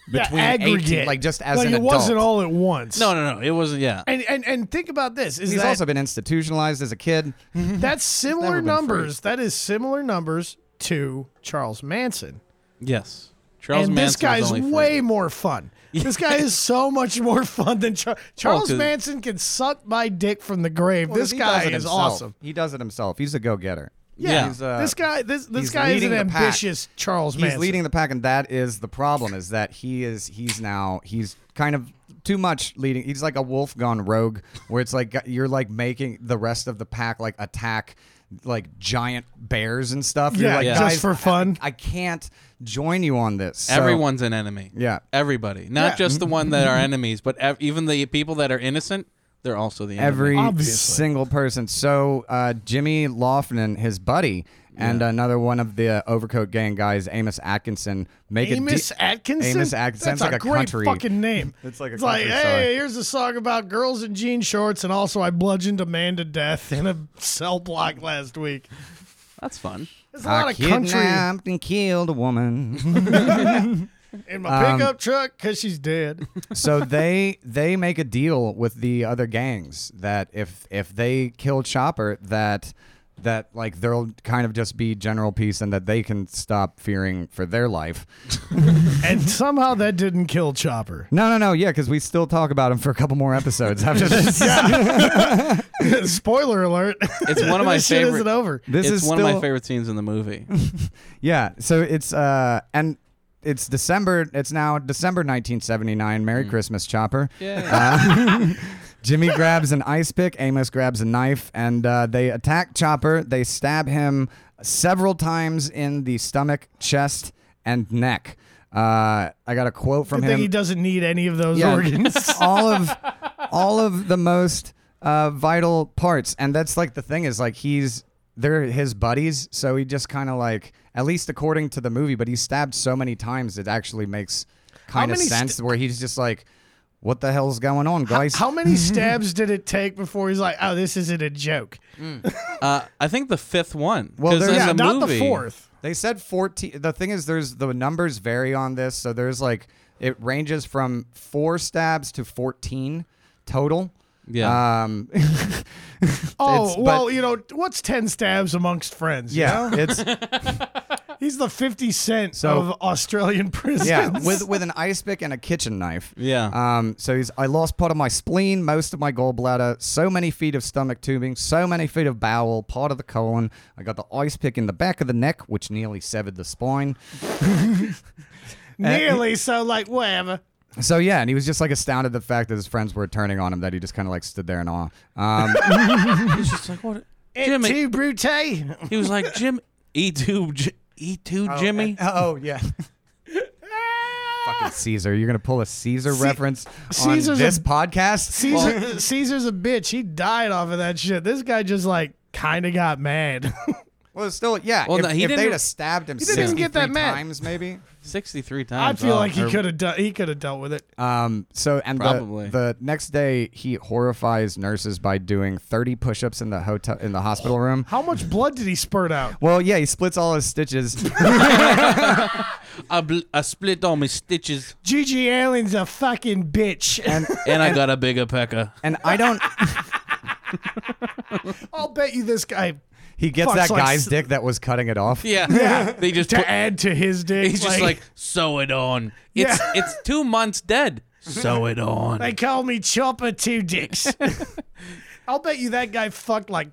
[SPEAKER 1] between
[SPEAKER 2] yeah,
[SPEAKER 1] 18
[SPEAKER 2] aggregate.
[SPEAKER 1] like just as
[SPEAKER 2] like
[SPEAKER 1] an
[SPEAKER 2] it
[SPEAKER 1] adult.
[SPEAKER 2] wasn't all at once.
[SPEAKER 3] No, no, no. It wasn't. Yeah.
[SPEAKER 2] And, and and think about this: is
[SPEAKER 1] He's
[SPEAKER 2] that
[SPEAKER 1] also been institutionalized as a kid.
[SPEAKER 2] that's similar
[SPEAKER 3] never been
[SPEAKER 2] numbers? That is similar numbers to Charles Manson.
[SPEAKER 3] Yes. Charles
[SPEAKER 2] and
[SPEAKER 3] Manson
[SPEAKER 2] this guy's
[SPEAKER 3] was only free.
[SPEAKER 2] way more fun. This guy is so much more fun than Char- Charles
[SPEAKER 3] 'cause-
[SPEAKER 2] Manson can suck my dick from the grave.
[SPEAKER 1] Oh, Well,
[SPEAKER 2] this
[SPEAKER 1] he does
[SPEAKER 2] guy
[SPEAKER 1] it
[SPEAKER 2] is
[SPEAKER 1] himself.
[SPEAKER 2] awesome.
[SPEAKER 1] He does it himself. He's a go-getter.
[SPEAKER 3] Yeah.
[SPEAKER 1] He's, uh,
[SPEAKER 2] this guy, this this
[SPEAKER 1] he's
[SPEAKER 2] guy is an
[SPEAKER 1] leading the pack.
[SPEAKER 2] ambitious Charles
[SPEAKER 1] he's
[SPEAKER 2] Manson.
[SPEAKER 1] leading the pack and that is the problem is that he is he's now he's kind of too much leading he's like a wolf gone rogue where it's like you're like making the rest of the pack like attack like giant bears and stuff you're
[SPEAKER 2] Yeah,
[SPEAKER 1] like
[SPEAKER 2] just
[SPEAKER 1] "Guys,
[SPEAKER 2] for fun."
[SPEAKER 1] I, I can't join you on this So-
[SPEAKER 3] Everyone's an enemy.
[SPEAKER 1] Yeah.
[SPEAKER 3] Everybody. Not
[SPEAKER 2] Yeah.
[SPEAKER 3] just the one that are enemies, but ev- even the people that are innocent, they're also the enemy.
[SPEAKER 1] every
[SPEAKER 2] Obviously.
[SPEAKER 1] single person. So uh, Jimmy Laughlin, his buddy, and another one of the Overcoat Gang guys, Amos Atkinson, make
[SPEAKER 2] Amos
[SPEAKER 1] a de-
[SPEAKER 2] Atkinson.
[SPEAKER 1] Amos Atkinson
[SPEAKER 2] That's
[SPEAKER 1] sounds like
[SPEAKER 2] a
[SPEAKER 1] a
[SPEAKER 2] great
[SPEAKER 1] country-
[SPEAKER 2] fucking name.
[SPEAKER 1] It's like a
[SPEAKER 2] it's like,
[SPEAKER 1] country
[SPEAKER 2] hey,
[SPEAKER 1] song.
[SPEAKER 2] here's a song about girls in jean shorts, and also I bludgeoned a man to death in a cell block last week.
[SPEAKER 3] That's fun.
[SPEAKER 2] There's a lot
[SPEAKER 1] I
[SPEAKER 2] of country
[SPEAKER 1] kidnapped and killed a woman.
[SPEAKER 2] in my
[SPEAKER 1] um,
[SPEAKER 2] pickup truck because she's dead.
[SPEAKER 1] so they they make a deal with the other gangs that if if they kill Chopper that that like there'll kind of just be general peace and that they can stop fearing for their life.
[SPEAKER 2] and somehow that didn't kill Chopper.
[SPEAKER 1] No, no, no, yeah, because we still talk about him for a couple more episodes after this.
[SPEAKER 2] Spoiler alert.
[SPEAKER 3] It's one of my
[SPEAKER 2] this shit
[SPEAKER 3] favorite.
[SPEAKER 2] isn't over.
[SPEAKER 1] This
[SPEAKER 3] it's
[SPEAKER 1] is
[SPEAKER 3] one of my
[SPEAKER 1] still-
[SPEAKER 3] favorite scenes in the movie.
[SPEAKER 1] Yeah, so it's uh and it's December. It's now December 1979. Merry Christmas, Chopper. Uh, Jimmy grabs an ice pick. Amos grabs a knife, and uh, they attack Chopper. They stab him several times in the stomach, chest, and neck. Uh, I got a quote from
[SPEAKER 2] Good
[SPEAKER 1] him.
[SPEAKER 2] thing he doesn't need any of those
[SPEAKER 1] Yeah.
[SPEAKER 2] organs.
[SPEAKER 1] all of all of the most uh, vital parts, and that's like the thing is like he's they're his buddies, so he just kind of like at least according to the movie, but he's stabbed so many times it actually makes kind of
[SPEAKER 2] many
[SPEAKER 1] sense where he's just like, what the hell's going on, guys?
[SPEAKER 2] How many stabs did it take before he's like, oh, this isn't a joke?
[SPEAKER 3] Uh, I think the fifth one.
[SPEAKER 1] Well,
[SPEAKER 3] 'Cause
[SPEAKER 1] there's-
[SPEAKER 3] in
[SPEAKER 1] Yeah,
[SPEAKER 3] the
[SPEAKER 2] Not
[SPEAKER 3] movie,
[SPEAKER 2] the fourth.
[SPEAKER 1] They said 14. The thing is, there's the numbers vary on this. So there's like, it ranges from four stabs to 14 total.
[SPEAKER 3] Yeah.
[SPEAKER 1] Um,
[SPEAKER 2] Oh,
[SPEAKER 1] It's- but-
[SPEAKER 2] well, you know, what's 10 stabs amongst friends? you
[SPEAKER 1] yeah.
[SPEAKER 2] know?
[SPEAKER 1] It's,
[SPEAKER 2] He's the 50 cent
[SPEAKER 1] So-
[SPEAKER 2] of Australian prisons.
[SPEAKER 1] yeah. With, uh, with an ice pick and a kitchen knife.
[SPEAKER 3] Yeah.
[SPEAKER 1] Um, so he's, I lost part of my spleen, most of my gallbladder, so many feet of stomach tubing, so many feet of bowel, part of the colon. I got the ice pick in the back of the neck, which nearly severed the spine.
[SPEAKER 2] Nearly, so like, whatever.
[SPEAKER 1] So yeah, and he was just like astounded at the fact that his friends were turning on him, that he just kind of like stood there in awe. Um,
[SPEAKER 3] It's just like, what?
[SPEAKER 2] Jimmy.
[SPEAKER 3] Jimmy.
[SPEAKER 2] Brute. Oh, eh,
[SPEAKER 3] He was like, Jim. E2, J- E2 Jimmy.
[SPEAKER 1] oh yeah. fucking Caesar. You're gonna pull a Caesar reference on
[SPEAKER 2] Caesar's
[SPEAKER 1] this
[SPEAKER 2] a-
[SPEAKER 1] podcast.
[SPEAKER 2] Caesar, Caesar's a bitch. He died off of that shit. This guy just like kind of got mad.
[SPEAKER 1] Well, it's still, yeah.
[SPEAKER 3] Well,
[SPEAKER 1] if
[SPEAKER 3] no, he
[SPEAKER 1] if
[SPEAKER 3] didn't-
[SPEAKER 1] they'd have stabbed him
[SPEAKER 2] didn't even
[SPEAKER 1] 63
[SPEAKER 2] get that mad.
[SPEAKER 1] times, maybe.
[SPEAKER 3] 63
[SPEAKER 2] I
[SPEAKER 3] times.
[SPEAKER 2] feel
[SPEAKER 3] Oh,
[SPEAKER 2] like he
[SPEAKER 3] or-
[SPEAKER 2] could have done. He could have dealt with it.
[SPEAKER 1] Um, so and the-
[SPEAKER 3] Probably.
[SPEAKER 1] The, next day, he horrifies nurses by doing 30 push-ups in the hotel in the hospital room.
[SPEAKER 2] How much blood did he spurt out?
[SPEAKER 1] Well, yeah, he splits all his stitches.
[SPEAKER 3] I, bl- I split all my stitches
[SPEAKER 2] Gigi Allen's a fucking bitch.
[SPEAKER 1] and
[SPEAKER 3] and I got a bigger pecker.
[SPEAKER 1] and I don't.
[SPEAKER 2] I'll bet you this guy
[SPEAKER 1] He gets
[SPEAKER 2] Fucks
[SPEAKER 1] that
[SPEAKER 2] like
[SPEAKER 1] guy's
[SPEAKER 2] s-
[SPEAKER 1] dick that was cutting it off.
[SPEAKER 3] Yeah. They just put,
[SPEAKER 2] to add to his dick.
[SPEAKER 3] he's just like sew it on. It's
[SPEAKER 2] Yeah.
[SPEAKER 3] it's 2 months dead. Sew it on.
[SPEAKER 2] they call me Chopper Two Dicks. I'll bet you that guy fucked like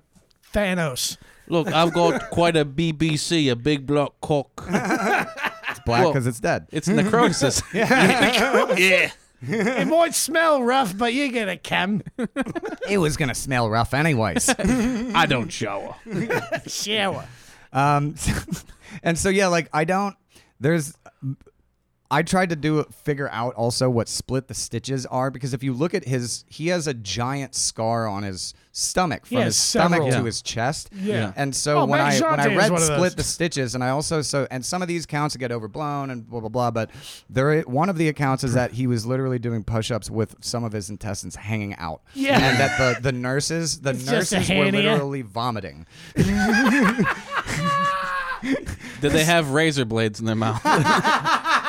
[SPEAKER 2] Thanos.
[SPEAKER 3] Look, I've got quite a BBC, a big block cock.
[SPEAKER 1] It's black
[SPEAKER 3] Well-
[SPEAKER 1] because it's dead.
[SPEAKER 3] It's necrosis. Mm-hmm. yeah.
[SPEAKER 2] It might smell rough, but you get a cam
[SPEAKER 1] It was gonna smell rough anyways.
[SPEAKER 3] I don't shower.
[SPEAKER 2] shower.
[SPEAKER 1] Um, and so yeah, like I don't. There's. I tried to do figure out also what split the stitches are because if you look at his, he has a giant scar on his stomach from
[SPEAKER 2] Yeah,
[SPEAKER 1] his stomach
[SPEAKER 2] several.
[SPEAKER 1] to his chest.
[SPEAKER 2] Yeah.
[SPEAKER 1] And so
[SPEAKER 2] Oh,
[SPEAKER 1] when I
[SPEAKER 2] Max
[SPEAKER 1] when I
[SPEAKER 2] Shante is
[SPEAKER 1] read
[SPEAKER 2] one of
[SPEAKER 1] split
[SPEAKER 2] those.
[SPEAKER 1] the stitches, and I also so and some of these counts get overblown and blah blah blah, but there i- one of the accounts is that he was literally doing push-ups with some of his intestines hanging out.
[SPEAKER 2] Yeah.
[SPEAKER 1] And that the the nurses the
[SPEAKER 2] just a
[SPEAKER 1] nurses were
[SPEAKER 2] hernia.
[SPEAKER 1] literally vomiting.
[SPEAKER 3] Did they have razor blades in their mouth?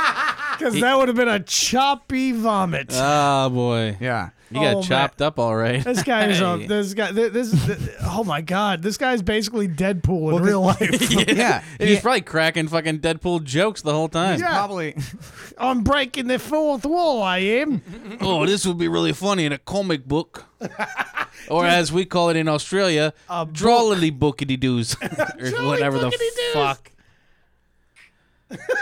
[SPEAKER 2] Because that would have been a choppy vomit.
[SPEAKER 3] oh boy.
[SPEAKER 1] Yeah.
[SPEAKER 3] You got
[SPEAKER 2] Oh, man.
[SPEAKER 3] chopped up all right.
[SPEAKER 2] This guy is a,
[SPEAKER 3] Hey.
[SPEAKER 2] this guy this, this, oh my god this guy's basically Deadpool in real life.
[SPEAKER 1] Yeah.
[SPEAKER 3] He was probably cracking fucking Deadpool jokes the whole time.
[SPEAKER 2] Yeah.
[SPEAKER 1] Probably.
[SPEAKER 2] I'm breaking the fourth wall. I am.
[SPEAKER 3] Oh, this would be really funny in a comic book. or as we call it in Australia, drawlily bookity doos. or whatever the
[SPEAKER 2] bookity-doos.
[SPEAKER 3] fuck.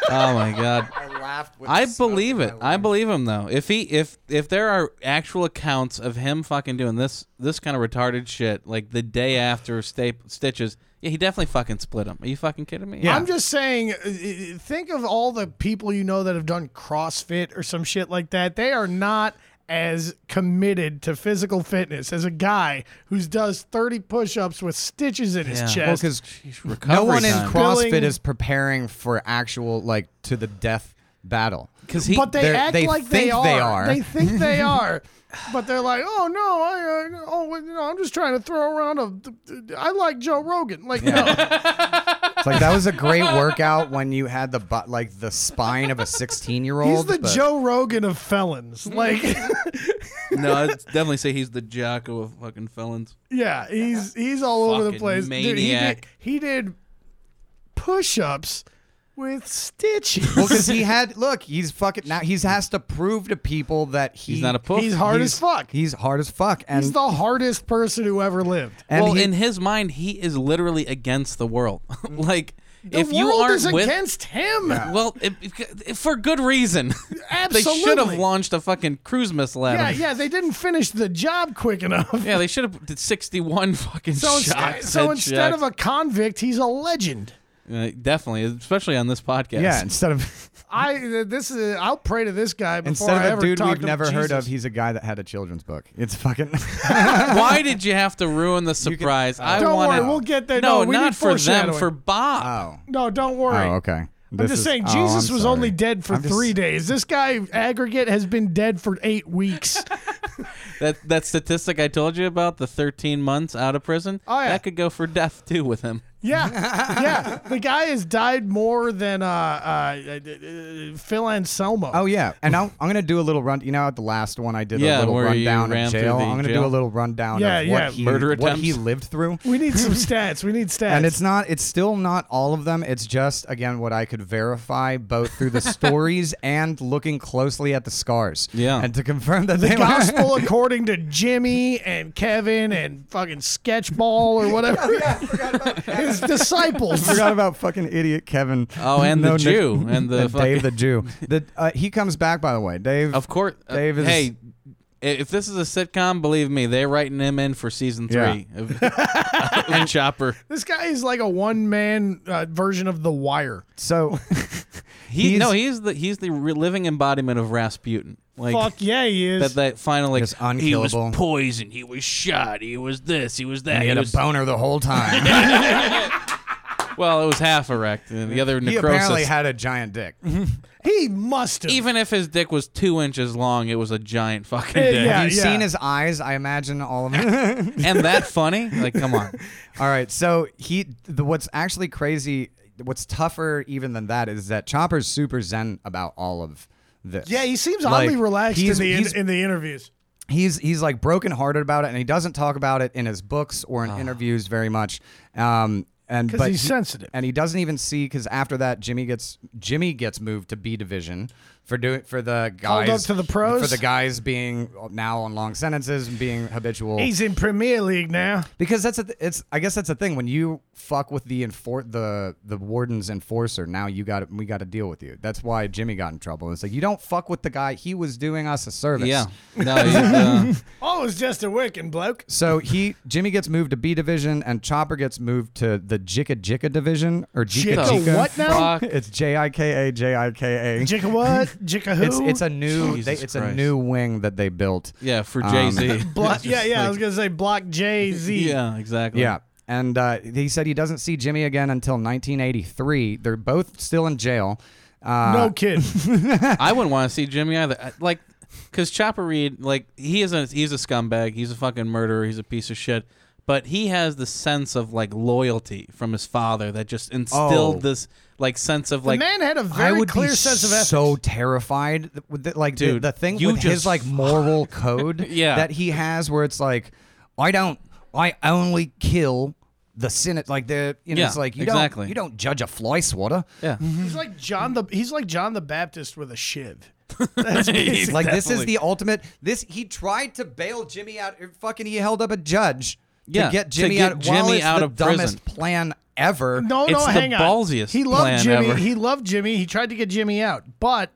[SPEAKER 3] oh my god.
[SPEAKER 1] laughed. With
[SPEAKER 3] I believe it. I believe him though. If he if if there are actual accounts of him fucking doing this this kind of retarded shit like the day after sta- stitches, yeah, he definitely fucking split him. Are you fucking kidding me?
[SPEAKER 1] Yeah.
[SPEAKER 2] I'm just saying, uh, uh, think of all the people you know that have done CrossFit or some shit like that. They are not as committed to physical fitness as a guy who does 30 push-ups with stitches in his
[SPEAKER 3] Yeah. Well,
[SPEAKER 2] chest.
[SPEAKER 1] because
[SPEAKER 3] Jeez,
[SPEAKER 1] no
[SPEAKER 3] recovery
[SPEAKER 1] one in
[SPEAKER 3] time.
[SPEAKER 1] CrossFit
[SPEAKER 2] Spilling-
[SPEAKER 1] is preparing for actual like to the death battle.
[SPEAKER 3] 'Cause he
[SPEAKER 2] but they
[SPEAKER 1] they're-
[SPEAKER 2] act
[SPEAKER 1] they
[SPEAKER 2] like
[SPEAKER 1] think
[SPEAKER 2] they
[SPEAKER 1] they
[SPEAKER 2] are.
[SPEAKER 1] are.
[SPEAKER 2] They think they are. But they're like, oh no, I, I oh well, you know, I'm just trying to throw around a. I like Joe Rogan. Like no,
[SPEAKER 1] It's like that was a great workout when you had the butt like the spine of a 16 year old.
[SPEAKER 2] he's the Joe Rogan of felons. Like,
[SPEAKER 3] No, I'd definitely say he's the jocko of fucking felons.
[SPEAKER 2] yeah, he's he's all over the
[SPEAKER 3] uh, Fucking
[SPEAKER 2] place. Dude, he did
[SPEAKER 3] maniac.
[SPEAKER 2] he did push-ups with
[SPEAKER 1] Well,
[SPEAKER 2] stitches.
[SPEAKER 1] because he had look, he's fucking now. He's has to prove to people that he,
[SPEAKER 3] He's not a poof.
[SPEAKER 2] he's hard
[SPEAKER 1] he's-
[SPEAKER 2] as fuck.
[SPEAKER 1] He's hard as fuck, and
[SPEAKER 2] He's the hardest person who ever lived.
[SPEAKER 1] and
[SPEAKER 3] well,
[SPEAKER 1] he-
[SPEAKER 3] in his mind, he is literally against the world. like
[SPEAKER 2] The
[SPEAKER 3] if you
[SPEAKER 2] world
[SPEAKER 3] aren't
[SPEAKER 2] is
[SPEAKER 3] with,
[SPEAKER 2] against him.
[SPEAKER 3] well, it, it- for good reason. they
[SPEAKER 2] Absolutely.
[SPEAKER 3] should have launched a fucking cruise missile at
[SPEAKER 2] Yeah,
[SPEAKER 3] him.
[SPEAKER 2] yeah, they didn't finish the job quick enough.
[SPEAKER 3] Yeah, they should have did 61 fucking
[SPEAKER 2] So, inst-
[SPEAKER 3] shots.
[SPEAKER 2] so instead of a convict, he's a legend.
[SPEAKER 3] definitely, especially on this podcast.
[SPEAKER 1] yeah, instead of
[SPEAKER 2] I this is I'll pray to this guy before
[SPEAKER 1] instead
[SPEAKER 2] I
[SPEAKER 1] of a
[SPEAKER 2] ever
[SPEAKER 1] dude
[SPEAKER 2] talk
[SPEAKER 1] we've
[SPEAKER 2] to
[SPEAKER 1] never heard of,
[SPEAKER 2] Jesus.
[SPEAKER 1] he's a guy that had a children's book. It's fucking.
[SPEAKER 3] Why did you have to ruin the surprise? I
[SPEAKER 2] uh, Don't
[SPEAKER 3] wanted,
[SPEAKER 2] worry, we'll get there.
[SPEAKER 3] No,
[SPEAKER 2] No, we
[SPEAKER 3] not
[SPEAKER 2] need
[SPEAKER 3] for them,
[SPEAKER 2] foreshadowing. Ah.
[SPEAKER 3] for Bob.
[SPEAKER 1] oh,
[SPEAKER 2] No, don't worry.
[SPEAKER 1] oh, okay. Oh,
[SPEAKER 2] I'm just saying Jesus was only dead for three days. This guy aggregate has been dead for eight weeks.
[SPEAKER 3] That that statistic I told you about, the 13 months out of prison,
[SPEAKER 2] Oh, yeah.
[SPEAKER 3] that could go for death too with him.
[SPEAKER 2] yeah, yeah. The guy has died more than uh, uh, uh, Phil Anselmo.
[SPEAKER 1] Oh yeah, and I'm, I'm gonna do a little run. You know, at the last one I did a
[SPEAKER 3] Yeah,
[SPEAKER 1] little
[SPEAKER 3] where you
[SPEAKER 1] rundown
[SPEAKER 3] ran
[SPEAKER 1] of
[SPEAKER 3] through
[SPEAKER 1] jail.
[SPEAKER 3] the
[SPEAKER 1] I'm gonna
[SPEAKER 3] jail.
[SPEAKER 1] do a little rundown
[SPEAKER 2] Yeah,
[SPEAKER 1] of
[SPEAKER 2] yeah.
[SPEAKER 1] what he
[SPEAKER 3] Murder
[SPEAKER 1] what he
[SPEAKER 3] attempts.
[SPEAKER 1] lived through.
[SPEAKER 2] We need some stats. We need stats.
[SPEAKER 1] And it's not. It's still not all of them. It's just again what I could verify both through the stories and looking closely at the scars.
[SPEAKER 3] Yeah.
[SPEAKER 1] and to confirm that they were.
[SPEAKER 2] gospel according to Jimmy and Kevin and fucking Sketchball or whatever.
[SPEAKER 1] Oh,
[SPEAKER 2] His disciples.
[SPEAKER 1] I forgot about fucking idiot Kevin.
[SPEAKER 3] Oh, and the
[SPEAKER 1] Nick-
[SPEAKER 3] Jew, and the
[SPEAKER 1] Dave
[SPEAKER 3] fucking-
[SPEAKER 1] the Jew. The, uh, he comes back by the way. Dave.
[SPEAKER 3] Of course. uh,
[SPEAKER 1] Dave is-
[SPEAKER 3] Hey, i- if this is a sitcom, believe me, they're writing him in for season three of, of Chopper.
[SPEAKER 2] This guy is like a one man uh, version of The Wire.
[SPEAKER 1] So
[SPEAKER 3] He
[SPEAKER 1] He's-
[SPEAKER 3] no, he's the he's the re- living embodiment of Rasputin. Like
[SPEAKER 2] Fuck yeah, he is.
[SPEAKER 3] that that final like
[SPEAKER 1] Just
[SPEAKER 3] he was
[SPEAKER 1] unkillable.
[SPEAKER 3] poisoned, he was shot, he was this, he was that.
[SPEAKER 1] And he had
[SPEAKER 3] he
[SPEAKER 1] a
[SPEAKER 3] was-
[SPEAKER 1] boner the whole time.
[SPEAKER 3] well, it was half erect, and the other
[SPEAKER 1] he apparently
[SPEAKER 3] necrosis.
[SPEAKER 1] had a giant dick.
[SPEAKER 2] he must have.
[SPEAKER 3] Even if his dick was two inches long, it was a giant fucking
[SPEAKER 2] Eh,
[SPEAKER 3] dick.
[SPEAKER 2] yeah.
[SPEAKER 1] You've seen his eyes, I imagine all of them.
[SPEAKER 3] And that funny? Like, come on.
[SPEAKER 1] all right, so he. The, what's actually crazy, what's tougher even than that is that Chopper's super zen about all of this.
[SPEAKER 2] yeah, he seems
[SPEAKER 1] Like,
[SPEAKER 2] oddly relaxed in
[SPEAKER 1] he's-
[SPEAKER 2] the
[SPEAKER 1] he's-
[SPEAKER 2] in, in the interviews.
[SPEAKER 1] he's he's like brokenhearted about it, and he doesn't talk about it in his books or in interviews very much. Um, and
[SPEAKER 2] Ah. 'Cause
[SPEAKER 1] but
[SPEAKER 2] he's
[SPEAKER 1] he-
[SPEAKER 2] sensitive.
[SPEAKER 1] and he doesn't even see because after that, Jimmy gets Jimmy gets moved to B division for doing for the
[SPEAKER 2] Called up
[SPEAKER 1] guys
[SPEAKER 2] to the pros?
[SPEAKER 1] for the guys being now on long sentences and being habitual.
[SPEAKER 2] He's in Premier
[SPEAKER 1] Oh.
[SPEAKER 2] League now.
[SPEAKER 1] because that's a th- it's I guess that's the thing when you fuck with the enfor- the the warden's enforcer now you got we got to deal with you that's why Jimmy got in trouble it's like you don't fuck with the guy he was doing us a service
[SPEAKER 3] Yeah. No, he's, uh,
[SPEAKER 2] Oh, it's just a working bloke.
[SPEAKER 1] So he Jimmy gets moved to B division and Chopper gets moved to the Jika Jika division or Jika
[SPEAKER 2] Jika
[SPEAKER 1] Jika.
[SPEAKER 2] what now?
[SPEAKER 3] Fuck.
[SPEAKER 1] It's J I K A J I K A.
[SPEAKER 2] Jicka what? Jicka who?
[SPEAKER 1] It's it's a new
[SPEAKER 3] Jesus
[SPEAKER 1] they, it's a
[SPEAKER 3] Christ.
[SPEAKER 1] new wing that they built.
[SPEAKER 3] yeah, for
[SPEAKER 1] Um,
[SPEAKER 3] Jay Z.
[SPEAKER 2] block. Yeah, yeah. I was gonna say block Jay Z.
[SPEAKER 3] yeah, exactly.
[SPEAKER 1] Yeah. And uh, he said he doesn't see Jimmy again until 1983. They're both still in jail. Uh,
[SPEAKER 2] No kid.
[SPEAKER 3] I wouldn't want to see Jimmy either. I- Like, because Chopper Reed, like, he is a he's a scumbag. He's a fucking murderer. He's a piece of shit. But he has the sense of like loyalty from his father that just instilled
[SPEAKER 1] Oh.
[SPEAKER 3] this like sense of like
[SPEAKER 2] the man had a
[SPEAKER 1] I
[SPEAKER 2] very
[SPEAKER 1] would
[SPEAKER 2] clear
[SPEAKER 1] be
[SPEAKER 2] sense of ethics.
[SPEAKER 1] so terrified. th- with the- Like the-
[SPEAKER 3] Dude,
[SPEAKER 1] the, thing
[SPEAKER 3] you
[SPEAKER 1] with his
[SPEAKER 3] just-
[SPEAKER 1] like moral code
[SPEAKER 3] Yeah.
[SPEAKER 1] that he has, where it's like, I don't, I only kill the Senate. Like the, you know,
[SPEAKER 3] Yeah,
[SPEAKER 1] it's like you
[SPEAKER 3] exactly.
[SPEAKER 1] don't, you don't judge a fly swatter.
[SPEAKER 3] yeah.
[SPEAKER 2] he's like John the he's like John the Baptist with a shiv. That's basically-
[SPEAKER 1] Like this is the ultimate. This he tried to bail Jimmy out. er, Fucking he held up a judge
[SPEAKER 3] Yeah,
[SPEAKER 1] to get
[SPEAKER 3] to
[SPEAKER 1] Jimmy
[SPEAKER 3] get
[SPEAKER 1] out. while
[SPEAKER 3] Jimmy
[SPEAKER 1] it's
[SPEAKER 3] out
[SPEAKER 1] the
[SPEAKER 3] of prison.
[SPEAKER 1] dumbest plan ever.
[SPEAKER 2] no, no,
[SPEAKER 3] it's the
[SPEAKER 2] hang on.
[SPEAKER 3] ballsiest
[SPEAKER 2] he loved
[SPEAKER 3] plan
[SPEAKER 2] Jimmy.
[SPEAKER 3] ever.
[SPEAKER 2] He loved Jimmy. He tried to get Jimmy out, but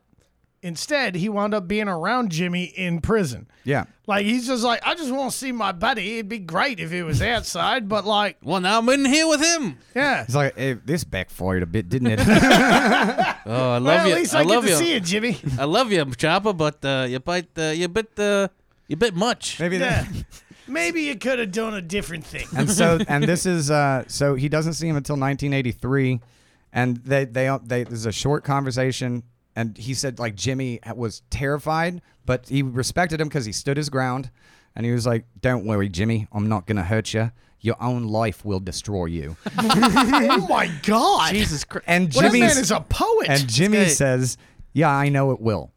[SPEAKER 2] instead he wound up being around Jimmy in prison.
[SPEAKER 1] Yeah.
[SPEAKER 2] Like he's just like, I just want to see my buddy. It'd be great if it was outside, but like,
[SPEAKER 3] Well, now I'm in here with him.
[SPEAKER 2] yeah.
[SPEAKER 1] It's like hey, this backfired a bit, didn't it?
[SPEAKER 3] Oh, I love
[SPEAKER 2] Well,
[SPEAKER 3] you.
[SPEAKER 2] at least
[SPEAKER 3] I,
[SPEAKER 2] I,
[SPEAKER 3] love
[SPEAKER 2] get
[SPEAKER 3] you.
[SPEAKER 2] to see you, Jimmy.
[SPEAKER 3] I love you, Chopper, but uh, you bite uh, you bit uh, you bit much.
[SPEAKER 1] Maybe that.
[SPEAKER 2] Yeah. Maybe you could have done a different thing.
[SPEAKER 1] and so and this is uh, so he doesn't see him until 1983 and they they they there's a short conversation and he said like jimmy was terrified but he respected him because he stood his ground and he was like don't worry jimmy i'm not gonna hurt you your own life will destroy you
[SPEAKER 2] oh my God.
[SPEAKER 3] Jesus Christ.
[SPEAKER 1] and
[SPEAKER 2] Well, that
[SPEAKER 1] jimmy
[SPEAKER 2] man is a poet.
[SPEAKER 1] and jimmy
[SPEAKER 3] guy-
[SPEAKER 1] says yeah i know it will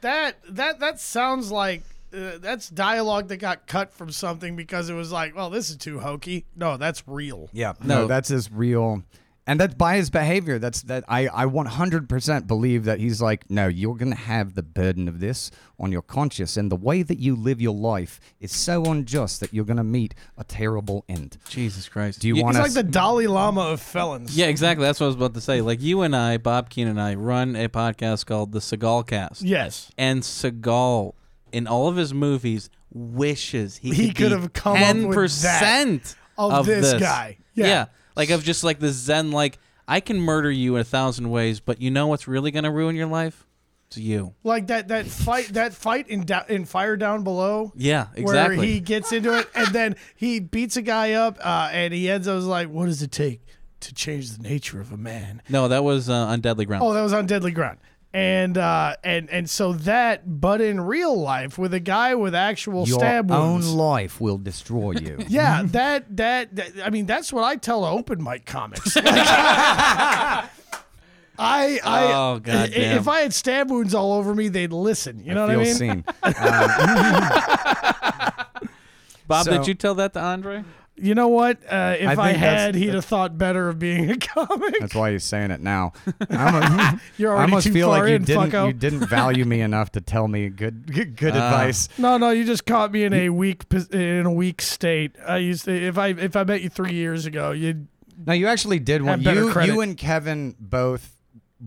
[SPEAKER 2] that that that sounds like uh, that's dialogue that got cut from something because it was like, well, this is too hokey. No, that's real.
[SPEAKER 1] yeah
[SPEAKER 3] No.
[SPEAKER 1] that's his real and that's by his behavior. That's that I, I 100% believe that he's like, no, you're going to have the burden of this on your conscience. And the way that you live your life is so unjust that you're going to meet a terrible end.
[SPEAKER 3] Jesus Christ.
[SPEAKER 1] Do you want
[SPEAKER 2] He's
[SPEAKER 1] to?
[SPEAKER 2] like the Dalai Lama of felons.
[SPEAKER 3] Yeah, exactly. That's what I was about to say. Like you and I, Bob Keen and I, run a podcast called the Seagal Cast.
[SPEAKER 2] Yes.
[SPEAKER 3] And Seagal, in all of his movies, wishes he,
[SPEAKER 2] He
[SPEAKER 3] could
[SPEAKER 2] could
[SPEAKER 3] be
[SPEAKER 2] have come up
[SPEAKER 3] 10%
[SPEAKER 2] with that of this guy. Yeah.
[SPEAKER 3] Yeah. Like of just like the Zen, like I can murder you in a thousand ways, but you know what's really gonna ruin your life? It's you.
[SPEAKER 2] Like that that fight that fight in da- in Fire Down Below.
[SPEAKER 3] Yeah,
[SPEAKER 2] Where
[SPEAKER 3] exactly.
[SPEAKER 2] he gets into it and then he beats a guy up uh, and he ends up was like, what does it take to change the nature of a man?
[SPEAKER 3] No, that was uh, on Deadly Ground.
[SPEAKER 2] Oh, that was on Deadly Ground. And uh, and and so that, but in real life, with a guy with actual
[SPEAKER 1] your
[SPEAKER 2] stab
[SPEAKER 1] own Hmm.
[SPEAKER 2] wounds,
[SPEAKER 1] life will destroy you.
[SPEAKER 2] Yeah, that, that that- I mean that's what I tell open mic comics. I I
[SPEAKER 3] Oh,
[SPEAKER 2] i-
[SPEAKER 3] goddamn.
[SPEAKER 2] if I had stab wounds all over me, they'd listen. You know what I
[SPEAKER 1] Feel
[SPEAKER 2] mean?
[SPEAKER 1] seen.
[SPEAKER 3] Bob,
[SPEAKER 1] so-
[SPEAKER 3] did you tell that to Andre?
[SPEAKER 2] You know what? Uh, if I,
[SPEAKER 1] think that's-
[SPEAKER 2] had, he'd have thought better of being a comic.
[SPEAKER 1] That's why he's saying it now. I'm a-
[SPEAKER 2] You're
[SPEAKER 1] I
[SPEAKER 2] already
[SPEAKER 1] almost
[SPEAKER 2] too
[SPEAKER 1] feel
[SPEAKER 2] far
[SPEAKER 1] like you
[SPEAKER 2] in,
[SPEAKER 1] didn't
[SPEAKER 2] fucko.
[SPEAKER 1] you didn't value me enough to tell me good good,
[SPEAKER 2] Uh,
[SPEAKER 1] good advice.
[SPEAKER 2] No, no, you just caught me in a weak pos- in a weak state. I used to if I if I met you three years ago, you'd
[SPEAKER 1] No, you actually did one.
[SPEAKER 2] better
[SPEAKER 1] You,
[SPEAKER 2] credit.
[SPEAKER 1] you and Kevin both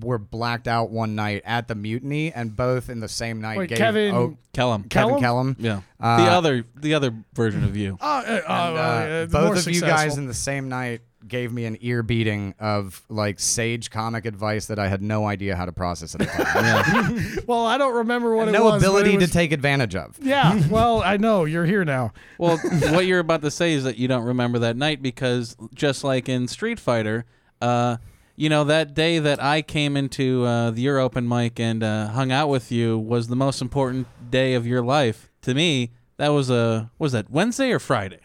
[SPEAKER 1] were blacked out one night at the mutiny, and both in the same night
[SPEAKER 2] Wait,
[SPEAKER 1] gave
[SPEAKER 2] Kevin-
[SPEAKER 1] oh,
[SPEAKER 3] Kellum.
[SPEAKER 1] Kevin Kellum.
[SPEAKER 2] Kellum?
[SPEAKER 3] Yeah.
[SPEAKER 1] Uh,
[SPEAKER 3] the other the other version of you.
[SPEAKER 2] oh, uh, oh,
[SPEAKER 1] Uh,
[SPEAKER 2] uh, more
[SPEAKER 1] both of you guys
[SPEAKER 2] successful.
[SPEAKER 1] in the same night gave me an ear beating of like sage comic advice that I had no idea how to process at the time.
[SPEAKER 2] Well, I don't remember what it
[SPEAKER 1] no
[SPEAKER 2] was. but it
[SPEAKER 1] ability
[SPEAKER 2] was-
[SPEAKER 1] to take advantage of.
[SPEAKER 2] Yeah. Well, I know you're here now.
[SPEAKER 3] Well, what you're about to say is that you don't remember that night because just like in Street Fighter, uh, you know that day that I came into uh, the your open mic and uh, hung out with you was the most important day of your life to me. That was a was that Wednesday or Friday?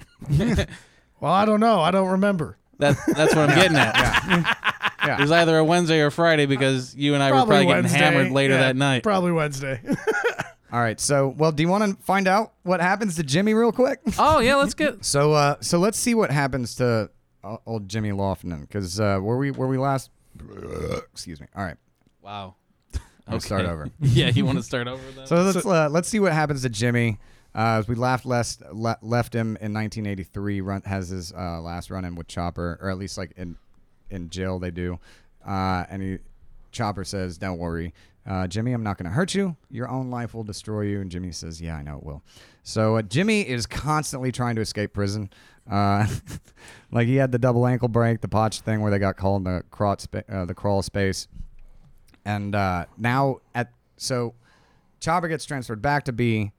[SPEAKER 2] Well, I don't know. I don't remember.
[SPEAKER 3] That that's what I'm getting at.
[SPEAKER 1] Yeah.
[SPEAKER 3] It was either a Wednesday or Friday because you and I were probably getting
[SPEAKER 2] Wednesday.
[SPEAKER 3] hammered later
[SPEAKER 2] Yeah,
[SPEAKER 3] that night.
[SPEAKER 2] Probably Wednesday.
[SPEAKER 1] All right. So, well, do you want to find out what happens to Jimmy real quick?
[SPEAKER 3] Oh yeah, let's get
[SPEAKER 1] So, uh, so let's see what happens to uh, old Jimmy Lofton because uh, where we where we last. Excuse me. All right.
[SPEAKER 3] wow.
[SPEAKER 1] I'll start over.
[SPEAKER 3] yeah, you want to start over then?
[SPEAKER 1] So let's uh, let's see what happens to Jimmy. Uh, as we left left le- left him in 1983, run, has his uh, last run in with Chopper, or at least like in in jail they do. Uh, and he, Chopper says, "Don't worry, uh, Jimmy, I'm not going to hurt you. Your own life will destroy you." And Jimmy says, "Yeah, I know it will." So uh, Jimmy is constantly trying to escape prison. Uh, like he had the double ankle break, the potch thing where they got called in the crawl, spa- uh, the crawl space, and uh, now at so Chopper gets transferred back to B,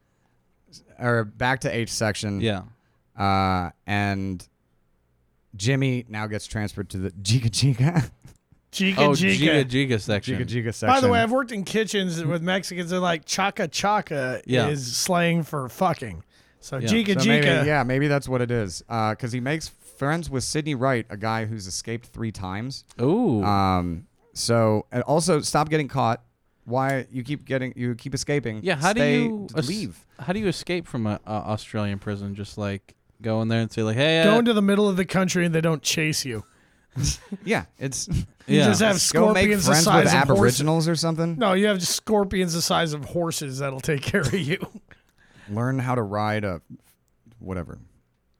[SPEAKER 1] or back to H section.
[SPEAKER 3] yeah.
[SPEAKER 1] Uh, and Jimmy now gets transferred to the Jika Jika
[SPEAKER 2] Chica,
[SPEAKER 3] Oh,
[SPEAKER 2] chica.
[SPEAKER 3] Giga Giga section.
[SPEAKER 1] Jika Jika section.
[SPEAKER 2] By the way, I've worked in kitchens with Mexicans. They're like chaka chaka
[SPEAKER 3] Yeah.
[SPEAKER 2] is slang for fucking. So
[SPEAKER 3] Yeah.
[SPEAKER 2] chica
[SPEAKER 1] So
[SPEAKER 2] chica.
[SPEAKER 1] maybe, yeah, maybe that's what it is. Because he makes friends with Sidney Wright, a guy who's escaped three times.
[SPEAKER 3] Ooh.
[SPEAKER 1] Um, so and also stop getting caught. Why you keep getting you keep escaping?
[SPEAKER 3] Yeah, how
[SPEAKER 1] Stay-
[SPEAKER 3] do you
[SPEAKER 1] d-
[SPEAKER 3] es-
[SPEAKER 1] leave?
[SPEAKER 3] How do you escape from a, a Australian prison? Just like go in there and say like, hey, uh,
[SPEAKER 2] Go into the middle of the country and they don't chase you.
[SPEAKER 1] Yeah, it's
[SPEAKER 2] You
[SPEAKER 3] yeah.
[SPEAKER 2] just have
[SPEAKER 1] go make
[SPEAKER 2] scorpions the
[SPEAKER 1] friends
[SPEAKER 2] size
[SPEAKER 1] with
[SPEAKER 2] of horses.
[SPEAKER 1] Aboriginals or something.
[SPEAKER 2] No, you have just scorpions the size of horses that'll take care of you.
[SPEAKER 1] Learn how to ride a whatever.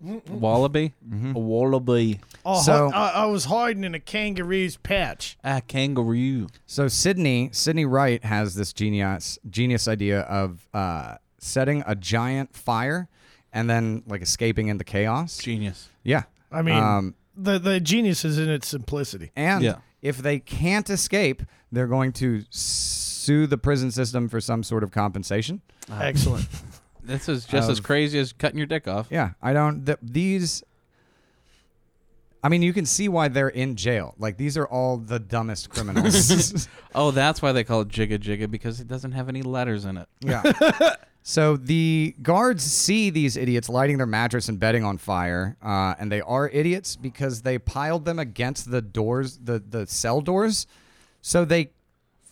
[SPEAKER 3] wallaby, a wallaby,
[SPEAKER 2] Oh,
[SPEAKER 1] So-
[SPEAKER 2] I, I was hiding in a kangaroo's patch.
[SPEAKER 3] a Ah, kangaroo.
[SPEAKER 1] So Sydney Sydney Wright has this genius genius idea of uh, setting a giant fire and then like escaping into chaos.
[SPEAKER 3] Genius.
[SPEAKER 1] yeah,
[SPEAKER 2] I mean,
[SPEAKER 1] Um,
[SPEAKER 2] the the genius is in its simplicity.
[SPEAKER 1] and
[SPEAKER 3] Yeah.
[SPEAKER 1] if they can't escape, they're going to sue the prison system for some sort of compensation.
[SPEAKER 2] Excellent.
[SPEAKER 3] This is just as crazy as cutting your dick off.
[SPEAKER 1] Yeah, I don't. Th- these. I mean, you can see why they're in jail. Like these are all the dumbest criminals.
[SPEAKER 3] Oh, that's why they call it Jigga Jigga because it doesn't have any letters in it.
[SPEAKER 1] Yeah. so the guards see these idiots lighting their mattress and bedding on fire, uh, and they are idiots because they piled them against the doors, the the cell doors, so they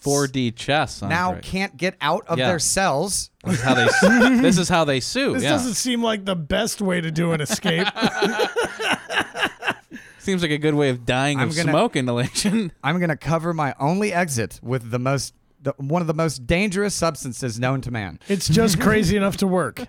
[SPEAKER 3] 4D chess.
[SPEAKER 1] now
[SPEAKER 3] Andre.
[SPEAKER 1] can't get out of
[SPEAKER 3] Yeah.
[SPEAKER 1] their cells.
[SPEAKER 3] This is how they su- this is how they sue.
[SPEAKER 2] This
[SPEAKER 3] yeah,
[SPEAKER 2] doesn't seem like the best way to do an escape.
[SPEAKER 3] seems like a good way of dying
[SPEAKER 1] I'm
[SPEAKER 3] of
[SPEAKER 1] gonna-
[SPEAKER 3] smoke inhalation.
[SPEAKER 1] I'm gonna cover my only exit with the most, the, one of the most dangerous substances known to man.
[SPEAKER 2] it's just crazy enough to work.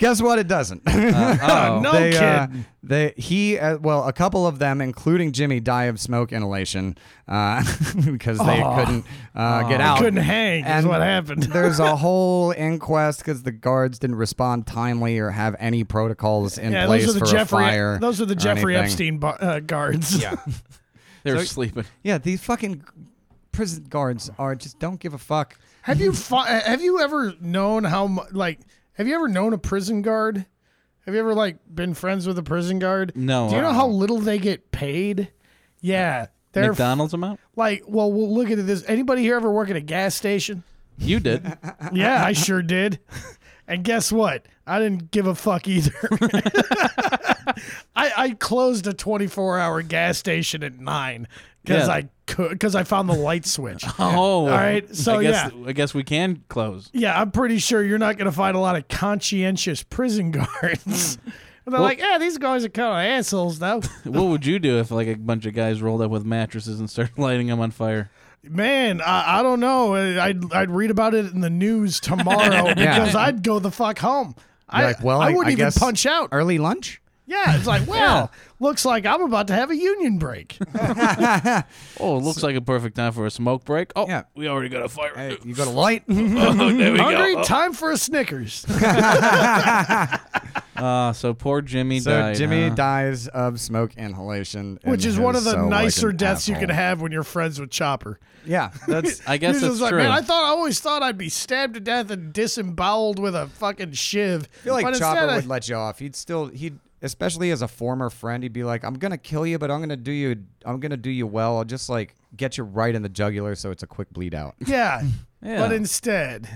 [SPEAKER 1] Guess what? It doesn't.
[SPEAKER 3] Oh,
[SPEAKER 2] no
[SPEAKER 1] they,
[SPEAKER 2] kid.
[SPEAKER 1] uh, they, he, uh, well, a couple of them, including Jimmy, die of smoke inhalation uh, because they couldn't uh, get out.
[SPEAKER 2] Couldn't hang is what happened.
[SPEAKER 1] there's a whole inquest because the guards didn't respond timely or have any protocols in
[SPEAKER 2] yeah,
[SPEAKER 1] place
[SPEAKER 2] those are the
[SPEAKER 1] for
[SPEAKER 2] Jeffrey.
[SPEAKER 1] a fire.
[SPEAKER 2] those are the
[SPEAKER 1] or
[SPEAKER 2] Jeffrey
[SPEAKER 1] anything.
[SPEAKER 2] Epstein bu- uh, guards. Yeah.
[SPEAKER 3] they're sleeping.
[SPEAKER 1] Yeah, these fucking prison guards are just don't give a fuck.
[SPEAKER 2] have you fi- have you ever known how mu- like have you ever known a prison guard? Have you ever like been friends with a prison guard?
[SPEAKER 3] No,
[SPEAKER 2] Do you know
[SPEAKER 3] uh-uh.
[SPEAKER 2] how little they get paid? Yeah, they're f-
[SPEAKER 3] McDonald's amount.
[SPEAKER 2] like. Well, we'll look at this. Anybody here ever work at a gas station?
[SPEAKER 3] You did.
[SPEAKER 2] Yeah, I sure did. And guess what? I didn't give a fuck either. I, I closed a 24 hour gas station at nine because
[SPEAKER 3] Yeah.
[SPEAKER 2] I could because I found the light switch.
[SPEAKER 3] Oh, all
[SPEAKER 2] right, so
[SPEAKER 3] I guess,
[SPEAKER 2] yeah.
[SPEAKER 3] I guess we can close.
[SPEAKER 2] yeah, I'm pretty sure you're not going to find a lot of conscientious prison guards.
[SPEAKER 1] Hmm.
[SPEAKER 2] And they're like, yeah, these guys are kind of assholes, though.
[SPEAKER 3] what would you do if like a bunch of guys rolled up with mattresses and started lighting them on fire?
[SPEAKER 2] Man, I, I don't know. I'd, I'd read about it in the news tomorrow because I'd go the fuck home.
[SPEAKER 1] You're
[SPEAKER 2] I,
[SPEAKER 1] like, well,
[SPEAKER 2] I, wouldn't even
[SPEAKER 1] guess
[SPEAKER 2] punch out.
[SPEAKER 1] Early lunch.
[SPEAKER 2] Yeah, it's like, wow, looks like I'm about to have a union break.
[SPEAKER 3] Oh, it looks like a perfect time for a smoke break. Oh,
[SPEAKER 1] Yeah.
[SPEAKER 3] we already got a fire.
[SPEAKER 1] Hey, you got a light.
[SPEAKER 3] Oh, there we
[SPEAKER 2] Hungry?
[SPEAKER 3] go.
[SPEAKER 2] Time for a Snickers.
[SPEAKER 3] Uh, so poor Jimmy
[SPEAKER 1] So
[SPEAKER 3] died.
[SPEAKER 1] Jimmy
[SPEAKER 3] huh?
[SPEAKER 1] dies of smoke inhalation, and
[SPEAKER 2] Which is
[SPEAKER 1] he
[SPEAKER 2] one of the
[SPEAKER 1] so like an
[SPEAKER 2] nicer deaths you
[SPEAKER 1] asshole.
[SPEAKER 2] can have when you're friends with Chopper.
[SPEAKER 1] Yeah,
[SPEAKER 3] That's. I guess
[SPEAKER 2] He's
[SPEAKER 3] that's
[SPEAKER 2] just like,
[SPEAKER 3] true.
[SPEAKER 2] man, I thought I always thought I'd be stabbed to death and disemboweled with a fucking shiv.
[SPEAKER 1] I feel like
[SPEAKER 2] but
[SPEAKER 1] Chopper
[SPEAKER 2] instead I-
[SPEAKER 1] would let you off. He'd still he'd especially as a former friend, he'd be like, "I'm gonna kill you, but I'm gonna do you. I'm gonna do you well. I'll just like get you right in the jugular, so it's a quick bleed out."
[SPEAKER 2] yeah.
[SPEAKER 3] Yeah.
[SPEAKER 2] But instead,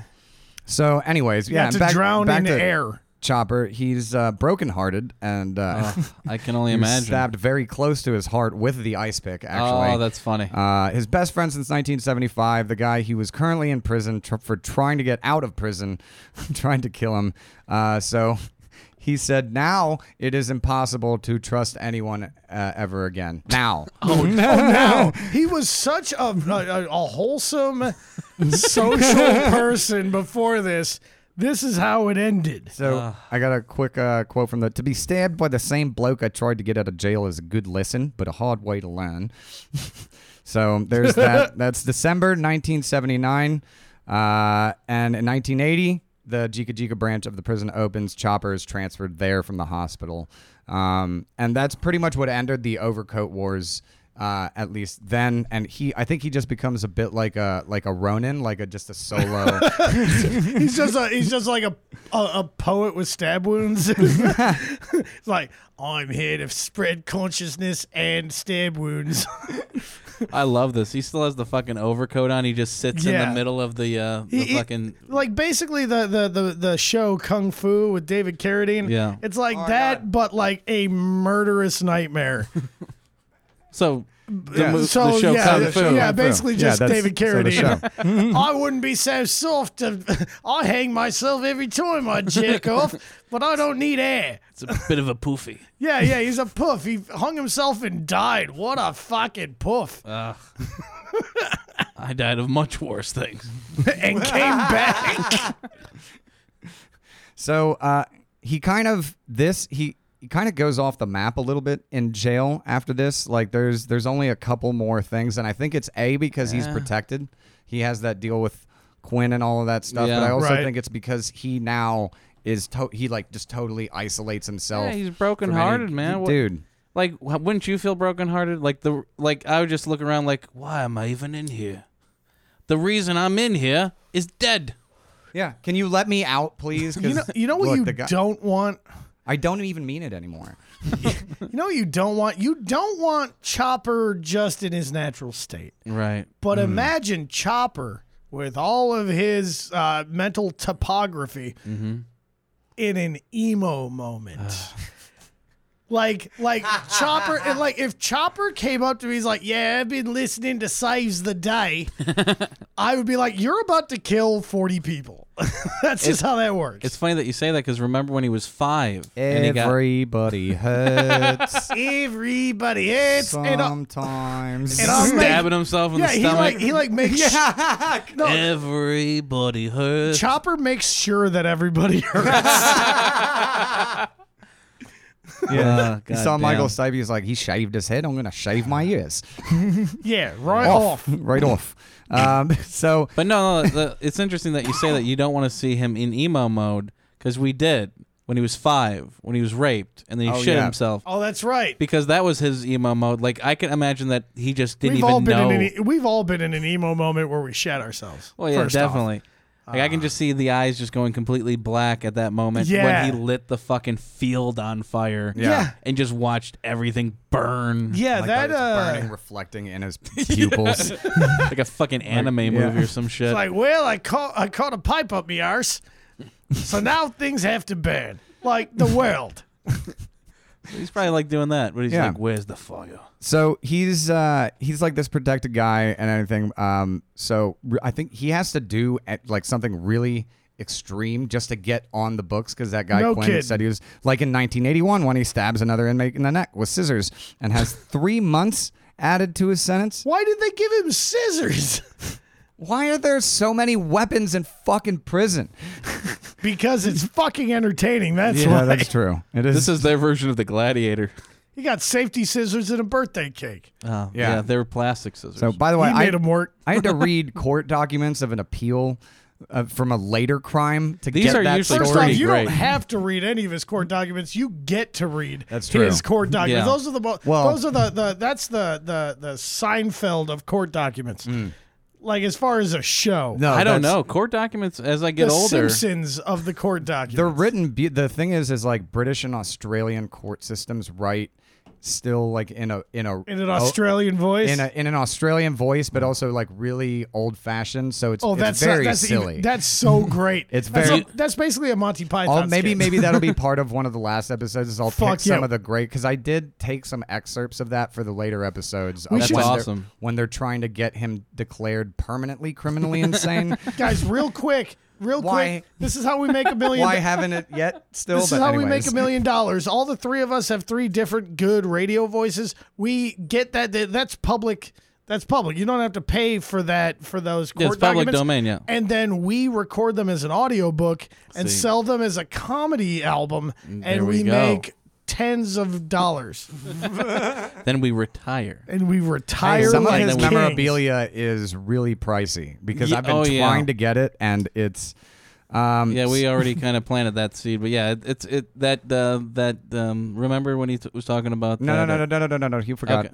[SPEAKER 1] So, anyways,
[SPEAKER 2] you
[SPEAKER 1] yeah,
[SPEAKER 2] have
[SPEAKER 1] and
[SPEAKER 2] to
[SPEAKER 1] back,
[SPEAKER 2] drown
[SPEAKER 1] back
[SPEAKER 2] in
[SPEAKER 1] to
[SPEAKER 2] air.
[SPEAKER 1] Chopper, he's uh, brokenhearted and uh,
[SPEAKER 3] I can only
[SPEAKER 1] he was
[SPEAKER 3] Oh, imagine.
[SPEAKER 1] stabbed very close to his heart with the ice pick. Actually,
[SPEAKER 3] Oh, that's funny.
[SPEAKER 1] Uh, his best friend since 1975, the guy he was currently in prison tr- for trying to get out of prison, trying to kill him. Uh, so he said, Now it is impossible to trust anyone uh, ever again. Now.
[SPEAKER 2] Oh, Now, he was such a, a, a wholesome social person before this. This is how it ended.
[SPEAKER 1] So I got a quick uh, quote from the To be stabbed by the same bloke I tried to get out of jail is a good lesson, but a hard way to learn. so there's that. That's December 1979. Uh, and in 1980, the Jika Jika branch of the prison opens. Chopper is transferred there from the hospital. Um, and that's pretty much what ended the overcoat wars. Uh, at least then, and he, I think he just becomes a bit like a like a Ronin, like a just a solo.
[SPEAKER 2] He's just a, he's just like a, a a poet with stab wounds. it's like I'm here to spread consciousness and stab wounds.
[SPEAKER 3] I love this. He still has the fucking overcoat on. He just sits in
[SPEAKER 2] Yeah.
[SPEAKER 3] the middle of the uh, the
[SPEAKER 2] He- he-
[SPEAKER 3] fucking.
[SPEAKER 2] like basically the, the the the show Kung Fu with David Carradine.
[SPEAKER 3] Yeah.
[SPEAKER 2] it's like that, but like a murderous nightmare.
[SPEAKER 3] So the,
[SPEAKER 1] Yeah.
[SPEAKER 3] mo- the
[SPEAKER 2] So
[SPEAKER 3] show
[SPEAKER 2] yeah,
[SPEAKER 3] Kung
[SPEAKER 2] yeah,
[SPEAKER 3] Fu.
[SPEAKER 2] yeah, basically
[SPEAKER 1] Yeah,
[SPEAKER 2] just
[SPEAKER 1] that's-
[SPEAKER 2] David
[SPEAKER 1] so the Mm-hmm.
[SPEAKER 2] Carradine. I wouldn't be so soft. To, I hang myself every time I jerk off, but I don't need air.
[SPEAKER 3] It's a bit of a poofy.
[SPEAKER 2] Yeah, yeah, he's a poof. He hung himself and died. What a fucking poof!
[SPEAKER 1] Uh.
[SPEAKER 3] I died of much worse things.
[SPEAKER 2] and came back.
[SPEAKER 1] So uh, he kind of this he. He kind of goes off the map a little bit in jail after this. Like there's there's only a couple more things, and I think it's a because he's protected. He has that deal with Quinn and all of that stuff.
[SPEAKER 3] Yeah.
[SPEAKER 1] But I also
[SPEAKER 2] Right.
[SPEAKER 1] think it's because he now is to- he like just totally isolates himself.
[SPEAKER 3] Yeah, he's
[SPEAKER 1] from
[SPEAKER 3] brokenhearted,
[SPEAKER 1] any-
[SPEAKER 3] man. What-
[SPEAKER 1] Dude,
[SPEAKER 3] Like, wh- wouldn't you feel brokenhearted? Like the like, I would just look around, like, why am I even in here? The reason I'm in here is dead.
[SPEAKER 1] yeah. Can you let me out, please? 'Cause,
[SPEAKER 2] You know, you know what
[SPEAKER 1] look,
[SPEAKER 2] you
[SPEAKER 1] the guy-
[SPEAKER 2] don't want.
[SPEAKER 1] I don't even mean it anymore.
[SPEAKER 2] You know what you don't want. You don't want Chopper just in his natural state.
[SPEAKER 3] Right.
[SPEAKER 2] But imagine Chopper with all of his uh, mental topography
[SPEAKER 3] Mm-hmm.
[SPEAKER 2] in an emo moment.
[SPEAKER 3] Ah.
[SPEAKER 2] Like, like Chopper, and like if Chopper came up to me, he's like, "Yeah, I've been listening to Saves the Day." I would be like, "You're about to kill forty people." That's just how that works.
[SPEAKER 3] It's funny that you say that because remember when he was five and he got
[SPEAKER 1] Everybody hurts
[SPEAKER 2] Everybody, it's and, uh,
[SPEAKER 1] sometimes.
[SPEAKER 2] and I'm
[SPEAKER 3] stabbing himself in
[SPEAKER 2] yeah,
[SPEAKER 3] the
[SPEAKER 2] he
[SPEAKER 3] stomach.
[SPEAKER 2] like he like makes no,
[SPEAKER 3] Everybody hurts.
[SPEAKER 2] Chopper makes sure that everybody hurts.
[SPEAKER 1] Yeah.
[SPEAKER 2] Uh,
[SPEAKER 3] Ah,
[SPEAKER 1] he saw
[SPEAKER 3] goddamn.
[SPEAKER 1] Michael Stipe. He's like, he shaved his head. I'm going to shave my ears
[SPEAKER 2] yeah, right
[SPEAKER 1] off,
[SPEAKER 2] off.
[SPEAKER 1] right off. Um, so,
[SPEAKER 3] But no, no the, it's interesting that you say that you don't want to see him in emo mode because we did when he was five, when he was raped, and then he
[SPEAKER 1] Oh,
[SPEAKER 3] shit
[SPEAKER 1] yeah.
[SPEAKER 3] himself
[SPEAKER 2] Oh, that's right.
[SPEAKER 3] because that was his emo mode. Like I can imagine that he just didn't
[SPEAKER 2] We've
[SPEAKER 3] even
[SPEAKER 2] all been
[SPEAKER 3] know.
[SPEAKER 2] in an, e-, we've all been in an emo moment where we shat ourselves.
[SPEAKER 3] well, yeah,
[SPEAKER 2] first off. uh,
[SPEAKER 3] definitely. Like I can just see the eyes just going completely black at that moment
[SPEAKER 2] Yeah.
[SPEAKER 3] when he lit the fucking field on fire.
[SPEAKER 2] Yeah.
[SPEAKER 3] and just watched everything burn.
[SPEAKER 2] Yeah,
[SPEAKER 1] like
[SPEAKER 2] that
[SPEAKER 1] it's burning,
[SPEAKER 2] uh,
[SPEAKER 1] reflecting in his pupils.
[SPEAKER 3] like a fucking anime movie or some shit.
[SPEAKER 2] it's like well, I caught I caught a pipe up my arse, so now things have to burn like the world.
[SPEAKER 3] he's probably like doing that, but he's
[SPEAKER 1] Yeah.
[SPEAKER 3] like, "Where's the fire?"
[SPEAKER 1] so he's uh, he's like this protected guy and anything. Um, so re- I think he has to do at, like something really extreme just to get on the books because that guy
[SPEAKER 2] No
[SPEAKER 1] Quinn
[SPEAKER 2] kidding.
[SPEAKER 1] said he was like in 1981 when he stabs another inmate in the neck with scissors and has three months added to his sentence.
[SPEAKER 2] Why did they give him scissors?
[SPEAKER 1] Why are there so many weapons in fucking prison?
[SPEAKER 2] because it's fucking entertaining. That's
[SPEAKER 1] Yeah,
[SPEAKER 2] why
[SPEAKER 1] that's true. It is.
[SPEAKER 3] This is their version of the gladiator.
[SPEAKER 2] he got safety scissors and a birthday cake.
[SPEAKER 3] Oh,
[SPEAKER 1] Yeah.
[SPEAKER 3] yeah. they were plastic scissors.
[SPEAKER 1] so. By the way,
[SPEAKER 2] he
[SPEAKER 1] I,
[SPEAKER 2] made him work.
[SPEAKER 1] I had to read court documents of an appeal uh, from a later crime to
[SPEAKER 3] These
[SPEAKER 1] get
[SPEAKER 3] are
[SPEAKER 1] that
[SPEAKER 3] usually
[SPEAKER 1] story.
[SPEAKER 2] First off,
[SPEAKER 3] pretty
[SPEAKER 2] you
[SPEAKER 3] great.
[SPEAKER 2] don't have to read any of his court documents. You get to read
[SPEAKER 1] That's
[SPEAKER 2] his
[SPEAKER 1] true.
[SPEAKER 2] court documents.
[SPEAKER 3] Yeah.
[SPEAKER 2] Those are the mo-
[SPEAKER 1] Well-
[SPEAKER 2] those are the, the that's the the the Seinfeld of court documents.
[SPEAKER 3] Hmm.
[SPEAKER 2] Like as far as a show,
[SPEAKER 1] no,
[SPEAKER 3] I
[SPEAKER 1] that's-
[SPEAKER 3] don't know. Court documents as I get
[SPEAKER 2] the
[SPEAKER 3] older.
[SPEAKER 2] Simpsons of the court documents.
[SPEAKER 1] They're written. Be- the thing is, is like British and Australian court systems write still like in a in a
[SPEAKER 2] in an
[SPEAKER 1] oh,
[SPEAKER 2] Australian voice.
[SPEAKER 1] in, a, in an Australian voice, but also like really old fashioned. So it's,
[SPEAKER 2] oh,
[SPEAKER 1] it's
[SPEAKER 2] that's
[SPEAKER 1] very
[SPEAKER 2] that's even-
[SPEAKER 1] silly.
[SPEAKER 2] that's so great.
[SPEAKER 1] It's
[SPEAKER 2] That's
[SPEAKER 1] very-
[SPEAKER 2] a- that's basally a Monty Python.
[SPEAKER 1] I'll, maybe
[SPEAKER 2] skit.
[SPEAKER 1] maybe that'll be part of one of the last episodes. Is I'll
[SPEAKER 2] Fuck
[SPEAKER 1] pick some
[SPEAKER 2] yeah.
[SPEAKER 1] of the great because I did take some excerpts of that for the later episodes.
[SPEAKER 2] We
[SPEAKER 1] of
[SPEAKER 2] should-
[SPEAKER 1] when they're-
[SPEAKER 3] Awesome.
[SPEAKER 1] when they're trying to get him declared permanently criminally insane.
[SPEAKER 2] guys, real quick, real
[SPEAKER 1] Why-
[SPEAKER 2] quick. This is how we make a million.
[SPEAKER 1] Why haven't it yet? Still,
[SPEAKER 2] This
[SPEAKER 1] but
[SPEAKER 2] is how we
[SPEAKER 1] anyways.
[SPEAKER 2] make a million dollars. All the three of us have three different good radio voices. We get that. that- That's public. That's public. You don't have to pay for that for those court
[SPEAKER 3] Yeah, it's public
[SPEAKER 2] documents.
[SPEAKER 3] domain, yeah.
[SPEAKER 2] And then we record them as an audiobook and
[SPEAKER 3] See. Mm,
[SPEAKER 2] sell them as a comedy album,
[SPEAKER 3] there
[SPEAKER 2] and
[SPEAKER 3] we
[SPEAKER 2] we
[SPEAKER 3] go.
[SPEAKER 2] make tens of dollars,
[SPEAKER 3] Then we retire.
[SPEAKER 2] and we retire.
[SPEAKER 1] Some of
[SPEAKER 2] like
[SPEAKER 1] his
[SPEAKER 2] kings.
[SPEAKER 1] memorabilia is really pricey because
[SPEAKER 3] Ye-
[SPEAKER 1] I've been
[SPEAKER 3] oh,
[SPEAKER 1] trying
[SPEAKER 3] yeah.
[SPEAKER 1] to get it, and it's um,
[SPEAKER 3] Yeah, we already kind of planted that seed, but yeah, it, it's it that uh, that um, remember when he t- was talking about
[SPEAKER 1] no, no,
[SPEAKER 3] that,
[SPEAKER 1] no, no,
[SPEAKER 3] uh,
[SPEAKER 1] no, no, no, no, no. You forgot.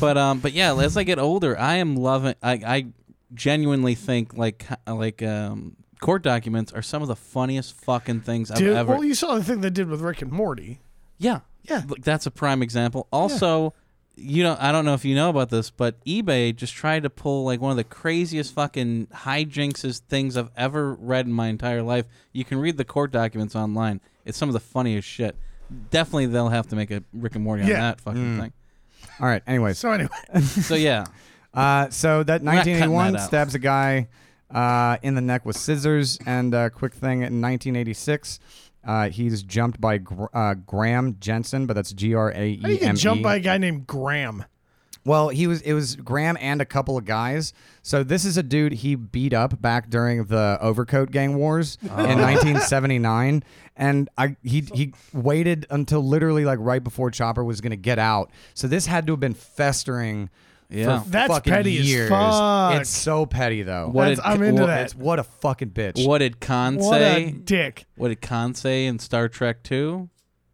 [SPEAKER 3] but um, but yeah, as I get older, I am loving. I I genuinely think like like um, court documents are some of the funniest fucking things I've
[SPEAKER 2] Dude,
[SPEAKER 3] ever.
[SPEAKER 2] well, you saw the thing they did with Rick and Morty.
[SPEAKER 3] yeah,
[SPEAKER 2] Yeah.
[SPEAKER 3] Look, that's a prime example. Also, you know, I don't know if you know about this, but eBay just tried to pull like one of the craziest fucking hijinkses things I've ever read in my entire life. You can read the court documents online. It's some of the funniest shit. Definitely, they'll have to make a Rick and Morty on
[SPEAKER 2] Yeah.
[SPEAKER 3] that fucking thing.
[SPEAKER 1] All right. Anyways,
[SPEAKER 2] So anyway,
[SPEAKER 3] So yeah,
[SPEAKER 1] uh, so that
[SPEAKER 3] not cutting
[SPEAKER 1] 1981
[SPEAKER 3] that out.
[SPEAKER 1] stabs a guy uh, in the neck with scissors, and uh, quick thing in 1986. Uh, he's jumped by Gr- uh, Graham Jensen, but that's G R A E
[SPEAKER 2] how
[SPEAKER 1] M E.
[SPEAKER 2] you can jump by a guy named Graham.
[SPEAKER 1] Well, he was it was Graham and a couple of guys. So this is a dude he beat up back during the overcoat gang wars
[SPEAKER 3] Oh.
[SPEAKER 1] in 1979 and I he he waited until literally like right before Chopper was going to get out. So this had to have been festering
[SPEAKER 3] Yeah.
[SPEAKER 1] for
[SPEAKER 2] That's
[SPEAKER 1] fucking
[SPEAKER 2] petty as
[SPEAKER 1] years.
[SPEAKER 2] fuck.
[SPEAKER 1] It's so petty though.
[SPEAKER 3] What
[SPEAKER 2] That's-
[SPEAKER 3] did-
[SPEAKER 2] I'm into
[SPEAKER 3] what-
[SPEAKER 2] that.
[SPEAKER 1] It's what a fucking bitch.
[SPEAKER 3] what did Khan
[SPEAKER 2] What
[SPEAKER 3] say?
[SPEAKER 2] a dick.
[SPEAKER 3] What did Khan say in Star Trek Two?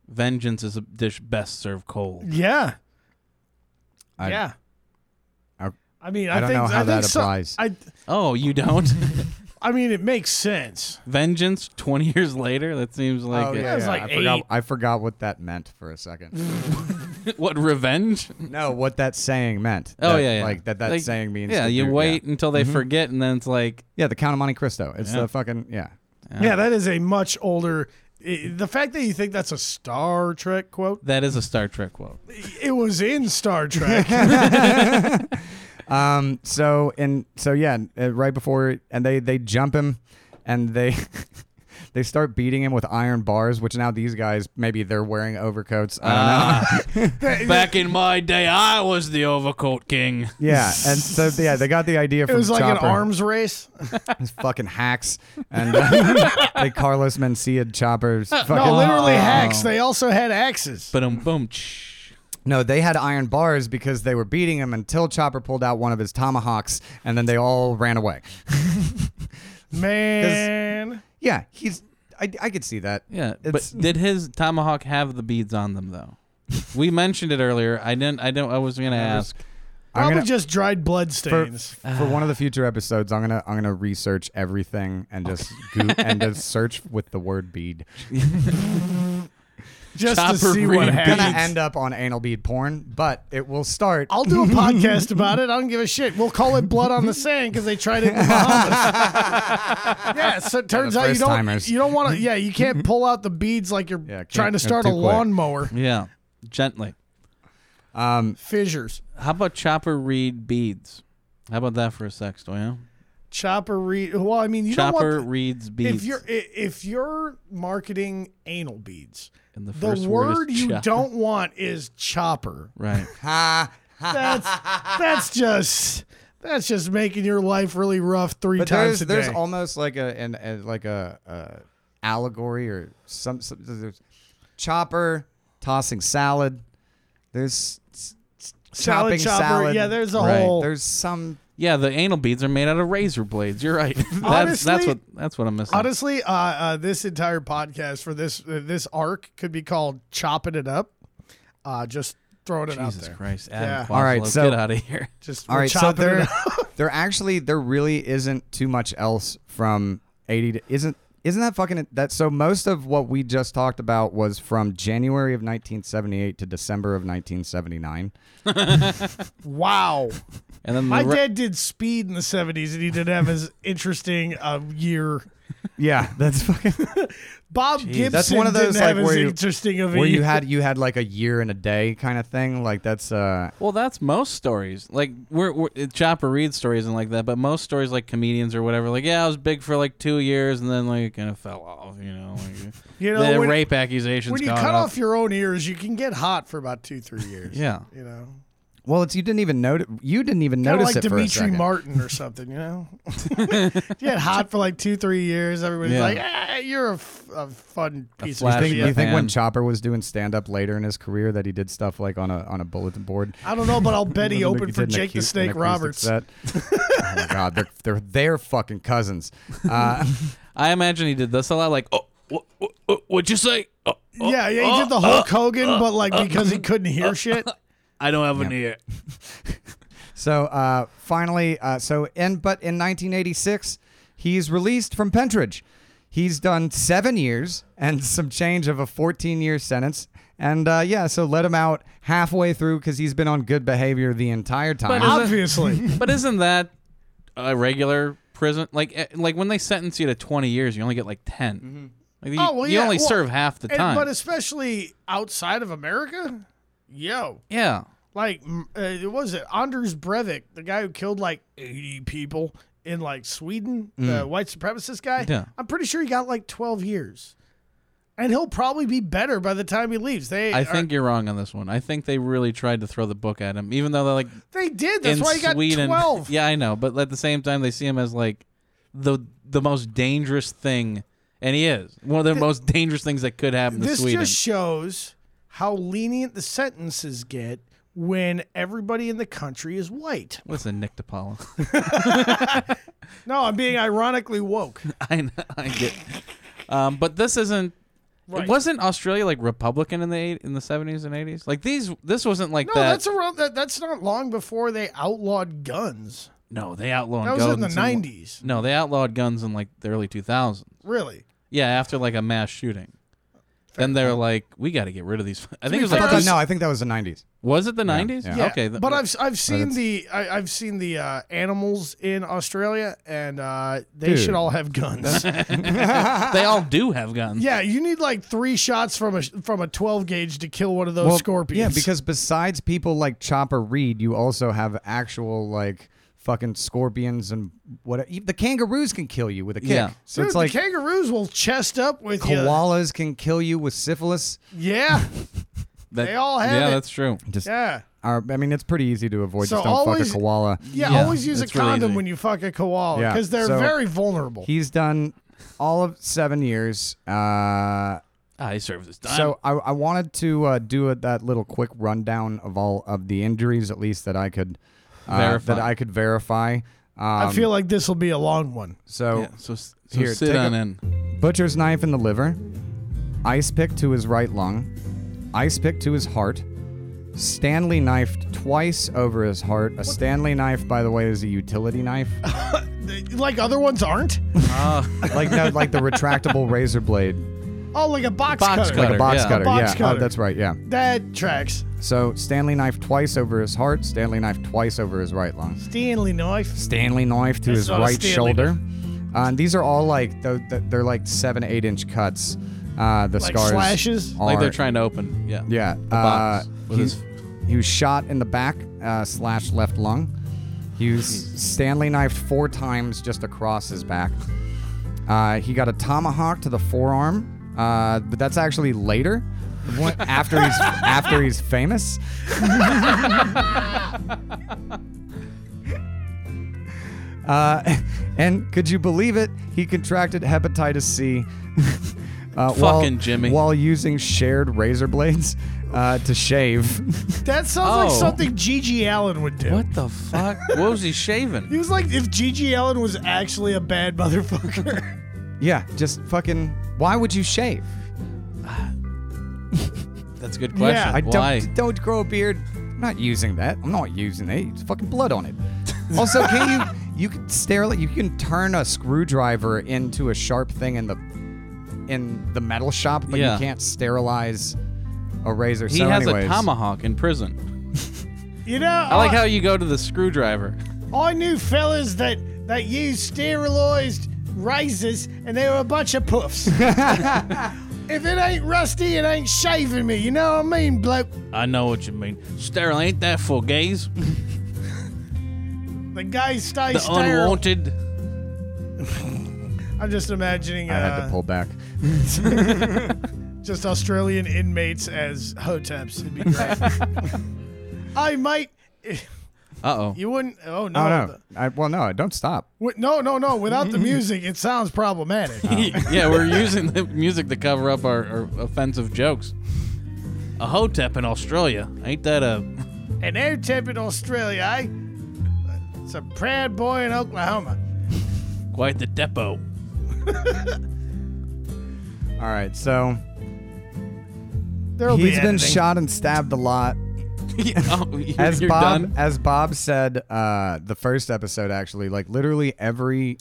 [SPEAKER 3] Vengeance is a dish best served cold.
[SPEAKER 2] Yeah.
[SPEAKER 1] I-
[SPEAKER 2] yeah.
[SPEAKER 1] I-
[SPEAKER 2] I mean, I,
[SPEAKER 1] I don't
[SPEAKER 2] think,
[SPEAKER 1] know how
[SPEAKER 2] I think
[SPEAKER 1] that
[SPEAKER 2] so-
[SPEAKER 1] applies.
[SPEAKER 2] I,
[SPEAKER 3] Oh, you don't?
[SPEAKER 2] I mean, it makes sense.
[SPEAKER 3] Vengeance twenty years later? That seems like
[SPEAKER 1] Oh,
[SPEAKER 3] a-
[SPEAKER 1] yeah,
[SPEAKER 2] was
[SPEAKER 1] yeah,
[SPEAKER 2] like
[SPEAKER 1] I forgot
[SPEAKER 2] eight.
[SPEAKER 1] I forgot what that meant for a second.
[SPEAKER 3] what revenge?
[SPEAKER 1] no, what that saying meant.
[SPEAKER 3] Oh
[SPEAKER 1] That,
[SPEAKER 3] yeah, yeah.
[SPEAKER 1] Like that Mm-hmm. that saying means
[SPEAKER 3] Yeah,
[SPEAKER 1] to
[SPEAKER 3] you
[SPEAKER 1] do-
[SPEAKER 3] wait until they forget, and then it's like
[SPEAKER 1] Yeah, the Count of Monte Cristo. It's the fucking yeah.
[SPEAKER 2] Yeah. that is a much older. i the fact that you think that's a Star Trek quote,
[SPEAKER 3] that is a Star Trek quote.
[SPEAKER 2] it was in Star Trek.
[SPEAKER 1] Um. So and so yeah. uh, Right before and they they jump him, and they. They start beating him with iron bars, which now these guys maybe they're wearing overcoats. I don't
[SPEAKER 3] Uh. Ah. Back in my day, I was the overcoat king.
[SPEAKER 1] know. Yeah, and so yeah, they got the idea
[SPEAKER 2] it
[SPEAKER 1] from
[SPEAKER 2] was like
[SPEAKER 1] Chopper.
[SPEAKER 2] an arms race.
[SPEAKER 1] These fucking hacks, and uh, they Carlos Mencia Chopper's fucking.
[SPEAKER 2] Uh,
[SPEAKER 1] Oh. uh,
[SPEAKER 2] No, literally hacks. They also had axes.
[SPEAKER 3] But um, boom. tsh.
[SPEAKER 1] No, they had iron bars because they were beating him until Chopper pulled out one of his tomahawks, and then they all ran away.
[SPEAKER 2] Man.
[SPEAKER 1] Yeah, he's. I, I could see that.
[SPEAKER 3] Yeah,
[SPEAKER 1] It's-
[SPEAKER 3] but did his tomahawk have the beads on them though? we mentioned it earlier. I didn't. I don't. I was gonna ask.
[SPEAKER 1] I'm
[SPEAKER 2] Probably
[SPEAKER 1] gonna-
[SPEAKER 2] just dried blood
[SPEAKER 1] for,
[SPEAKER 2] stains.
[SPEAKER 1] for one of the future episodes, I'm gonna I'm gonna research everything and just go- and just search with the word bead.
[SPEAKER 2] just to
[SPEAKER 3] Chopper
[SPEAKER 2] see what
[SPEAKER 3] read
[SPEAKER 1] Gonna
[SPEAKER 2] happens.
[SPEAKER 1] end up on anal bead porn, but it will start.
[SPEAKER 2] I'll do a podcast about it. I don't give a shit. We'll call it Blood on the Sand because they tried it in the Bahamas. yeah, so it turns out you don't
[SPEAKER 1] first-timers.
[SPEAKER 2] you don't want to. Yeah, you can't pull out the beads like you're
[SPEAKER 1] Yeah, can't-
[SPEAKER 2] trying to
[SPEAKER 1] they're
[SPEAKER 2] start a
[SPEAKER 1] too quick.
[SPEAKER 2] lawnmower.
[SPEAKER 3] Yeah, gently.
[SPEAKER 2] Fissures.
[SPEAKER 3] How about Chopper read beads? How about that for a sex toy? Huh?
[SPEAKER 2] Chopper read. Well, I mean, you
[SPEAKER 3] Chopper
[SPEAKER 2] don't want.
[SPEAKER 3] reads
[SPEAKER 2] The,
[SPEAKER 3] beads.
[SPEAKER 2] if you're i- if you're marketing anal beads,
[SPEAKER 3] And the
[SPEAKER 2] the
[SPEAKER 3] first word is
[SPEAKER 2] word you
[SPEAKER 3] chopper.
[SPEAKER 2] don't want is chopper.
[SPEAKER 3] right,
[SPEAKER 1] Ha.
[SPEAKER 2] That's that's just that's just making your life really rough three
[SPEAKER 1] But
[SPEAKER 2] times
[SPEAKER 1] there's
[SPEAKER 2] a day.
[SPEAKER 1] there's almost like a an, a like a, uh allegory or some, some there's chopper tossing salad. There's s- s- chopping
[SPEAKER 2] Salad chopper,
[SPEAKER 1] salad.
[SPEAKER 2] yeah, there's a
[SPEAKER 1] Right.
[SPEAKER 2] whole-
[SPEAKER 1] There's some
[SPEAKER 3] Yeah, the anal beads are made out of razor blades. You're right. That's that's
[SPEAKER 2] Honestly-
[SPEAKER 3] what that's what I'm missing.
[SPEAKER 2] Honestly, uh, uh, this entire podcast for this uh, this arc could be called "Chopping It Up." Uh, just throwing it out
[SPEAKER 3] Jesus
[SPEAKER 2] there.
[SPEAKER 3] Christ, Adam
[SPEAKER 2] Yeah.
[SPEAKER 3] yeah.
[SPEAKER 1] All right, so-
[SPEAKER 3] get out of here.
[SPEAKER 2] Just
[SPEAKER 1] All
[SPEAKER 2] we're
[SPEAKER 1] right, so
[SPEAKER 2] chopping it
[SPEAKER 1] there,
[SPEAKER 2] up.
[SPEAKER 1] there actually there really isn't too much else from eighty to isn't isn't that fucking that so most of what we just talked about was from January of 1978 to December of 1979.
[SPEAKER 2] Wow,
[SPEAKER 3] And then
[SPEAKER 2] my
[SPEAKER 3] the re-
[SPEAKER 2] dad did speed in the seventies, and he didn't have as interesting a year.
[SPEAKER 1] Yeah, that's fucking
[SPEAKER 2] Bob Gibson
[SPEAKER 1] That's one of those,
[SPEAKER 2] didn't have
[SPEAKER 1] like,
[SPEAKER 2] as
[SPEAKER 1] where you-
[SPEAKER 2] interesting of a
[SPEAKER 1] where
[SPEAKER 2] year.
[SPEAKER 1] you had you had like a year and a day kind of thing. Like that's uh
[SPEAKER 3] well, that's most stories. Like we're, we're it- Chopper Reed stories and like that, but most stories like comedians or whatever. Like yeah, I was big for like two years and then like kind of fell off. You know, like,
[SPEAKER 2] You know,
[SPEAKER 3] the
[SPEAKER 2] when-
[SPEAKER 3] rape accusations.
[SPEAKER 2] when you
[SPEAKER 3] got
[SPEAKER 2] cut
[SPEAKER 3] up.
[SPEAKER 2] off your own ears, you can get hot for about two, three years.
[SPEAKER 3] Yeah.
[SPEAKER 2] you know,
[SPEAKER 1] well it's you didn't even notice you didn't even
[SPEAKER 2] kind of
[SPEAKER 1] notice
[SPEAKER 2] like
[SPEAKER 1] it for a
[SPEAKER 2] Dimitri
[SPEAKER 1] second.
[SPEAKER 2] Martin or something. You know, you get hot for like two, three years. Everybody's
[SPEAKER 3] Yeah.
[SPEAKER 2] like, ah, "You're a, f- a fun piece of
[SPEAKER 3] flash
[SPEAKER 1] Think-
[SPEAKER 2] shit."
[SPEAKER 1] you think when
[SPEAKER 3] Man.
[SPEAKER 1] Chopper was doing stand up later in his career that he did stuff like on a on a bulletin board?
[SPEAKER 2] I don't know, but I'll bet he
[SPEAKER 1] Remember
[SPEAKER 2] opened
[SPEAKER 1] did
[SPEAKER 2] for
[SPEAKER 1] an
[SPEAKER 2] Jake the
[SPEAKER 1] acou-
[SPEAKER 2] Snake
[SPEAKER 1] an acoustic
[SPEAKER 2] Roberts.
[SPEAKER 1] set? oh my god, they're they're they're fucking cousins. Uh,
[SPEAKER 3] I imagine he did this a lot. Like oh, what, what, what'd you say? Oh, oh,
[SPEAKER 2] Yeah, yeah, he did the Hulk Hogan, but like because he couldn't hear shit.
[SPEAKER 3] I don't have an ear.
[SPEAKER 1] so uh, finally, uh, so in but in 1986, he's released from Pentridge. He's done seven years and some change of a 14 year sentence. And uh, yeah, so let him out halfway through because he's been on good behavior the entire time.
[SPEAKER 3] But is it-
[SPEAKER 2] Obviously,
[SPEAKER 3] But isn't that a regular prison? Like, eh, like when they sentence you to twenty years, you only get like 10 Like you,
[SPEAKER 2] Oh, well,
[SPEAKER 3] you
[SPEAKER 2] yeah,
[SPEAKER 3] only
[SPEAKER 2] well,
[SPEAKER 3] serve half the
[SPEAKER 2] And-
[SPEAKER 3] time.
[SPEAKER 2] but especially outside of America, yo,
[SPEAKER 3] yeah,
[SPEAKER 2] like mm, uh, it was it Anders Breivik, the guy who killed like eighty people in like Sweden, the white supremacist guy.
[SPEAKER 3] Mm. Yeah.
[SPEAKER 2] I'm pretty sure he got like twelve years, and he'll probably be better by the time he leaves. They,
[SPEAKER 3] I
[SPEAKER 2] are-
[SPEAKER 3] think you're wrong on this one. I think they really tried to throw the book at him, even though they're like
[SPEAKER 2] they did. That's
[SPEAKER 3] in
[SPEAKER 2] why he got
[SPEAKER 3] Sweden.
[SPEAKER 2] twelve.
[SPEAKER 3] Yeah, I know, but at the same time, they see him as like the the most dangerous thing, and he is one of the, most dangerous things that could happen to
[SPEAKER 2] this
[SPEAKER 3] Sweden.
[SPEAKER 2] just shows how lenient the sentences get when everybody in the country is white.
[SPEAKER 3] Listen, Nick DiPaolo.
[SPEAKER 2] No, I'm being ironically woke.
[SPEAKER 3] I know, I get. Um, but this isn't.
[SPEAKER 2] Right.
[SPEAKER 3] It wasn't Australia like Republican in the eight, in the seventies and eighties. Like these, this wasn't like
[SPEAKER 2] No,
[SPEAKER 3] that.
[SPEAKER 2] that's around. That, that's not long before they outlawed guns.
[SPEAKER 3] no, they outlawed.
[SPEAKER 2] That was
[SPEAKER 3] guns
[SPEAKER 2] in the
[SPEAKER 3] in-
[SPEAKER 2] '90s,
[SPEAKER 3] No, they outlawed guns in like the early two thousands.
[SPEAKER 2] really.
[SPEAKER 3] Yeah, after like a mass shooting. then they're like, we got to get rid of these. I think it was
[SPEAKER 2] fair,
[SPEAKER 3] like,
[SPEAKER 1] Fuck,
[SPEAKER 2] Because-
[SPEAKER 1] no, I think that was the 90s.
[SPEAKER 3] was it the nineties?
[SPEAKER 1] yeah.
[SPEAKER 2] Yeah,
[SPEAKER 3] Okay, th-
[SPEAKER 2] but I've I've seen
[SPEAKER 1] it's-
[SPEAKER 2] the I, I've seen the uh, animals in Australia, and uh, they
[SPEAKER 1] Dude.
[SPEAKER 2] should all have guns.
[SPEAKER 3] they all do have guns.
[SPEAKER 2] yeah, you need like three shots from a from a 12 gauge to kill one of those scorpions.
[SPEAKER 1] Yeah, because besides people like Chopper Reed, you also have actual like fucking scorpions and what e- the kangaroos can kill you with a kick.
[SPEAKER 3] Yeah.
[SPEAKER 1] So
[SPEAKER 2] Dude,
[SPEAKER 1] it's like
[SPEAKER 2] the kangaroos will chest up with
[SPEAKER 1] koalas can kill you with syphilis.
[SPEAKER 2] you. Yeah,
[SPEAKER 3] That-
[SPEAKER 2] They all have
[SPEAKER 3] Yeah,
[SPEAKER 2] it.
[SPEAKER 3] that's true.
[SPEAKER 1] Just
[SPEAKER 2] yeah,
[SPEAKER 1] uh, I mean, it's pretty easy to avoid.
[SPEAKER 2] So
[SPEAKER 1] Just don't
[SPEAKER 2] always-
[SPEAKER 1] fuck a koala.
[SPEAKER 2] yeah.
[SPEAKER 3] Yeah,
[SPEAKER 2] always use a
[SPEAKER 3] that's really
[SPEAKER 2] condom
[SPEAKER 3] easy.
[SPEAKER 2] when you fuck a koala
[SPEAKER 1] Yeah,
[SPEAKER 2] because they're
[SPEAKER 1] so-
[SPEAKER 2] very vulnerable.
[SPEAKER 1] He's done all of seven years. Uh,
[SPEAKER 3] I served this time.
[SPEAKER 1] so I, I wanted to uh, do a, that little quick rundown of all of the injuries, at least that I could uh,
[SPEAKER 3] Verify.
[SPEAKER 1] that I could verify. Um,
[SPEAKER 2] I feel like this will be a long one.
[SPEAKER 1] so.
[SPEAKER 2] oh,
[SPEAKER 3] yeah, so, s- so
[SPEAKER 1] Here,
[SPEAKER 3] sit
[SPEAKER 1] take
[SPEAKER 3] on
[SPEAKER 1] a-
[SPEAKER 3] in.
[SPEAKER 1] Butcher's knife in the liver, ice pick to his right lung, ice pick to his heart, Stanley knifed twice over his heart. A Stanley knife, by the way, is a utility knife,
[SPEAKER 2] Like other ones aren't.
[SPEAKER 1] like no, like the retractable razor blade,
[SPEAKER 2] Oh, like a box,
[SPEAKER 3] Box
[SPEAKER 1] like
[SPEAKER 3] Cutter,
[SPEAKER 1] a box
[SPEAKER 3] yeah.
[SPEAKER 1] cutter.
[SPEAKER 2] Box
[SPEAKER 1] yeah, oh,
[SPEAKER 2] cutter.
[SPEAKER 1] that's right. Yeah.
[SPEAKER 2] That tracks.
[SPEAKER 1] So Stanley knife twice over his heart, Stanley knife twice over his right lung.
[SPEAKER 2] Stanley knife.
[SPEAKER 1] Stanley knife to
[SPEAKER 2] That's
[SPEAKER 1] his
[SPEAKER 2] not a
[SPEAKER 1] right
[SPEAKER 2] Stanley
[SPEAKER 1] shoulder. Uh, and these are all like the, the, they're like seven, eight inch cuts. Uh, the
[SPEAKER 2] Like
[SPEAKER 1] scars
[SPEAKER 2] slashes?
[SPEAKER 3] Like they're
[SPEAKER 1] are-
[SPEAKER 3] trying to open. Yeah.
[SPEAKER 1] Yeah. Uh,
[SPEAKER 3] box with
[SPEAKER 1] he,
[SPEAKER 3] his-
[SPEAKER 1] he was shot in the back uh, slash left lung. He was Stanley knifed four times just across his back. Uh, he got a tomahawk to the forearm, uh, but that's actually later. What- after he's after he's famous. uh, and could you believe it? He contracted hepatitis C. uh, while-
[SPEAKER 3] Fucking Jimmy.
[SPEAKER 1] While using shared razor blades. uh, to shave.
[SPEAKER 2] That sounds like
[SPEAKER 3] Oh.
[SPEAKER 2] something Gigi Allen would do.
[SPEAKER 3] What the fuck? what was he shaving?
[SPEAKER 2] He was like, if Gigi Allen was actually a bad motherfucker.
[SPEAKER 1] yeah, just fucking. Why would you shave?
[SPEAKER 3] That's a good question.
[SPEAKER 2] Yeah.
[SPEAKER 1] I
[SPEAKER 3] Why?
[SPEAKER 1] don't don't grow a beard. I'm not using that. I'm not using it. It's fucking blood on it. Also, can you you can sterilize you can turn a screwdriver into a sharp thing in the in the metal shop, but
[SPEAKER 3] Yeah.
[SPEAKER 1] you can't sterilize a razor.
[SPEAKER 3] He
[SPEAKER 1] so
[SPEAKER 3] has
[SPEAKER 1] anyways,
[SPEAKER 3] a tomahawk in prison.
[SPEAKER 2] you know,
[SPEAKER 3] I like how you go to the screwdriver.
[SPEAKER 2] I knew fellas that that used sterilized razors, and they were a bunch of puffs. if it ain't rusty, it ain't shaving me. You know what I mean, bloke?
[SPEAKER 3] I know what you mean. Sterile ain't that for gays?
[SPEAKER 2] The guy stays
[SPEAKER 3] The
[SPEAKER 2] sterile.
[SPEAKER 3] unwanted.
[SPEAKER 2] I'm just imagining
[SPEAKER 1] I had to
[SPEAKER 2] uh,
[SPEAKER 1] pull back.
[SPEAKER 2] just Australian inmates as hoteps. It'd be great. I might.
[SPEAKER 3] Uh oh.
[SPEAKER 2] You wouldn't. Oh no.
[SPEAKER 1] Oh no! I, well, no, don't stop.
[SPEAKER 2] Wi- no, no, no. Without the music, it sounds problematic.
[SPEAKER 3] yeah, we're using the music to cover up our, our offensive jokes. A hotep in Australia. Ain't that a.
[SPEAKER 2] An hotep in Australia, eh? It's a proud boy in Oklahoma.
[SPEAKER 3] quite the depot?
[SPEAKER 1] All right, so
[SPEAKER 2] There'll
[SPEAKER 1] he's
[SPEAKER 2] be
[SPEAKER 1] been
[SPEAKER 2] editing.
[SPEAKER 1] shot and stabbed a lot.
[SPEAKER 3] oh, you-
[SPEAKER 1] as
[SPEAKER 3] you're
[SPEAKER 1] Bob
[SPEAKER 3] done?
[SPEAKER 1] as Bob said, uh, the first episode actually, like literally every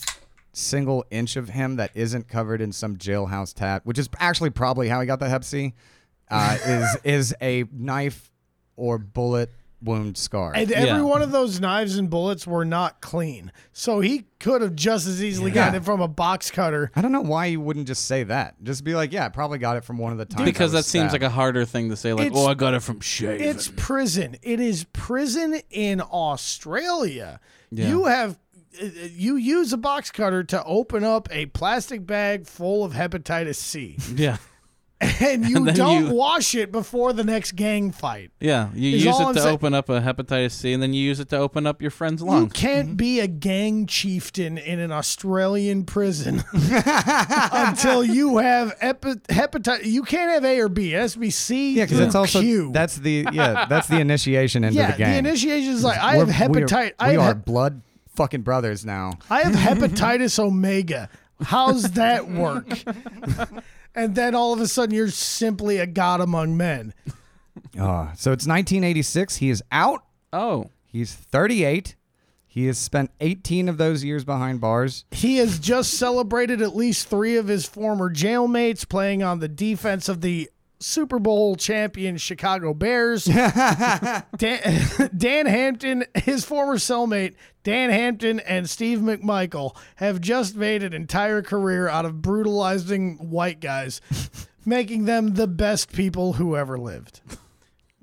[SPEAKER 1] single inch of him that isn't covered in some jailhouse tat, which is actually probably how he got the Hep C, uh, is is a knife or bullet wound scar.
[SPEAKER 2] And every
[SPEAKER 3] Yeah.
[SPEAKER 2] one of those knives and bullets were not clean. So he could have just as easily
[SPEAKER 1] Yeah.
[SPEAKER 2] gotten it from a box cutter.
[SPEAKER 1] I don't know why you wouldn't just say that. Just be like, yeah, I probably got it from one of the times.
[SPEAKER 3] Because that seems like a harder thing to say, like,
[SPEAKER 2] It's-
[SPEAKER 3] oh, I got it from Shave.
[SPEAKER 2] It's prison. It is prison in Australia.
[SPEAKER 3] Yeah.
[SPEAKER 2] You have uh, you use a box cutter to open up a plastic bag full of hepatitis C,
[SPEAKER 3] yeah.
[SPEAKER 2] and you
[SPEAKER 3] then
[SPEAKER 2] don't
[SPEAKER 3] you-
[SPEAKER 2] wash it before the next gang fight.
[SPEAKER 3] Yeah. You
[SPEAKER 2] Is
[SPEAKER 3] use
[SPEAKER 2] all
[SPEAKER 3] it
[SPEAKER 2] I'm
[SPEAKER 3] to
[SPEAKER 2] saying-
[SPEAKER 3] open up a hepatitis C, and then you use it to open up your friend's
[SPEAKER 2] You
[SPEAKER 3] lungs.
[SPEAKER 1] Mm-hmm.
[SPEAKER 2] can't be a gang chieftain in an Australian prison until you have epi- hepatitis. You can't have A or B. It has to be C
[SPEAKER 1] yeah, because
[SPEAKER 2] through
[SPEAKER 1] it's also
[SPEAKER 2] Q.
[SPEAKER 1] that's the yeah that's the initiation into
[SPEAKER 2] yeah,
[SPEAKER 1] the game.
[SPEAKER 2] initiation is like I have hepatitis. I
[SPEAKER 1] We
[SPEAKER 2] have,
[SPEAKER 1] are
[SPEAKER 2] hep-
[SPEAKER 1] blood fucking brothers now.
[SPEAKER 2] I have hepatitis omega. How's that work? and then all of a sudden, you're simply a god among men.
[SPEAKER 1] Uh, so it's 1986. He is out.
[SPEAKER 3] Oh.
[SPEAKER 1] He's 38. He has spent 18 of those years behind bars.
[SPEAKER 2] He has just celebrated at least three of his former jailmates playing on the defense of the Super Bowl champion Chicago Bears. Dan, Dan Hampton, his former cellmate, Dan Hampton, and Steve McMichael have just made an entire career out of brutalizing white guys, making them the best people who ever lived.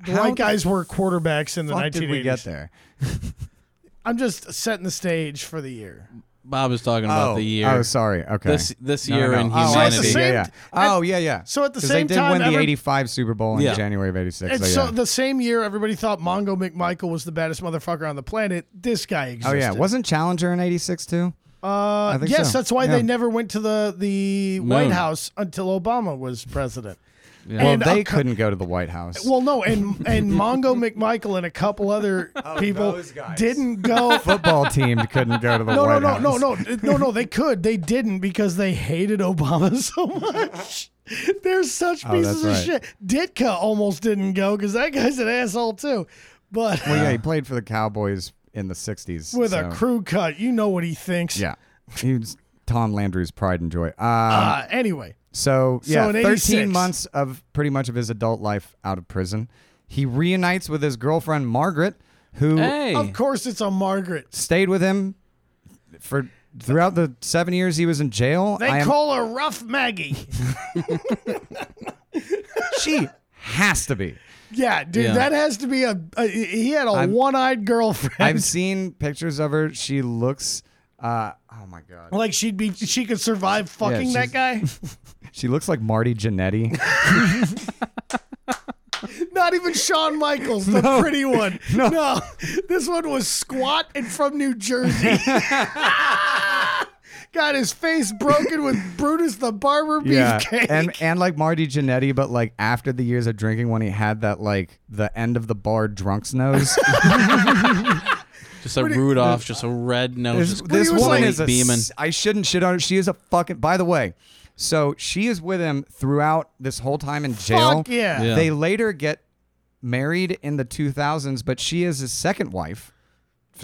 [SPEAKER 2] The
[SPEAKER 1] How
[SPEAKER 2] white guys were quarterbacks in the
[SPEAKER 1] Fuck
[SPEAKER 2] 1980s.
[SPEAKER 1] did we get there?
[SPEAKER 2] I'm just setting the stage for the year.
[SPEAKER 3] Bob is talking about the year.
[SPEAKER 1] Oh, sorry. Okay.
[SPEAKER 3] This this
[SPEAKER 1] No, no,
[SPEAKER 3] year
[SPEAKER 1] no.
[SPEAKER 3] in
[SPEAKER 1] oh, I see.
[SPEAKER 3] humanity.
[SPEAKER 2] So it's the
[SPEAKER 1] yeah,
[SPEAKER 2] same-
[SPEAKER 1] yeah. Oh, yeah, yeah.
[SPEAKER 2] so at the
[SPEAKER 1] 'Cause
[SPEAKER 2] same
[SPEAKER 1] they did
[SPEAKER 2] time,
[SPEAKER 1] win the
[SPEAKER 2] every-
[SPEAKER 1] 85 Super Bowl in
[SPEAKER 3] Yeah.
[SPEAKER 1] January of 86.
[SPEAKER 2] And
[SPEAKER 1] so,
[SPEAKER 2] so
[SPEAKER 1] yeah.
[SPEAKER 2] the same year, everybody thought Mongo McMichael was the baddest motherfucker on the planet. This guy
[SPEAKER 1] oh,
[SPEAKER 2] existed.
[SPEAKER 1] yeah. Wasn't Challenger in 86 too?
[SPEAKER 2] Uh,
[SPEAKER 1] think
[SPEAKER 2] yes,
[SPEAKER 1] so.
[SPEAKER 2] that's why
[SPEAKER 1] Yeah.
[SPEAKER 2] they never went to the the White
[SPEAKER 3] No.
[SPEAKER 2] House until Obama was president.
[SPEAKER 1] Well,
[SPEAKER 2] And a
[SPEAKER 1] they
[SPEAKER 2] cou-
[SPEAKER 1] couldn't go to the White House.
[SPEAKER 2] Well, no, and and Mongo McMichael and a couple other people
[SPEAKER 1] Oh, those guys.
[SPEAKER 2] didn't go.
[SPEAKER 1] Football team couldn't go to the
[SPEAKER 2] No, no,
[SPEAKER 1] White
[SPEAKER 2] no,
[SPEAKER 1] House.
[SPEAKER 2] no, no, no, no. They could. They didn't because they hated Obama so much. They're such pieces
[SPEAKER 1] Oh, that's
[SPEAKER 2] of shit. Ditka almost didn't go because that guy's an asshole too. But
[SPEAKER 1] Well, yeah, he played for the Cowboys in the 60s.
[SPEAKER 2] with
[SPEAKER 1] so-
[SPEAKER 2] a crew cut, you know what he thinks.
[SPEAKER 1] Yeah. He was Tom Landry's pride and joy. Uh,
[SPEAKER 2] Uh, anyway,
[SPEAKER 1] So yeah,
[SPEAKER 2] in
[SPEAKER 1] 13
[SPEAKER 2] 86
[SPEAKER 1] months of pretty much of his adult life out of prison. He reunites with his girlfriend Margaret, who
[SPEAKER 3] Hey.
[SPEAKER 1] Eh.
[SPEAKER 2] of course it's a Margaret.
[SPEAKER 1] stayed with him for throughout the seven years he was in jail.
[SPEAKER 2] They
[SPEAKER 1] I am-
[SPEAKER 2] call her Rough Maggie.
[SPEAKER 1] she has to be.
[SPEAKER 2] yeah, dude,
[SPEAKER 3] Yeah.
[SPEAKER 2] that has to be a. a he had a
[SPEAKER 1] I'm-
[SPEAKER 2] one-eyed girlfriend.
[SPEAKER 1] I've seen pictures of her. She looks, uh, oh my god,
[SPEAKER 2] like she'd be, she could survive fucking
[SPEAKER 1] Yeah,
[SPEAKER 2] that guy.
[SPEAKER 1] she looks like Marty Jannetty.
[SPEAKER 2] Not even Shawn Michaels, the pretty one. No. this one was squat and from New Jersey. got his face broken with Brutus the Barber
[SPEAKER 1] Yeah,
[SPEAKER 2] beefcake.
[SPEAKER 1] and and like Marty Jannetty, but like after the years of drinking, when he had that like the end of the bar drunk's nose.
[SPEAKER 3] Just a Rudolph, just a red nose.
[SPEAKER 1] This,
[SPEAKER 3] Just
[SPEAKER 1] this
[SPEAKER 2] was
[SPEAKER 1] woman
[SPEAKER 2] like-
[SPEAKER 1] is a
[SPEAKER 3] beaming.
[SPEAKER 1] s- I shouldn't shit on her. She is a fucking. By the way, so she is with him throughout this whole time in jail.
[SPEAKER 2] Fuck yeah.
[SPEAKER 3] Yeah.
[SPEAKER 1] They later get married in the 2000s, but she is his second wife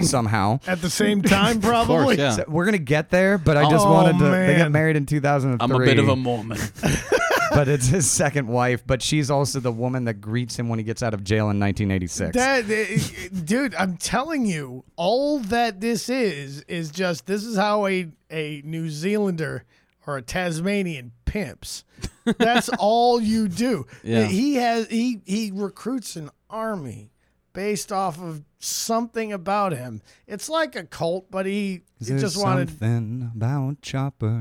[SPEAKER 1] somehow.
[SPEAKER 2] At the same time, probably.
[SPEAKER 3] course, yeah.
[SPEAKER 1] So we're gonna get there, but I just
[SPEAKER 2] Oh,
[SPEAKER 1] wanted to. They
[SPEAKER 2] man.
[SPEAKER 1] get married in 2003.
[SPEAKER 3] I'm a bit of a Mormon.
[SPEAKER 1] but it's his second wife. But she's also the woman that greets him when he gets out of jail in 1986.
[SPEAKER 2] That, eh, dude, I'm telling you, all that this is is just this is how a a New Zealander or a Tasmanian pimps. That's all you do.
[SPEAKER 3] Yeah.
[SPEAKER 2] He has he he recruits an army based off of something about him. It's like a cult, but he, he
[SPEAKER 1] There's
[SPEAKER 2] just wanted
[SPEAKER 1] something about Chopper.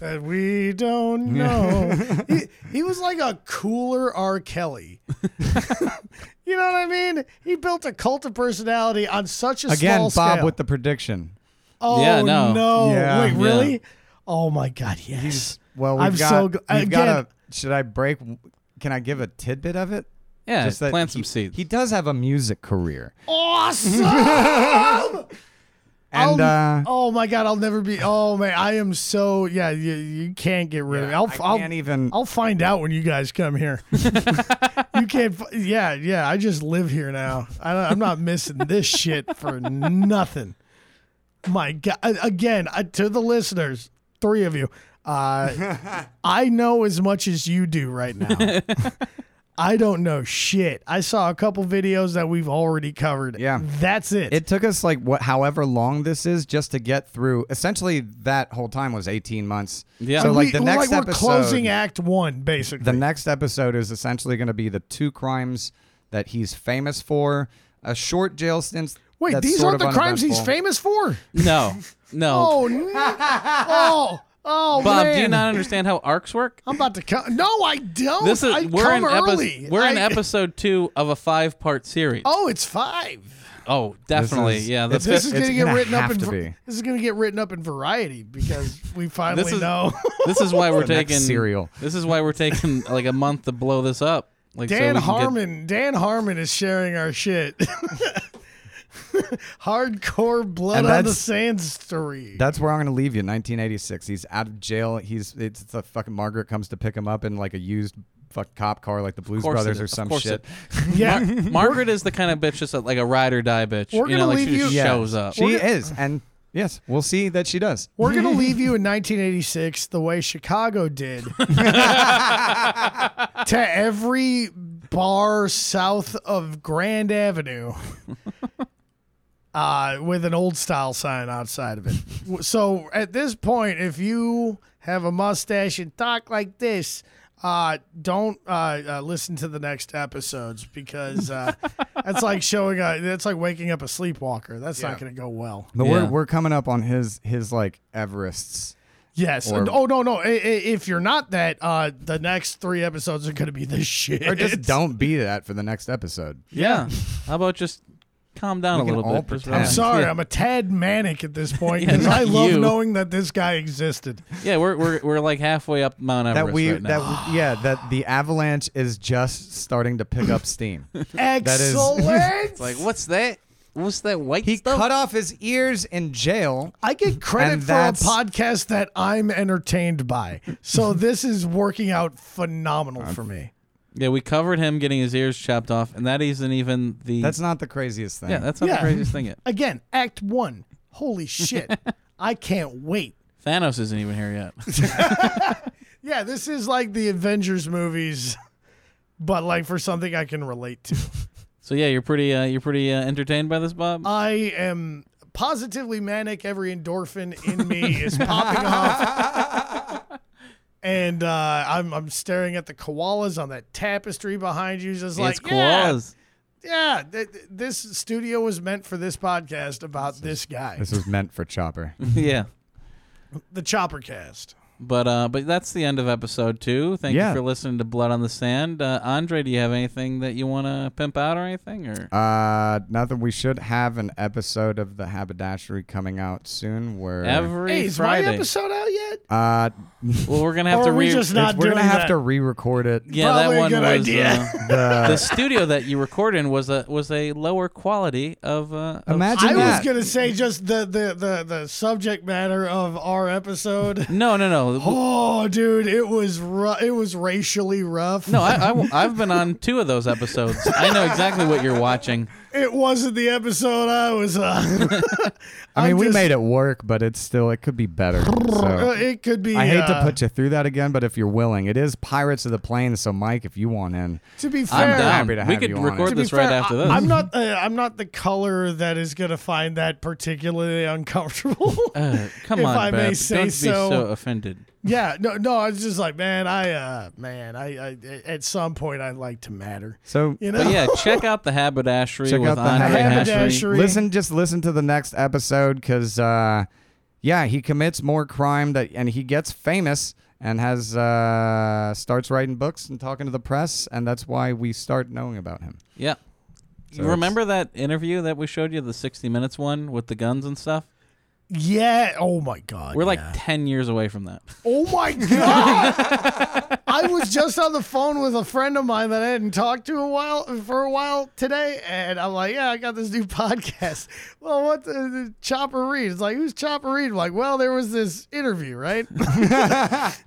[SPEAKER 2] that we don't know. he, he was like a cooler R. Kelly. you know what I mean? He built a cult of personality on such a
[SPEAKER 1] Again,
[SPEAKER 2] small
[SPEAKER 1] Bob
[SPEAKER 2] scale.
[SPEAKER 1] with the prediction.
[SPEAKER 2] oh
[SPEAKER 3] Yeah, no.
[SPEAKER 1] Yeah.
[SPEAKER 2] wait
[SPEAKER 1] Yeah.
[SPEAKER 2] really? Oh my God, yes.
[SPEAKER 1] Well, we've
[SPEAKER 2] I'm
[SPEAKER 1] got.
[SPEAKER 2] so gl-
[SPEAKER 1] we've got
[SPEAKER 2] again-
[SPEAKER 1] a, should I break? Can I give a tidbit of it?
[SPEAKER 3] Yeah,
[SPEAKER 1] Just that
[SPEAKER 3] plant some
[SPEAKER 1] he-
[SPEAKER 3] seeds.
[SPEAKER 1] He does have a music career,
[SPEAKER 2] Oh, awesome.
[SPEAKER 1] and
[SPEAKER 2] I'll-
[SPEAKER 1] uh,
[SPEAKER 2] oh my god, I'll never be. Oh man, I am so yeah. You, you can't get rid of me. oh, I'll,
[SPEAKER 1] I
[SPEAKER 2] I'll-
[SPEAKER 1] can't even-
[SPEAKER 2] I'll find out when you guys come here. you can't. fi- Yeah, yeah. I just live here now. I, don't- I'm not missing this shit for nothing. My god. Again, uh, to the listeners, three of you. Uh, I know as much as you do right now. I don't know shit. I saw a couple videos that we've already covered.
[SPEAKER 1] Yeah.
[SPEAKER 2] That's it.
[SPEAKER 1] it took us like what, however long this is, just to get through. Essentially, that whole time was 18 months.
[SPEAKER 3] Yeah.
[SPEAKER 1] So
[SPEAKER 3] And
[SPEAKER 1] like
[SPEAKER 2] We-
[SPEAKER 1] the next
[SPEAKER 2] like
[SPEAKER 1] episode,
[SPEAKER 2] we're closing act one basically
[SPEAKER 1] the next episode is essentially going to be the two crimes that he's famous for. A short jail stint.
[SPEAKER 2] wait
[SPEAKER 1] that's
[SPEAKER 2] these
[SPEAKER 1] sort
[SPEAKER 2] aren't the
[SPEAKER 1] of
[SPEAKER 2] crimes he's
[SPEAKER 1] uneventful.
[SPEAKER 2] famous for
[SPEAKER 3] No, no.
[SPEAKER 2] oh no. oh oh
[SPEAKER 3] Bob, do you
[SPEAKER 2] man.
[SPEAKER 3] not understand how arcs work?
[SPEAKER 2] i'm about to come no i
[SPEAKER 1] Oh,
[SPEAKER 2] don't
[SPEAKER 3] This is
[SPEAKER 2] I
[SPEAKER 3] we're in
[SPEAKER 2] come early
[SPEAKER 3] episode we're in
[SPEAKER 2] I-
[SPEAKER 3] episode two of a five part series. Oh,
[SPEAKER 2] oh it's five
[SPEAKER 3] definitely,
[SPEAKER 1] is-
[SPEAKER 3] yeah. The
[SPEAKER 1] it's-
[SPEAKER 3] fifth,
[SPEAKER 2] this is gonna get
[SPEAKER 1] gonna
[SPEAKER 2] written up
[SPEAKER 1] have
[SPEAKER 2] in
[SPEAKER 1] to
[SPEAKER 2] var-
[SPEAKER 1] be.
[SPEAKER 2] this is gonna get written up in variety because we finally
[SPEAKER 3] is-
[SPEAKER 2] know
[SPEAKER 3] this is why we're
[SPEAKER 1] the next
[SPEAKER 3] taking
[SPEAKER 1] serial.
[SPEAKER 3] This is why we're taking like a month to blow this up. Like so
[SPEAKER 2] dan
[SPEAKER 3] we can get-
[SPEAKER 2] harmon dan harmon is sharing our shit hardcore blood
[SPEAKER 1] And
[SPEAKER 2] on the
[SPEAKER 1] that's-
[SPEAKER 2] sands story
[SPEAKER 1] That's where I'm going to leave you. 1986. He's out of jail. He's it's the fucking Margaret comes to pick him up in like a used fuck cop car, like the Blues
[SPEAKER 3] course it
[SPEAKER 1] Brothers
[SPEAKER 3] is.
[SPEAKER 1] or
[SPEAKER 3] Of
[SPEAKER 1] some
[SPEAKER 3] course
[SPEAKER 1] shit.
[SPEAKER 3] it-
[SPEAKER 2] yeah
[SPEAKER 3] Margaret is the kind of bitch that's like a ride or die bitch.
[SPEAKER 2] We're
[SPEAKER 3] you know,
[SPEAKER 2] gonna
[SPEAKER 3] like
[SPEAKER 2] leave
[SPEAKER 3] she just
[SPEAKER 2] you-
[SPEAKER 1] Yeah.
[SPEAKER 3] shows up.
[SPEAKER 1] She is, and yes, we'll see that she does.
[SPEAKER 2] We're going to leave you in 1986 the way Chicago did to every bar south of Grand Avenue uh, with an old style sign outside of it. So at this point, if you have a mustache and talk like this, uh, don't uh, uh, listen to the next episodes because uh, that's like showing a, that's like waking up a sleepwalker. That's not going to go well.
[SPEAKER 1] But
[SPEAKER 3] Yeah.
[SPEAKER 1] we're we're coming up on his his like Everest's.
[SPEAKER 2] Yes.
[SPEAKER 1] Or-
[SPEAKER 2] oh no no. I- I- If you're not that, uh, the next three episodes are going to be the shit.
[SPEAKER 1] Or just don't be that for the next episode.
[SPEAKER 3] Yeah. How about just calm down
[SPEAKER 1] We
[SPEAKER 3] a
[SPEAKER 1] can
[SPEAKER 3] little
[SPEAKER 1] all
[SPEAKER 3] bit? just
[SPEAKER 1] pretend.
[SPEAKER 2] I'm
[SPEAKER 3] relax.
[SPEAKER 2] sorry.
[SPEAKER 3] Yeah.
[SPEAKER 2] I'm a tad manic at this point because I
[SPEAKER 3] not
[SPEAKER 2] love
[SPEAKER 3] you.
[SPEAKER 2] knowing that this guy existed.
[SPEAKER 3] Yeah, we're, we're we're like halfway up Mount Everest
[SPEAKER 1] That we
[SPEAKER 3] right now.
[SPEAKER 1] that we- yeah that the avalanche is just starting to pick up steam. is-
[SPEAKER 2] Excellent.
[SPEAKER 3] like what's that? What's that white
[SPEAKER 1] he
[SPEAKER 3] stuff?
[SPEAKER 1] cut off his ears in jail.
[SPEAKER 2] I get credit
[SPEAKER 1] And
[SPEAKER 2] for a
[SPEAKER 1] that's-
[SPEAKER 2] podcast that I'm entertained by. So this is working out phenomenal for me.
[SPEAKER 3] yeah, we covered him getting his ears chopped off, and that isn't even the.
[SPEAKER 1] That's not the craziest thing.
[SPEAKER 3] yeah, that's not
[SPEAKER 2] Yeah.
[SPEAKER 3] the craziest thing yet.
[SPEAKER 2] Again, Act One. Holy shit! I can't wait.
[SPEAKER 3] Thanos isn't even here yet.
[SPEAKER 2] Yeah, this is like the Avengers movies, but like for something I can relate to.
[SPEAKER 3] so yeah, you're pretty uh, you're pretty uh, entertained by this, Bob.
[SPEAKER 2] I am positively manic. Every endorphin in me is popping off. And uh, I'm, I'm staring at the koalas on that tapestry behind you. Just like,
[SPEAKER 3] it's koalas.
[SPEAKER 2] yeah, yeah. th- th- this studio was meant for this podcast about this guy,
[SPEAKER 1] This was meant for Chopper.
[SPEAKER 3] yeah.
[SPEAKER 2] the Chopper Cast.
[SPEAKER 3] But uh, but that's the end of episode two. Thank
[SPEAKER 1] Yeah.
[SPEAKER 3] you for listening to Blood on the Sand. Uh, Andre, do you have anything that you want to pimp out or anything? Or
[SPEAKER 1] Uh, nothing. We should have an episode of the haberdashery coming out soon. Where
[SPEAKER 3] every
[SPEAKER 2] Hey, is my
[SPEAKER 3] Friday.
[SPEAKER 2] episode out yet?
[SPEAKER 1] uh,
[SPEAKER 3] Well, we're gonna have
[SPEAKER 2] Or
[SPEAKER 3] to
[SPEAKER 2] are we
[SPEAKER 3] re.
[SPEAKER 2] just not
[SPEAKER 1] we're
[SPEAKER 2] doing
[SPEAKER 1] gonna have
[SPEAKER 2] that?
[SPEAKER 1] to re-record it.
[SPEAKER 3] yeah, that
[SPEAKER 2] Probably a
[SPEAKER 3] one
[SPEAKER 2] good
[SPEAKER 3] was
[SPEAKER 2] idea.
[SPEAKER 3] Uh, the
[SPEAKER 1] The,
[SPEAKER 3] studio that you record in was a was a lower quality of. Uh, of-
[SPEAKER 1] imagine
[SPEAKER 2] I
[SPEAKER 1] that.
[SPEAKER 2] was gonna say just the, the the the subject matter of our episode.
[SPEAKER 3] no, no, no.
[SPEAKER 2] oh, dude, it was ru- it was racially rough.
[SPEAKER 3] No, I, I, have been on two of those episodes. I know exactly what you're watching.
[SPEAKER 2] it wasn't the episode I was on.
[SPEAKER 1] I mean,
[SPEAKER 2] I'm
[SPEAKER 1] we
[SPEAKER 2] just-
[SPEAKER 1] made it work, but it's still it could be better.
[SPEAKER 2] Uh,
[SPEAKER 1] So.
[SPEAKER 2] it could be.
[SPEAKER 1] I hate to
[SPEAKER 2] uh,
[SPEAKER 1] put you through that again, but if you're willing, it is Pirates of the Plains. So, Mike, if you want in,
[SPEAKER 2] To be
[SPEAKER 3] I'm
[SPEAKER 2] fair,
[SPEAKER 3] down.
[SPEAKER 1] happy to
[SPEAKER 3] we
[SPEAKER 1] have
[SPEAKER 3] could
[SPEAKER 1] you on
[SPEAKER 3] record
[SPEAKER 1] it.
[SPEAKER 3] this right after this.
[SPEAKER 2] I, am not. Uh, I'm not the color that is gonna find that particularly uncomfortable.
[SPEAKER 3] Uh, come
[SPEAKER 2] if
[SPEAKER 3] on,
[SPEAKER 2] I may
[SPEAKER 3] Beth,
[SPEAKER 2] say
[SPEAKER 3] don't
[SPEAKER 2] so.
[SPEAKER 3] be so offended.
[SPEAKER 2] yeah. No. No. I was just like, man. I. uh Man. I. I at some point, I'd like to matter.
[SPEAKER 1] so
[SPEAKER 2] You know.
[SPEAKER 3] But yeah, check out the haberdashery
[SPEAKER 1] Check
[SPEAKER 3] with
[SPEAKER 1] out the
[SPEAKER 3] Andre Hashery.
[SPEAKER 2] haberdashery.
[SPEAKER 1] listen, just listen to the next episode because, uh, yeah, he commits more crime that, and he gets famous and has uh, starts writing books and talking to the press, and that's why we start knowing about him.
[SPEAKER 3] Yeah.
[SPEAKER 1] So
[SPEAKER 3] you remember that interview that we showed you, the 60 Minutes one with the guns and stuff?
[SPEAKER 2] Yeah. Oh my God.
[SPEAKER 3] We're like
[SPEAKER 2] yeah.
[SPEAKER 3] 10 years away from that.
[SPEAKER 2] Oh my god! I was just on the phone with a friend of mine that I hadn't talked to a while for a while today, and I'm like, "Yeah, I got this new podcast." Well, what the, the Chopper Reed? It's like, who's Chopper Reed? I'm like, well, there was this interview, right? like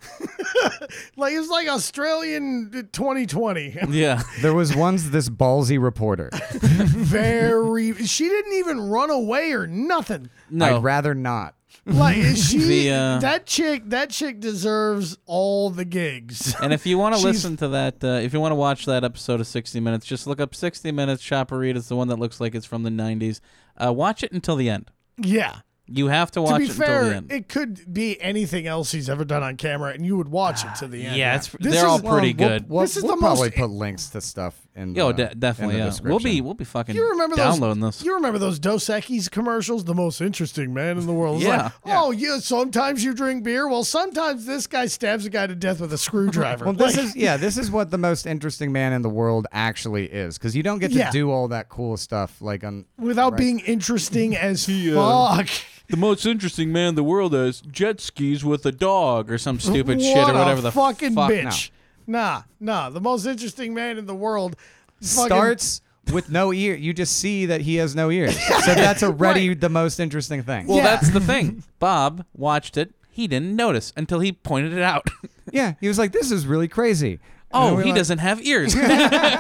[SPEAKER 2] it was like Australian 2020.
[SPEAKER 3] yeah.
[SPEAKER 1] There was once this ballsy reporter.
[SPEAKER 2] Very. She didn't even run away or nothing.
[SPEAKER 3] No.
[SPEAKER 1] I'd rather not.
[SPEAKER 2] Like she,
[SPEAKER 3] The, uh,
[SPEAKER 2] that chick, that chick deserves all the gigs.
[SPEAKER 3] and if you want to
[SPEAKER 2] She's-
[SPEAKER 3] listen to that, uh, if you want to watch that episode of 60 Minutes, just look up 60 Minutes Chopperita. It's the one that looks like it's from the 90s. Uh, watch it until the end.
[SPEAKER 2] Yeah.
[SPEAKER 3] You have to
[SPEAKER 2] to
[SPEAKER 3] watch
[SPEAKER 2] be
[SPEAKER 3] it until
[SPEAKER 2] fair,
[SPEAKER 3] the end.
[SPEAKER 2] it could be anything else he's ever done on camera, and you would watch it to the end.
[SPEAKER 3] yeah, it's,
[SPEAKER 2] This
[SPEAKER 3] they're all
[SPEAKER 2] is-
[SPEAKER 3] pretty
[SPEAKER 1] We'll-
[SPEAKER 3] good.
[SPEAKER 1] We'll,
[SPEAKER 2] This is
[SPEAKER 1] we'll
[SPEAKER 2] the
[SPEAKER 1] probably
[SPEAKER 2] most-
[SPEAKER 1] put links to stuff in. The,
[SPEAKER 3] Yo,
[SPEAKER 1] in
[SPEAKER 3] Oh, de-
[SPEAKER 1] the
[SPEAKER 3] definitely. Yeah. We'll be
[SPEAKER 1] description.
[SPEAKER 3] we'll be fucking
[SPEAKER 2] You remember those?
[SPEAKER 3] downloading this.
[SPEAKER 2] You remember those Dos Equis commercials? The most interesting man in the world. It's
[SPEAKER 3] Yeah.
[SPEAKER 2] like, Oh, yeah. Sometimes you drink beer. Well, sometimes this guy stabs a guy to death with a screwdriver.
[SPEAKER 1] Well, this
[SPEAKER 2] Like,
[SPEAKER 1] is yeah, this is what the most interesting man in the world actually is, because you don't get to
[SPEAKER 2] Yeah.
[SPEAKER 1] do all that cool stuff like on.
[SPEAKER 2] without
[SPEAKER 1] right.
[SPEAKER 2] being interesting as
[SPEAKER 3] uh,
[SPEAKER 2] fuck.
[SPEAKER 3] the most interesting man in the world is jet skis with a dog or some stupid shit
[SPEAKER 2] What
[SPEAKER 3] or
[SPEAKER 2] a
[SPEAKER 3] whatever the
[SPEAKER 2] fucking
[SPEAKER 3] fuck.
[SPEAKER 2] bitch. Nah, nah. The most interesting man in the world. fucking-
[SPEAKER 1] starts with no ear. You just see that he has no ears, so that's already the most interesting thing.
[SPEAKER 3] Well,
[SPEAKER 2] Yeah.
[SPEAKER 3] that's the thing. Bob watched it. He didn't notice until he pointed it out.
[SPEAKER 1] yeah, he was like, "This is really crazy."
[SPEAKER 3] oh,
[SPEAKER 1] we
[SPEAKER 3] he
[SPEAKER 1] like-
[SPEAKER 3] doesn't have ears. Oh,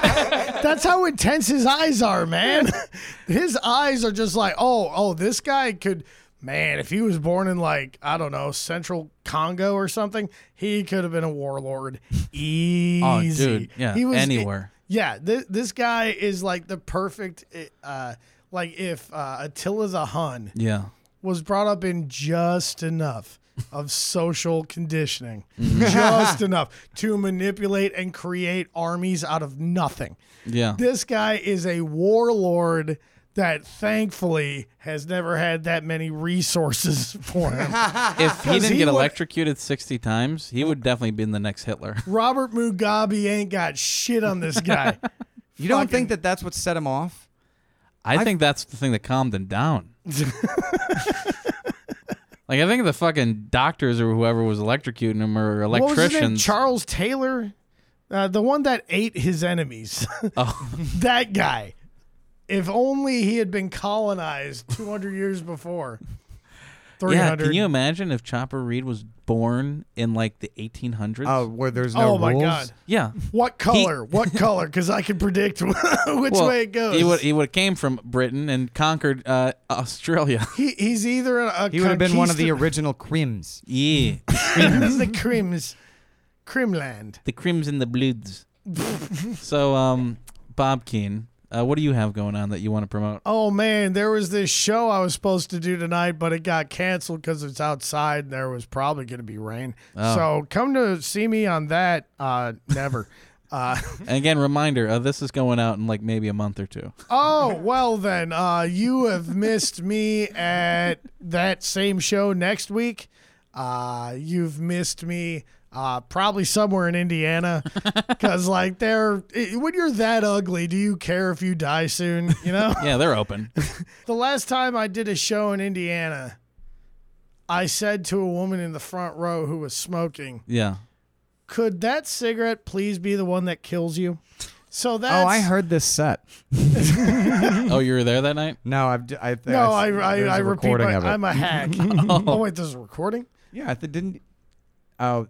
[SPEAKER 2] That's how intense his eyes are, man. his eyes are just like, oh, oh, this guy could, man, if he was born in like, I don't know, central Congo or something, he could have been a warlord. Easy.
[SPEAKER 3] oh, dude. Yeah.
[SPEAKER 2] He was-
[SPEAKER 3] anywhere.
[SPEAKER 2] yeah, this, this guy is like the perfect, uh, like if uh, Attila the Hun
[SPEAKER 3] yeah.
[SPEAKER 2] was brought up in just enough of social conditioning,
[SPEAKER 3] Mm.
[SPEAKER 2] just enough to manipulate and create armies out of nothing
[SPEAKER 3] Yeah.
[SPEAKER 2] this guy is a warlord that thankfully has never had that many resources for him.
[SPEAKER 3] if he didn't
[SPEAKER 2] he
[SPEAKER 3] get
[SPEAKER 2] would-
[SPEAKER 3] electrocuted 60 times, he would definitely be in the next Hitler.
[SPEAKER 2] Robert Mugabe ain't got shit on this guy.
[SPEAKER 1] You don't
[SPEAKER 2] fucking-
[SPEAKER 1] think that that's what set him off?
[SPEAKER 3] I think that's the thing that calmed him down. like, I think the fucking doctors or whoever was electrocuting him or
[SPEAKER 2] what was his name?
[SPEAKER 3] electricians.
[SPEAKER 2] Charles Taylor, uh, the one that ate his enemies.
[SPEAKER 3] Oh.
[SPEAKER 2] that guy. If only he had been colonized 200 years before.
[SPEAKER 3] Yeah,
[SPEAKER 2] 300.
[SPEAKER 3] can you imagine if Chopper Reed was born in like the 1800s?
[SPEAKER 1] Oh, where there's no
[SPEAKER 2] oh my
[SPEAKER 1] rules?
[SPEAKER 2] god.
[SPEAKER 3] yeah.
[SPEAKER 2] What color? what color? Because I can predict which way it goes.
[SPEAKER 3] He would he would have came from Britain and conquered uh, Australia.
[SPEAKER 2] He, he's either a
[SPEAKER 1] He would have been one of
[SPEAKER 2] conquista-
[SPEAKER 1] the original crims.
[SPEAKER 3] yeah,
[SPEAKER 2] the Crims, Crimland.
[SPEAKER 3] the crimson, the bloods. so, um, Bob Keen, uh, what do you have going on that you want to promote?
[SPEAKER 2] Oh man, there was this show I was supposed to do tonight, but it got canceled because it's outside and there was probably going to be rain. So come to see me on that. Uh, never. uh,
[SPEAKER 3] And again, reminder: uh, this is going out in like maybe a month or two.
[SPEAKER 2] oh well, then uh, you have missed me at that same show next week. Uh, you've missed me. Uh, probably somewhere in Indiana, because like they're i- when you're that ugly, do you care if you die soon? You know.
[SPEAKER 3] Yeah, they're open.
[SPEAKER 2] The last time I did a show in Indiana, I said to a woman in the front row who was smoking,
[SPEAKER 3] Yeah.
[SPEAKER 2] "Could that cigarette please be the one that kills you?" So that's
[SPEAKER 1] Oh, I heard this set.
[SPEAKER 3] Oh, you were there that night?
[SPEAKER 1] No, I've, d- I th-
[SPEAKER 2] No,
[SPEAKER 1] I,
[SPEAKER 2] I, I,
[SPEAKER 1] there's
[SPEAKER 2] I
[SPEAKER 1] a
[SPEAKER 2] repeat.
[SPEAKER 1] recording
[SPEAKER 2] My,
[SPEAKER 1] of it.
[SPEAKER 2] I'm a hack. oh wait, there's a recording.
[SPEAKER 1] yeah, I th- didn't.
[SPEAKER 3] Uh,
[SPEAKER 1] Oh,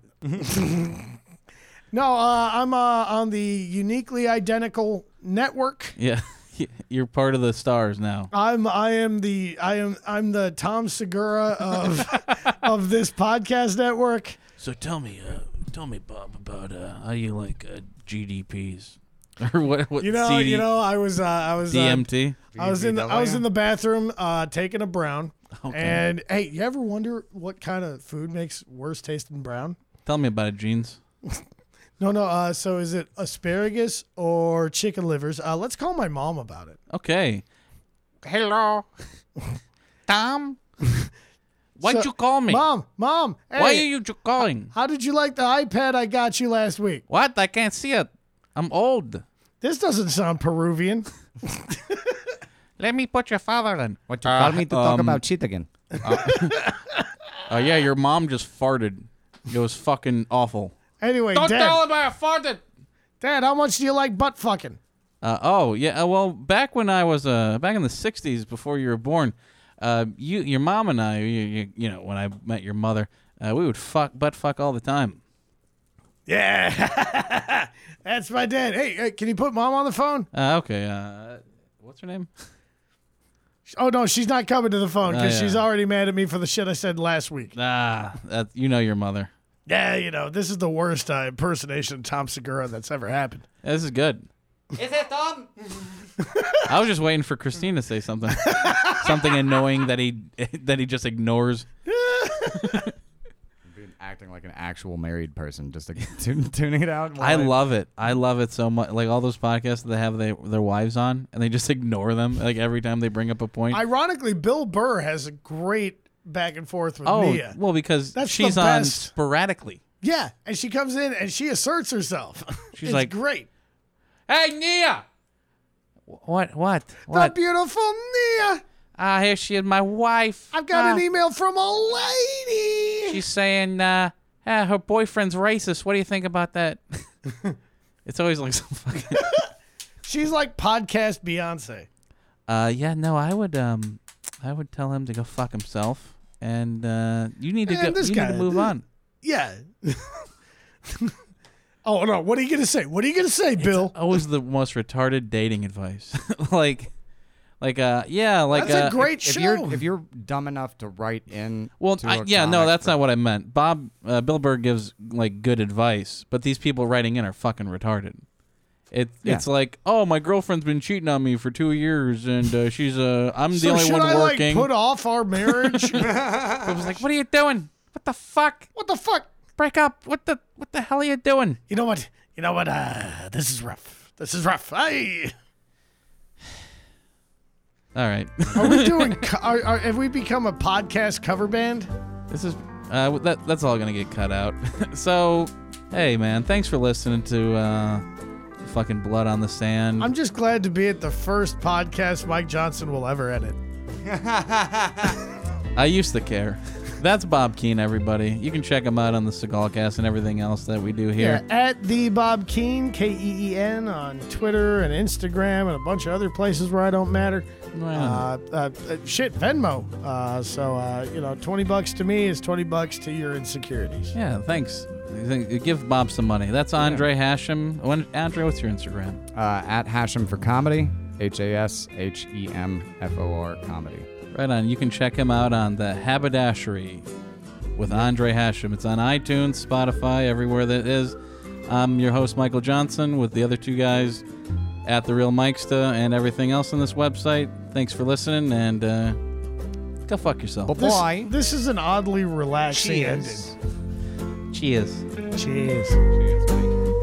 [SPEAKER 2] No, uh, I'm uh, on the uniquely identical network.
[SPEAKER 3] Yeah. You're part of the stars now.
[SPEAKER 2] I'm I am the I am I'm the Tom Segura of of this podcast network.
[SPEAKER 3] So tell me, uh, tell me, Bob, about uh, how you like uh, GDPs or what? What
[SPEAKER 2] You know,
[SPEAKER 3] CD,
[SPEAKER 2] you know, I was uh, I was uh,
[SPEAKER 3] DMT?
[SPEAKER 2] I was in the, I was
[SPEAKER 1] VW?
[SPEAKER 2] in the bathroom uh, taking a brown.
[SPEAKER 3] Okay.
[SPEAKER 2] And hey, you ever wonder what kind of food makes worse tasting brown?
[SPEAKER 3] tell me about it, jeans.
[SPEAKER 2] No, no. Uh, so is it asparagus or chicken livers? Uh, let's call my mom about it.
[SPEAKER 3] Okay. Hello, Uh, Tom. Why'd
[SPEAKER 2] So-
[SPEAKER 3] you call me?
[SPEAKER 2] Mom, mom. Hey,
[SPEAKER 3] Why are you ju- calling?
[SPEAKER 2] How did you like the iPad I got you last week?
[SPEAKER 3] What? I can't see it. I'm old.
[SPEAKER 2] This doesn't sound Peruvian.
[SPEAKER 3] Let me put your father in.
[SPEAKER 1] what you call me to talk
[SPEAKER 3] um,
[SPEAKER 1] about cheat again?
[SPEAKER 3] Oh yeah, your mom just farted. It was fucking awful.
[SPEAKER 2] Anyway, Dad,
[SPEAKER 3] him I farted.
[SPEAKER 2] Dad, how much do you like butt fucking?
[SPEAKER 3] Uh, oh yeah. uh, Well, back when I was uh, back in the '60s, before you were born, uh, you, your mom and I, you, you, you know, when I met your mother, uh, we would fuck butt fuck all the time.
[SPEAKER 2] Yeah, that's my dad. Hey, uh, can you put mom on the phone?
[SPEAKER 3] Uh, okay. Uh, what's her name?
[SPEAKER 2] Oh no, she's not coming to the phone because
[SPEAKER 3] Oh, yeah.
[SPEAKER 2] she's already mad at me for the shit I said last week.
[SPEAKER 3] Ah, that, you know your mother.
[SPEAKER 2] Yeah, you know, this is the worst uh, impersonation of Tom Segura that's ever happened.
[SPEAKER 3] This is good.
[SPEAKER 7] Is it Tom?
[SPEAKER 3] I was just waiting for Christine to say something, something annoying that he that he just ignores.
[SPEAKER 1] Acting like an actual married person, just like tune, tuning it out.
[SPEAKER 3] I love it. I love it so much. Like all those podcasts that they have they, their wives on, and they just ignore them. Like every time they bring up a point.
[SPEAKER 2] Ironically, Bill Burr has a great back and forth with
[SPEAKER 3] oh
[SPEAKER 2] Mia.
[SPEAKER 3] well, because
[SPEAKER 2] That's the
[SPEAKER 3] she's on
[SPEAKER 2] best.
[SPEAKER 3] sporadically.
[SPEAKER 2] Yeah, and she comes in and she asserts herself. She's it's
[SPEAKER 3] like,
[SPEAKER 2] great.
[SPEAKER 3] Hey, Nia. What? What?
[SPEAKER 2] The
[SPEAKER 3] What?
[SPEAKER 2] beautiful Nia.
[SPEAKER 3] Ah, here she is, my wife.
[SPEAKER 2] I've got
[SPEAKER 3] Ah,
[SPEAKER 2] an email from a lady.
[SPEAKER 3] She's saying, uh, ah, her boyfriend's racist. What do you think about that? it's always like some fucking.
[SPEAKER 2] She's like podcast Beyonce.
[SPEAKER 3] Uh, yeah, no, I would, um, I would tell him to go fuck himself, and uh, you need to
[SPEAKER 2] Man,
[SPEAKER 3] go.
[SPEAKER 2] this
[SPEAKER 3] you
[SPEAKER 2] guy-
[SPEAKER 3] need to move on.
[SPEAKER 2] Yeah. oh no, what are you gonna say? What are you gonna say, Bill?
[SPEAKER 3] Always the most retarded dating advice. like, like, uh, yeah, like,
[SPEAKER 2] That's
[SPEAKER 3] uh,
[SPEAKER 2] a great
[SPEAKER 1] If
[SPEAKER 2] show.
[SPEAKER 1] you're if you're dumb enough to write in,
[SPEAKER 3] Well,
[SPEAKER 1] to
[SPEAKER 3] I,
[SPEAKER 1] a
[SPEAKER 3] yeah, no,
[SPEAKER 1] comic
[SPEAKER 3] that's
[SPEAKER 1] for-
[SPEAKER 3] not what I meant. Bob uh, Bill Burr gives like good advice, but these people writing in are fucking retarded. It
[SPEAKER 1] Yeah.
[SPEAKER 3] it's like, oh, my girlfriend's been cheating on me for two years, and uh, she's uh, I'm the
[SPEAKER 2] so
[SPEAKER 3] only
[SPEAKER 2] should
[SPEAKER 3] one
[SPEAKER 2] I
[SPEAKER 3] working.
[SPEAKER 2] like put off our marriage?
[SPEAKER 3] I was like, what are you doing? What the fuck?
[SPEAKER 2] what the fuck?
[SPEAKER 3] Break up? What the what the hell are you doing?
[SPEAKER 2] You know what? You know what? Uh, this is rough. This is rough. Hey,
[SPEAKER 3] All right,
[SPEAKER 2] are we doing? co- are, are, have we become a podcast cover band?
[SPEAKER 3] this is uh, that that's all gonna get cut out. so, hey man, thanks for listening to uh, fucking Blood on the Sand.
[SPEAKER 2] I'm just glad to be at the first podcast Mike Johnson will ever edit.
[SPEAKER 3] I used to care. That's Bob Keane, everybody. You can check him out on the Seagalcast and everything else that we do here.
[SPEAKER 2] at the Bob Keen K E E N on Twitter and Instagram and a bunch of other places where I don't matter. Uh,
[SPEAKER 3] Wow.
[SPEAKER 2] uh, uh, shit, Venmo. Uh, so uh, you know, twenty bucks to me is twenty bucks to your insecurities.
[SPEAKER 3] Yeah, thanks. Give Bob some money. That's Andre Hashem. When, Andre, what's your Instagram?
[SPEAKER 1] uh, at Hashem for comedy. H A S H E M F O R comedy.
[SPEAKER 3] Right on. You can check him out on the Haberdashery with Andre Hashem. It's on iTunes, Spotify, everywhere that is. I'm your host, Michael Johnson, with the other two guys at The Real Mikesta and everything else on this website. Thanks for listening, and uh, go fuck yourself.
[SPEAKER 1] But
[SPEAKER 2] This,
[SPEAKER 1] boy,
[SPEAKER 2] this is an oddly relaxing
[SPEAKER 3] Cheers. Cheers.
[SPEAKER 2] ending. Cheers.
[SPEAKER 1] Cheers, mate.